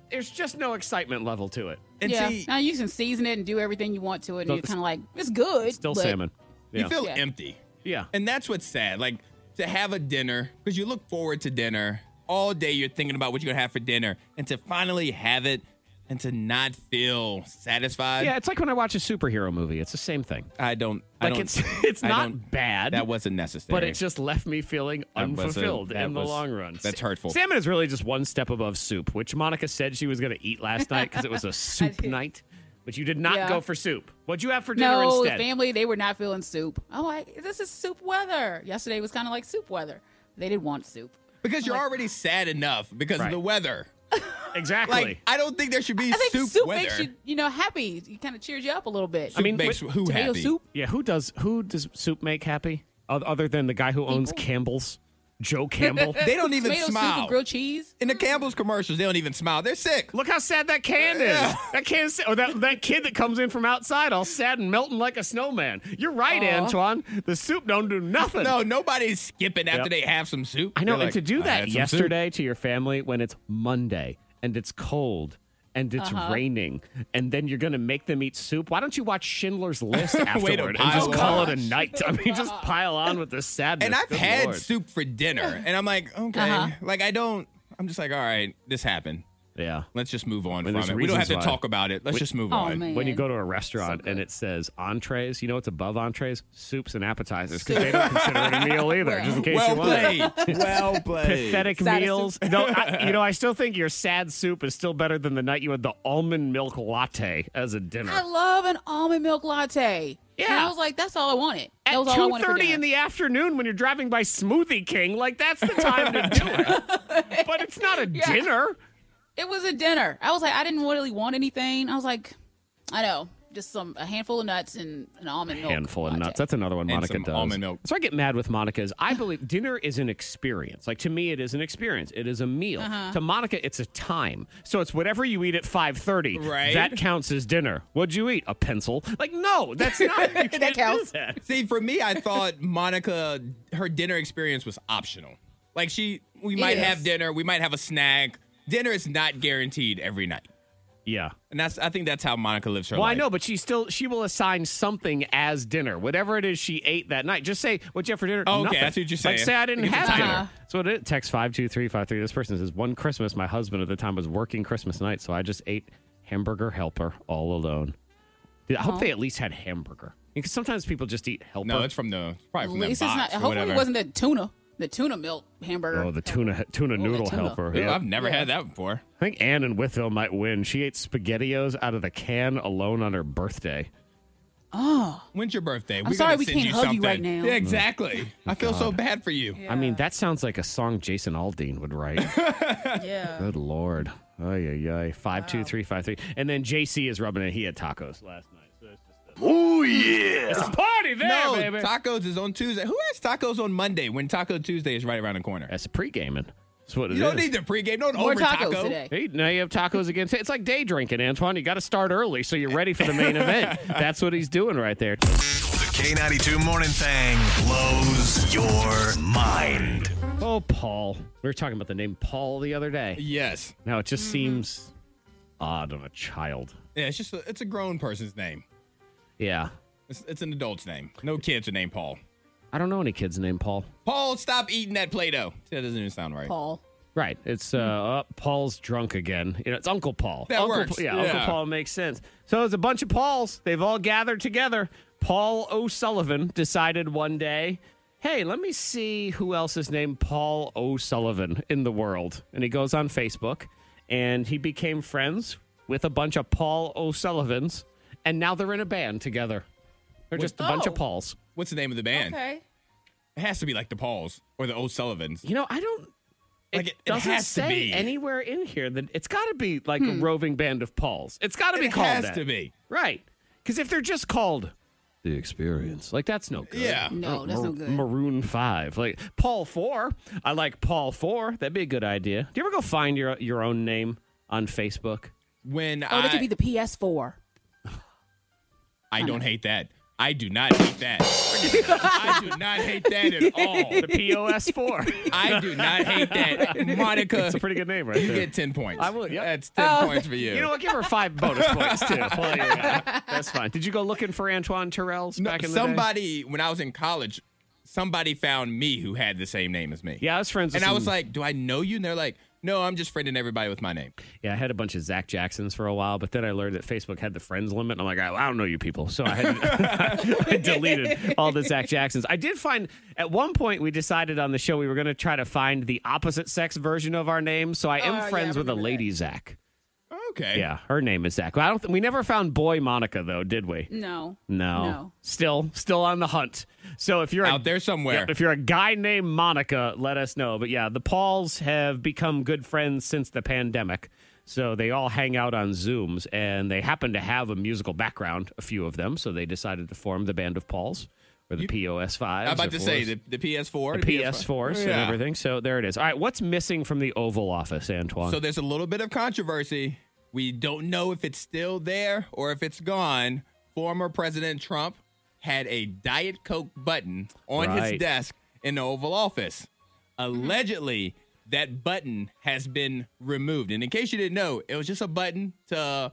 Speaker 9: There's just no excitement level to it.
Speaker 6: and
Speaker 7: yeah.
Speaker 6: see,
Speaker 7: now you can season it and do everything you want to it, and
Speaker 9: So
Speaker 7: you're
Speaker 9: it's-
Speaker 7: kind of like, it's good.
Speaker 9: Still
Speaker 7: but-
Speaker 9: salmon. Yeah.
Speaker 6: you feel
Speaker 7: Yeah.
Speaker 6: empty.
Speaker 9: yeah.
Speaker 6: And that's what's sad. Like to have a dinner, because you look forward to dinner all day, you're thinking about what you're gonna have for dinner, and to finally have it and to not feel satisfied.
Speaker 9: Yeah, it's like when I watch a superhero movie. It's the same thing.
Speaker 6: I don't. I
Speaker 9: Like
Speaker 6: don't,
Speaker 9: it's it's
Speaker 6: I
Speaker 9: not
Speaker 6: don't-
Speaker 9: bad.
Speaker 6: That wasn't necessary.
Speaker 9: but it just left me feeling
Speaker 6: That was a-
Speaker 9: unfulfilled
Speaker 6: that
Speaker 9: in the
Speaker 6: was-
Speaker 9: long run.
Speaker 6: that's
Speaker 9: Sa-
Speaker 6: hurtful.
Speaker 9: Salmon is really just one step above soup, which Monica said she was going to eat last night because it was a soup
Speaker 7: did.
Speaker 9: night. But you did not
Speaker 7: Yeah.
Speaker 9: go for soup. What'd you have for dinner
Speaker 7: No, the
Speaker 9: instead?
Speaker 7: family they were not feeling soup. I'm like, this is soup weather. Yesterday was kind of like soup weather. They didn't want soup.
Speaker 6: because you're already sad enough because
Speaker 9: Right.
Speaker 6: of the weather.
Speaker 9: Exactly.
Speaker 6: Like, I don't think there should be
Speaker 7: I think
Speaker 6: soup,
Speaker 7: soup,
Speaker 6: weather.
Speaker 7: makes you, you know, happy. It kind of cheers you up a little bit.
Speaker 9: I mean,
Speaker 6: makes who
Speaker 7: tomato
Speaker 6: happy?
Speaker 7: soup.
Speaker 9: Yeah, who does who does soup make happy? Oth- Other than the guy who owns Campbell's, Joe Campbell.
Speaker 6: They don't even
Speaker 7: tomato Soup
Speaker 6: smile.
Speaker 7: and grilled cheese.
Speaker 6: In the Campbell's commercials, they don't even smile. They're sick.
Speaker 9: Look how sad that can is. That can is- or that that kid that comes in from outside, all sad and melting like a snowman. You're right,
Speaker 7: Aw.
Speaker 9: Antoine. The soup don't do nothing.
Speaker 6: No, nobody's skipping after
Speaker 9: Yep.
Speaker 6: they have some soup.
Speaker 9: I know,
Speaker 6: They're
Speaker 9: and to
Speaker 6: like,
Speaker 9: do
Speaker 6: "I
Speaker 9: that
Speaker 6: had some soup."
Speaker 9: yesterday to your family when it's Monday and it's cold and it's
Speaker 7: Uh-huh.
Speaker 9: raining, and then you're gonna make them eat soup. Why don't you watch Schindler's List
Speaker 6: Way to
Speaker 9: afterward and
Speaker 6: pile
Speaker 9: just
Speaker 6: on.
Speaker 9: call it a night? I mean, just pile on with the sadness.
Speaker 6: and I've
Speaker 9: Good
Speaker 6: had
Speaker 9: Lord.
Speaker 6: soup for dinner, and I'm like, okay,
Speaker 7: Uh-huh.
Speaker 6: like I don't. I'm just like, all right, this happened.
Speaker 9: Yeah.
Speaker 6: Let's just move on
Speaker 9: Well, there's
Speaker 6: from it. We don't have to
Speaker 9: reasons why.
Speaker 6: talk about it. Let's
Speaker 9: We-
Speaker 6: just move
Speaker 7: Oh,
Speaker 6: on.
Speaker 7: man.
Speaker 9: When you go to a restaurant and it says entrees, you know what's above entrees? Soups and appetizers because they don't consider it a meal either. Just in case
Speaker 6: Well
Speaker 9: you want.
Speaker 6: played. well played.
Speaker 9: Pathetic
Speaker 7: Sad soup.
Speaker 9: meals. No, I, you know, I still think your sad soup is still better than the night you had the almond milk latte as a dinner.
Speaker 7: I love an almond milk latte.
Speaker 9: Yeah.
Speaker 7: And I was like, that's all I wanted.
Speaker 9: At
Speaker 7: that was all I wanted. for
Speaker 9: 2.30 in
Speaker 7: dinner.
Speaker 9: the afternoon when you're driving by Smoothie King, like that's the time to do it. But it's not a
Speaker 7: Yeah.
Speaker 9: dinner.
Speaker 7: It was a dinner. I was like, I didn't really want anything. I was like, I know, just some a handful of nuts and an almond milk.
Speaker 9: handful of
Speaker 7: latte.
Speaker 9: nuts. That's another one
Speaker 6: And
Speaker 9: Monica
Speaker 6: some
Speaker 9: does.
Speaker 6: almond milk.
Speaker 9: That's why I get mad with Monica is I believe dinner is an experience. Like to me, it is an experience. It is a meal. To Monica, it's a time. So it's whatever you eat at five thirty.
Speaker 6: Right.
Speaker 9: That counts as dinner. What'd you eat? A pencil? Like no, that's not. You can't
Speaker 7: counts.
Speaker 9: Do that.
Speaker 6: See, for me, I thought Monica, her dinner experience was optional. Like she, we might
Speaker 7: is.
Speaker 6: have dinner, we might have a snack. Dinner is not guaranteed every night,
Speaker 9: Yeah.
Speaker 6: and that's I think that's how Monica lives her
Speaker 9: Well, I
Speaker 6: life.
Speaker 9: know, but she still she will assign something as dinner, whatever it is she ate that night. Just say what you have for dinner.
Speaker 6: Oh, okay,
Speaker 9: Nothing.
Speaker 6: that's what you're
Speaker 9: Like
Speaker 6: saying.
Speaker 9: say I didn't
Speaker 6: It's a
Speaker 9: have
Speaker 6: timer.
Speaker 9: dinner. So it is. text five two three five three. This person says one Christmas, my husband at the time was working Christmas night, so I just ate hamburger helper all alone. Dude, I hope they at least had hamburger because sometimes people just eat helper.
Speaker 6: No, it's from the probably from
Speaker 7: At
Speaker 6: that
Speaker 7: least it's not.
Speaker 6: box or
Speaker 7: Hopefully,
Speaker 6: whatever.
Speaker 7: it wasn't the tuna, the tuna milk hamburger.
Speaker 9: oh the tuna tuna noodle
Speaker 7: tuna.
Speaker 9: helper.
Speaker 6: Ooh,
Speaker 9: Yeah.
Speaker 6: I've never had that before.
Speaker 9: I think Anne in Withville might win. She ate SpaghettiOs out of the can alone on her birthday.
Speaker 6: When's your birthday? I'm
Speaker 7: sorry we can't hug you right now.
Speaker 6: Yeah, exactly. I feel so bad for you.
Speaker 9: I mean, that sounds like a song Jason Aldean would write.
Speaker 7: yeah.
Speaker 9: Good lord. Ay, ay, ay. Five, two, three, five, three. And then JC is rubbing it. He had tacos last night. So it's just a-
Speaker 6: Oh yeah.
Speaker 9: it's a party there,
Speaker 6: No,
Speaker 9: baby.
Speaker 6: tacos is on Tuesday. Who has tacos on Monday when Taco Tuesday is right around the corner?
Speaker 9: That's pre-gaming. That's what it is.
Speaker 6: You don't need the pregame. Don't
Speaker 7: More
Speaker 6: over
Speaker 7: tacos
Speaker 6: taco.
Speaker 7: today.
Speaker 9: Hey, now you have tacos again. It's like day drinking, Antoine. You got to start early so you're ready for the main event. That's what he's doing right there.
Speaker 15: The K92 Morning Thang blows your mind.
Speaker 9: Oh, Paul. We were talking about the name Paul the other day.
Speaker 6: Yes.
Speaker 9: Now it
Speaker 6: Mm-hmm.
Speaker 9: just seems odd on a child.
Speaker 6: Yeah, it's just a, it's a grown person's name.
Speaker 9: Yeah.
Speaker 6: It's, it's an adult's name. No kids are named Paul.
Speaker 9: I don't know any kids named Paul.
Speaker 6: Paul, stop eating that Play-Doh. That doesn't even sound right.
Speaker 7: Paul.
Speaker 9: Right. It's uh, uh Paul's drunk again. You know, it's Uncle Paul.
Speaker 6: That
Speaker 9: Uncle
Speaker 6: works.
Speaker 9: Pa- yeah,
Speaker 6: Yeah.
Speaker 9: Uncle Paul makes sense. So it's a bunch of Pauls. They've all gathered together. Paul O'Sullivan decided one day, hey, let me see who else is named Paul O'Sullivan in the world. And he goes on Facebook and he became friends with a bunch of Paul O'Sullivans. And now they're in a band together. They're just a bunch of
Speaker 7: Oh.
Speaker 9: Pauls.
Speaker 6: What's the name of the band?
Speaker 7: Okay.
Speaker 6: It has to be like the Pauls or the O'Sullivans.
Speaker 9: You know, I don't. It,
Speaker 6: Like, it- it
Speaker 9: doesn't
Speaker 6: has to
Speaker 9: say
Speaker 6: be. Hmm.
Speaker 9: anywhere in here that it's got to be like a roving band of Pauls. It's got to be
Speaker 6: It
Speaker 9: called
Speaker 6: has
Speaker 9: that.
Speaker 6: to be.
Speaker 9: right? Because if they're just called the Experience, like that's no good. Oh,
Speaker 6: Yeah.
Speaker 7: No, that's no good.
Speaker 9: Maroon Five, like Paul Four. I like Paul Four. That'd be a good idea. Do you ever go find your your own name on Facebook?
Speaker 6: When
Speaker 7: oh,
Speaker 6: I,
Speaker 7: that could be the PS4.
Speaker 6: I don't hate that. I do not hate that. I do not hate that at all.
Speaker 9: The POS Four.
Speaker 6: I do not hate that. Monica,
Speaker 9: It's a pretty good name, right
Speaker 6: you
Speaker 9: there.
Speaker 6: get 10 points.
Speaker 9: I will, yep.
Speaker 6: That's 10
Speaker 7: Oh.
Speaker 6: points for you.
Speaker 9: You know what? Give her five bonus points too. Well, there you go. That's fine. Did you go looking for Antoine Terrell's
Speaker 6: No,
Speaker 9: back in the day?
Speaker 6: somebody, when I was in college, somebody found me who had the same name as me.
Speaker 9: Yeah, I was friends with
Speaker 6: And I was
Speaker 9: some-
Speaker 6: like, do I know you? And they're like, no, I'm just friending everybody with my name.
Speaker 9: Yeah, I had a bunch of Zach Jacksons for a while, but then I learned that Facebook had the friends limit. And I'm like, I, I don't know you people. So I, had, I deleted all the Zach Jacksons. I did find, at one point, we decided on the show we were going to try to find the opposite sex version of our name. So I am
Speaker 7: Oh, yeah, I
Speaker 9: friends with a
Speaker 7: remember that.
Speaker 9: lady, Zach.
Speaker 6: Okay.
Speaker 9: Yeah, her name is Zach. I don't. Th- we never found boy Monica though, did we?
Speaker 7: No.
Speaker 9: No.
Speaker 7: No.
Speaker 9: Still, still on the hunt. So if you're
Speaker 6: Out
Speaker 9: a,
Speaker 6: there somewhere.
Speaker 9: Yep, if you're a guy named Monica, let us know. But yeah, the Pauls have become good friends since the pandemic. So they all hang out on Zooms, and they happen to have a musical background, a few of them. So they decided to form the Band of Pauls or the POS Five.
Speaker 6: I'm about to say the, the PS4,
Speaker 9: the PS4s and
Speaker 6: Yeah.
Speaker 9: everything. So there it is. All right, what's missing from the Oval Office, Antoine?
Speaker 6: So there's a little bit of controversy. We don't know if it's still there or if it's gone. Former President Trump had a Diet Coke button on
Speaker 9: Right.
Speaker 6: his desk in the Oval Office. Allegedly, that button has been removed. And in case you didn't know, it was just a button to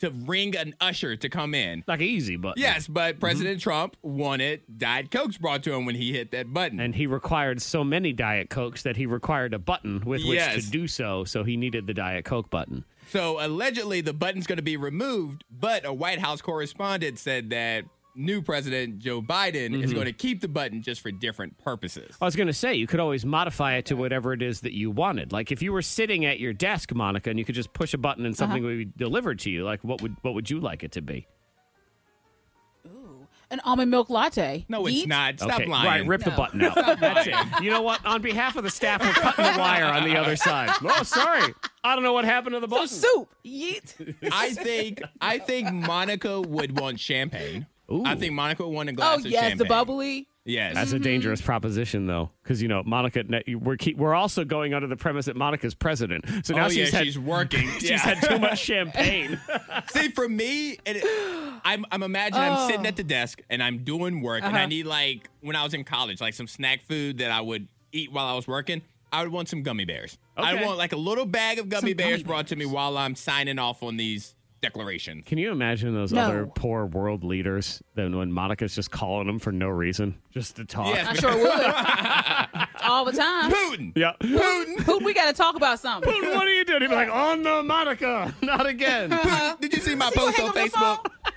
Speaker 6: to ring an usher to come in.
Speaker 9: Like an easy button.
Speaker 6: Yes, but President Trump wanted Diet Cokes brought to him when he hit that button.
Speaker 9: and he required so many Diet Cokes that he required a button with which
Speaker 6: Yes.
Speaker 9: to do so. So he needed the Diet Coke button.
Speaker 6: So allegedly, the button's going to be removed, but a White House correspondent said that new President Joe Biden is
Speaker 9: Mhm.
Speaker 6: going to keep the button just for different purposes.
Speaker 9: I was going to say, you could always modify it to whatever it is that you wanted. Like if you were sitting at your desk, Monica, and you could just push a button and something would be delivered to you, like what would what would you like it to be?
Speaker 7: An almond milk latte.
Speaker 6: No, it's
Speaker 7: Yeet.
Speaker 6: not. Stop
Speaker 9: Okay,
Speaker 6: lying.
Speaker 9: Right, rip the button out. That's it. You know what? On behalf of the staff, we're cutting the wire on the other side. Oh, sorry. I don't know what happened to the button.
Speaker 7: Oh, soup. Yeet.
Speaker 6: I think I think Monica would want champagne. I think Monica would want a glass
Speaker 7: Oh
Speaker 6: of
Speaker 7: yes,
Speaker 6: champagne.
Speaker 7: the bubbly.
Speaker 6: Yes.
Speaker 9: That's a dangerous proposition, though, because you know Monica. We're keep, we're also going under the premise that Monica's president, so now
Speaker 6: oh,
Speaker 9: she's
Speaker 6: yeah,
Speaker 9: had,
Speaker 6: she's working.
Speaker 9: she's
Speaker 6: Yeah.
Speaker 9: had too much champagne.
Speaker 6: See, for me, it, I'm I'm imagining I'm sitting
Speaker 9: Oh.
Speaker 6: at the desk and I'm doing work, and I
Speaker 9: Uh-huh.
Speaker 6: need like when I was in college, like some snack food that I would eat while I was working. I would want some gummy bears. I
Speaker 9: Okay.
Speaker 6: want like a little bag of gummy
Speaker 9: Some
Speaker 6: bears
Speaker 9: gummy
Speaker 6: brought to me while I'm signing off on these declarations.
Speaker 9: Can you imagine those
Speaker 6: No.
Speaker 9: other poor world leaders? Then when Monica's just calling them for no reason, just to talk.
Speaker 7: I sure would. All the time.
Speaker 6: Putin.
Speaker 9: Yeah.
Speaker 7: Putin. Putin. We got to talk about something.
Speaker 9: Putin, what are you doing? He'd be like, "Oh no, Monica, not again."
Speaker 6: Did you see
Speaker 7: my See you post hang on on the Facebook?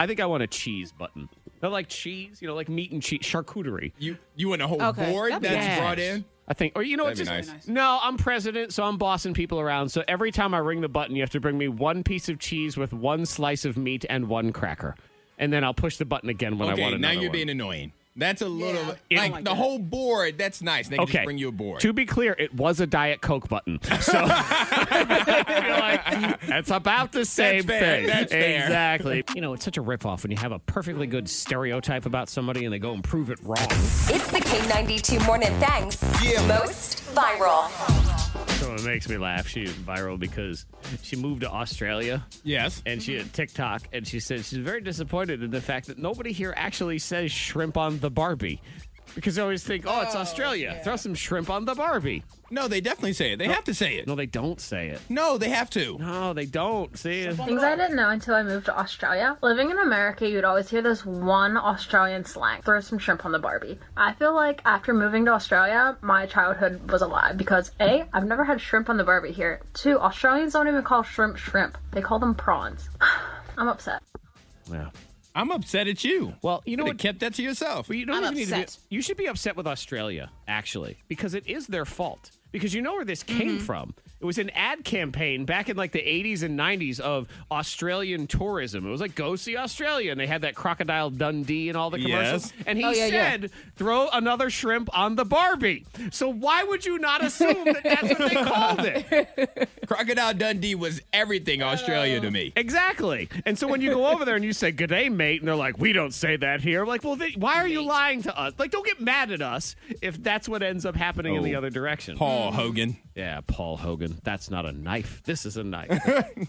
Speaker 9: I think I want a cheese button. Not like cheese, you know, like meat and cheese, charcuterie.
Speaker 6: You you want a whole Okay, board that'd be that's nice. brought in?
Speaker 9: I think, or you know, what,
Speaker 6: That'd
Speaker 9: just
Speaker 6: be nice.
Speaker 9: no. I'm president, so I'm bossing people around. So every time I ring the button, you have to bring me one piece of cheese with one slice of meat and one cracker, and then I'll push the button again when
Speaker 6: okay,
Speaker 9: I want
Speaker 6: now
Speaker 9: another
Speaker 6: you're
Speaker 9: one.
Speaker 6: being annoying. That's a little
Speaker 9: Yeah.
Speaker 6: like the whole board. That's nice. They can just bring you a board.
Speaker 9: To be clear, it was a Diet Coke button. So I feel like that's about the same
Speaker 6: fair.
Speaker 9: thing.
Speaker 6: That's fair.
Speaker 9: exactly. You know, it's such a ripoff when you have a perfectly good stereotype about somebody and they go and prove it wrong.
Speaker 2: It's the K92 Morning Thangs. Most viral.
Speaker 9: So it makes me laugh. She is viral because she moved to Australia.
Speaker 6: Yes.
Speaker 9: And she had TikTok and she said she's very disappointed in the fact that nobody here actually says shrimp on the Barbie. Because they always think, oh, it's Australia. Throw some shrimp on the Barbie.
Speaker 6: No, they definitely say it. They have to say it.
Speaker 9: No, they don't say it.
Speaker 6: No, they have to.
Speaker 9: No, they don't. See?
Speaker 16: Things I didn't know until I moved to Australia. Living in America, you'd always hear this one Australian slang throw some shrimp on the Barbie. I feel like after moving to Australia, my childhood was a lie because A, I've never had shrimp on the Barbie here. Two, Australians don't even call shrimp shrimp, they call them prawns. I'm upset.
Speaker 9: Yeah.
Speaker 6: I'm upset at you.
Speaker 9: Well, you know
Speaker 6: Coulda
Speaker 9: what?
Speaker 6: kept that to yourself.
Speaker 9: Well, you don't even need to. Be, you should be upset with Australia, actually, because it is their fault. Because you know where this
Speaker 6: Mm-hmm.
Speaker 9: came from. It was an ad campaign back in like the 80s and 90s of Australian tourism. It was like go see Australia, and they had that crocodile Dundee and all the commercials.
Speaker 6: Yes.
Speaker 9: And he
Speaker 6: Oh, yeah, yeah.
Speaker 9: said, "Throw another shrimp on the Barbie." So why would you not assume that that's what they called it?
Speaker 6: Crocodile Dundee was everything
Speaker 9: Oh.
Speaker 6: Australia to me.
Speaker 9: Exactly. And so when you go over there and you say "Good day, mate," and they're like, "We don't say that here." I'm like, well, then why are you lying to us? Like, don't get mad at us if that's what ends up happening in the
Speaker 6: Oh,
Speaker 9: other direction.
Speaker 6: Paul Hogan.
Speaker 9: Yeah, Paul Hogan. That's not a knife. This is a knife.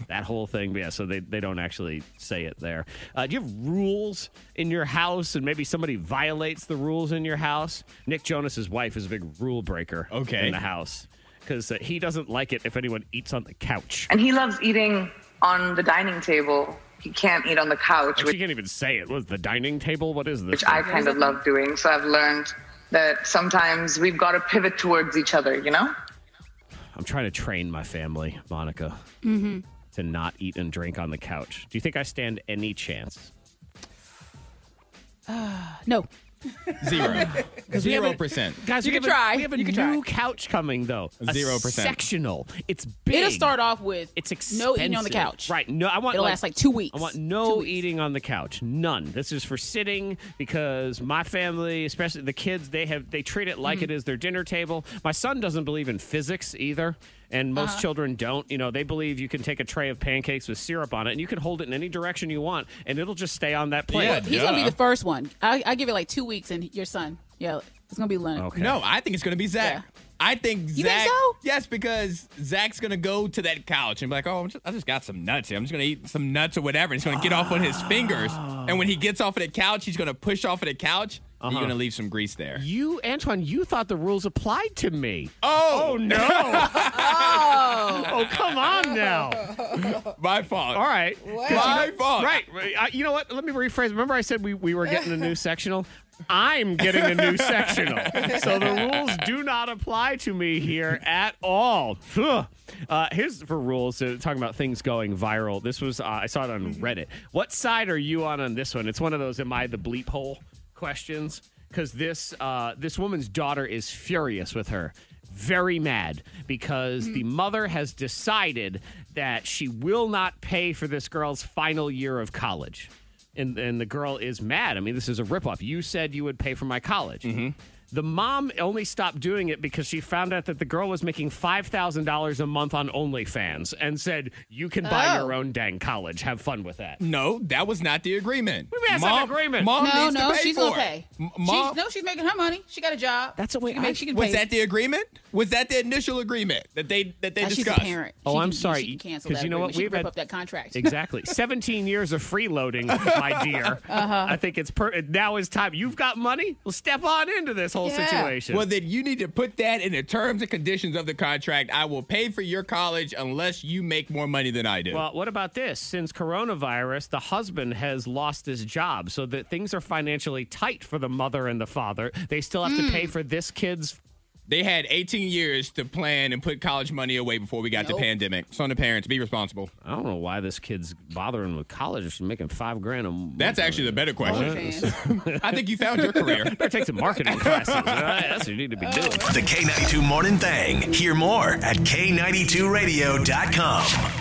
Speaker 9: that whole thing. Yeah. So they, they don't actually say it there. Uh, do you have rules in your house, and maybe somebody violates the rules in your house? Nick Jonas's wife is a big rule breaker.
Speaker 6: Okay.
Speaker 9: In the house. Because uh, he doesn't like it if anyone eats on the couch.
Speaker 17: And he loves eating on the dining table. He can't eat on the couch,
Speaker 9: She
Speaker 17: which,
Speaker 9: can't even say it. Was the dining table? What is this?
Speaker 17: which I kind of love doing. So I've learned that sometimes we've got to pivot towards each other, you know?
Speaker 9: I'm trying to train my family, Monica,
Speaker 17: Mm-hmm.
Speaker 9: to not eat and drink on the couch. Do you think I stand any chance?
Speaker 7: no.
Speaker 6: Zero. Zero
Speaker 9: haven't-
Speaker 6: percent.
Speaker 9: Guys,
Speaker 7: You
Speaker 9: we
Speaker 7: can
Speaker 9: have a-
Speaker 7: try.
Speaker 9: we have a
Speaker 7: You can
Speaker 9: new couch coming though. A
Speaker 6: Zero percent.
Speaker 9: Sectional. It's big.
Speaker 7: It'll start off with
Speaker 9: it's
Speaker 7: no eating on the
Speaker 9: expensive.
Speaker 7: couch.
Speaker 9: Right. No, I want
Speaker 7: It'll
Speaker 9: like,
Speaker 7: last like two weeks.
Speaker 9: I want no eating on the couch. None. This is for sitting because my family,
Speaker 7: Mm-hmm.
Speaker 9: especially the kids, they have they treat it like it is their dinner table. My son doesn't believe in physics either. And most
Speaker 6: Uh-huh.
Speaker 9: children don't. You know, they believe you can take a tray of pancakes with syrup on it and you can hold it in any direction you want and it'll just stay on that plate.
Speaker 6: Yeah,
Speaker 7: He's gonna be the first one. I, I give it like two weeks, and your son. Yeah, it's gonna be Leonard.
Speaker 6: No, I think it's gonna be Zach. I think
Speaker 7: You think
Speaker 6: Zach.
Speaker 7: so?
Speaker 6: Yes, because Zach's gonna go to that couch and be like, "Oh, I'm just, I just got some nuts here. I'm just gonna eat some nuts or whatever." And he's gonna get off on his fingers. And when he gets off of the couch, he's gonna push off of the couch. and
Speaker 9: Ah. Uh-huh.
Speaker 6: You're gonna leave some grease there.
Speaker 9: You, Antoine, you thought the rules applied to me.
Speaker 6: Oh,
Speaker 9: no.
Speaker 6: oh.
Speaker 9: come on now.
Speaker 6: My fault.
Speaker 9: All right.
Speaker 6: What?
Speaker 9: 'Cause you know-
Speaker 6: My fault.
Speaker 9: Right. I, you know what? Let me rephrase. Remember, I said we, we were getting a new sectional? I'm getting a new sectional. So the rules do not apply to me here at all. Phew. Uh, here's for rules. Uh, talking about things going viral. This was, uh, I saw it on Reddit. What side are you on on this one? It's one of those, am I the bleep hole questions? Because this, uh, this woman's daughter is furious with her very mad because the mother has decided that she will not pay for this girl's final year of college. And, and the girl is mad. I mean, this is a ripoff. You said you would pay for my college. The mom only stopped doing it because she found out that the girl was making $5,000 a month on OnlyFans and said, You can buy your own dang college. Have fun with that.
Speaker 6: No, that was not the agreement.
Speaker 9: do you mean that's not an agreement?
Speaker 6: Mom
Speaker 7: no,
Speaker 6: needs
Speaker 7: no,
Speaker 6: to pay
Speaker 7: she's
Speaker 6: for
Speaker 7: gonna
Speaker 6: it.
Speaker 7: pay.
Speaker 6: M-
Speaker 7: She's-
Speaker 6: Mom,
Speaker 7: no, she's making her money. She got a job. That's
Speaker 9: the way
Speaker 7: she can, make, she can
Speaker 6: was
Speaker 7: pay.
Speaker 6: that the agreement? Was that the initial agreement that they that they
Speaker 7: Uh, she's a
Speaker 6: discussed?
Speaker 7: parent.
Speaker 9: Oh,
Speaker 7: She
Speaker 9: I'm
Speaker 7: can-
Speaker 9: sorry.
Speaker 7: She can cancel
Speaker 9: 'Cause
Speaker 7: that.
Speaker 9: you know what?
Speaker 7: agreement. She
Speaker 9: We've
Speaker 7: can rip
Speaker 9: had-
Speaker 7: up that contract.
Speaker 9: Exactly. 17 years of freeloading, my dear.
Speaker 7: Uh-huh.
Speaker 9: I think it's per- now is time. You've got money? Well, step on into this whole situation.
Speaker 6: Well, then you need to put that in the terms and conditions of the contract. I will pay for your college unless you make more money than I do.
Speaker 9: Well, what about this? Since coronavirus, the husband has lost his job, so that things are financially tight for the mother and the father. They still have to pay for this kid's.
Speaker 6: they had 18 years to plan and put college money away before we got the pandemic. So, on the parents, be responsible.
Speaker 9: I don't know why this kid's bothering with college. She's making five grand a month.
Speaker 6: That's actually the better question. I think you found your career.
Speaker 9: Better take some marketing classes. all right? That's what you need to be doing.
Speaker 15: The K92 Morning Thang. Hear more at K92Radio.com.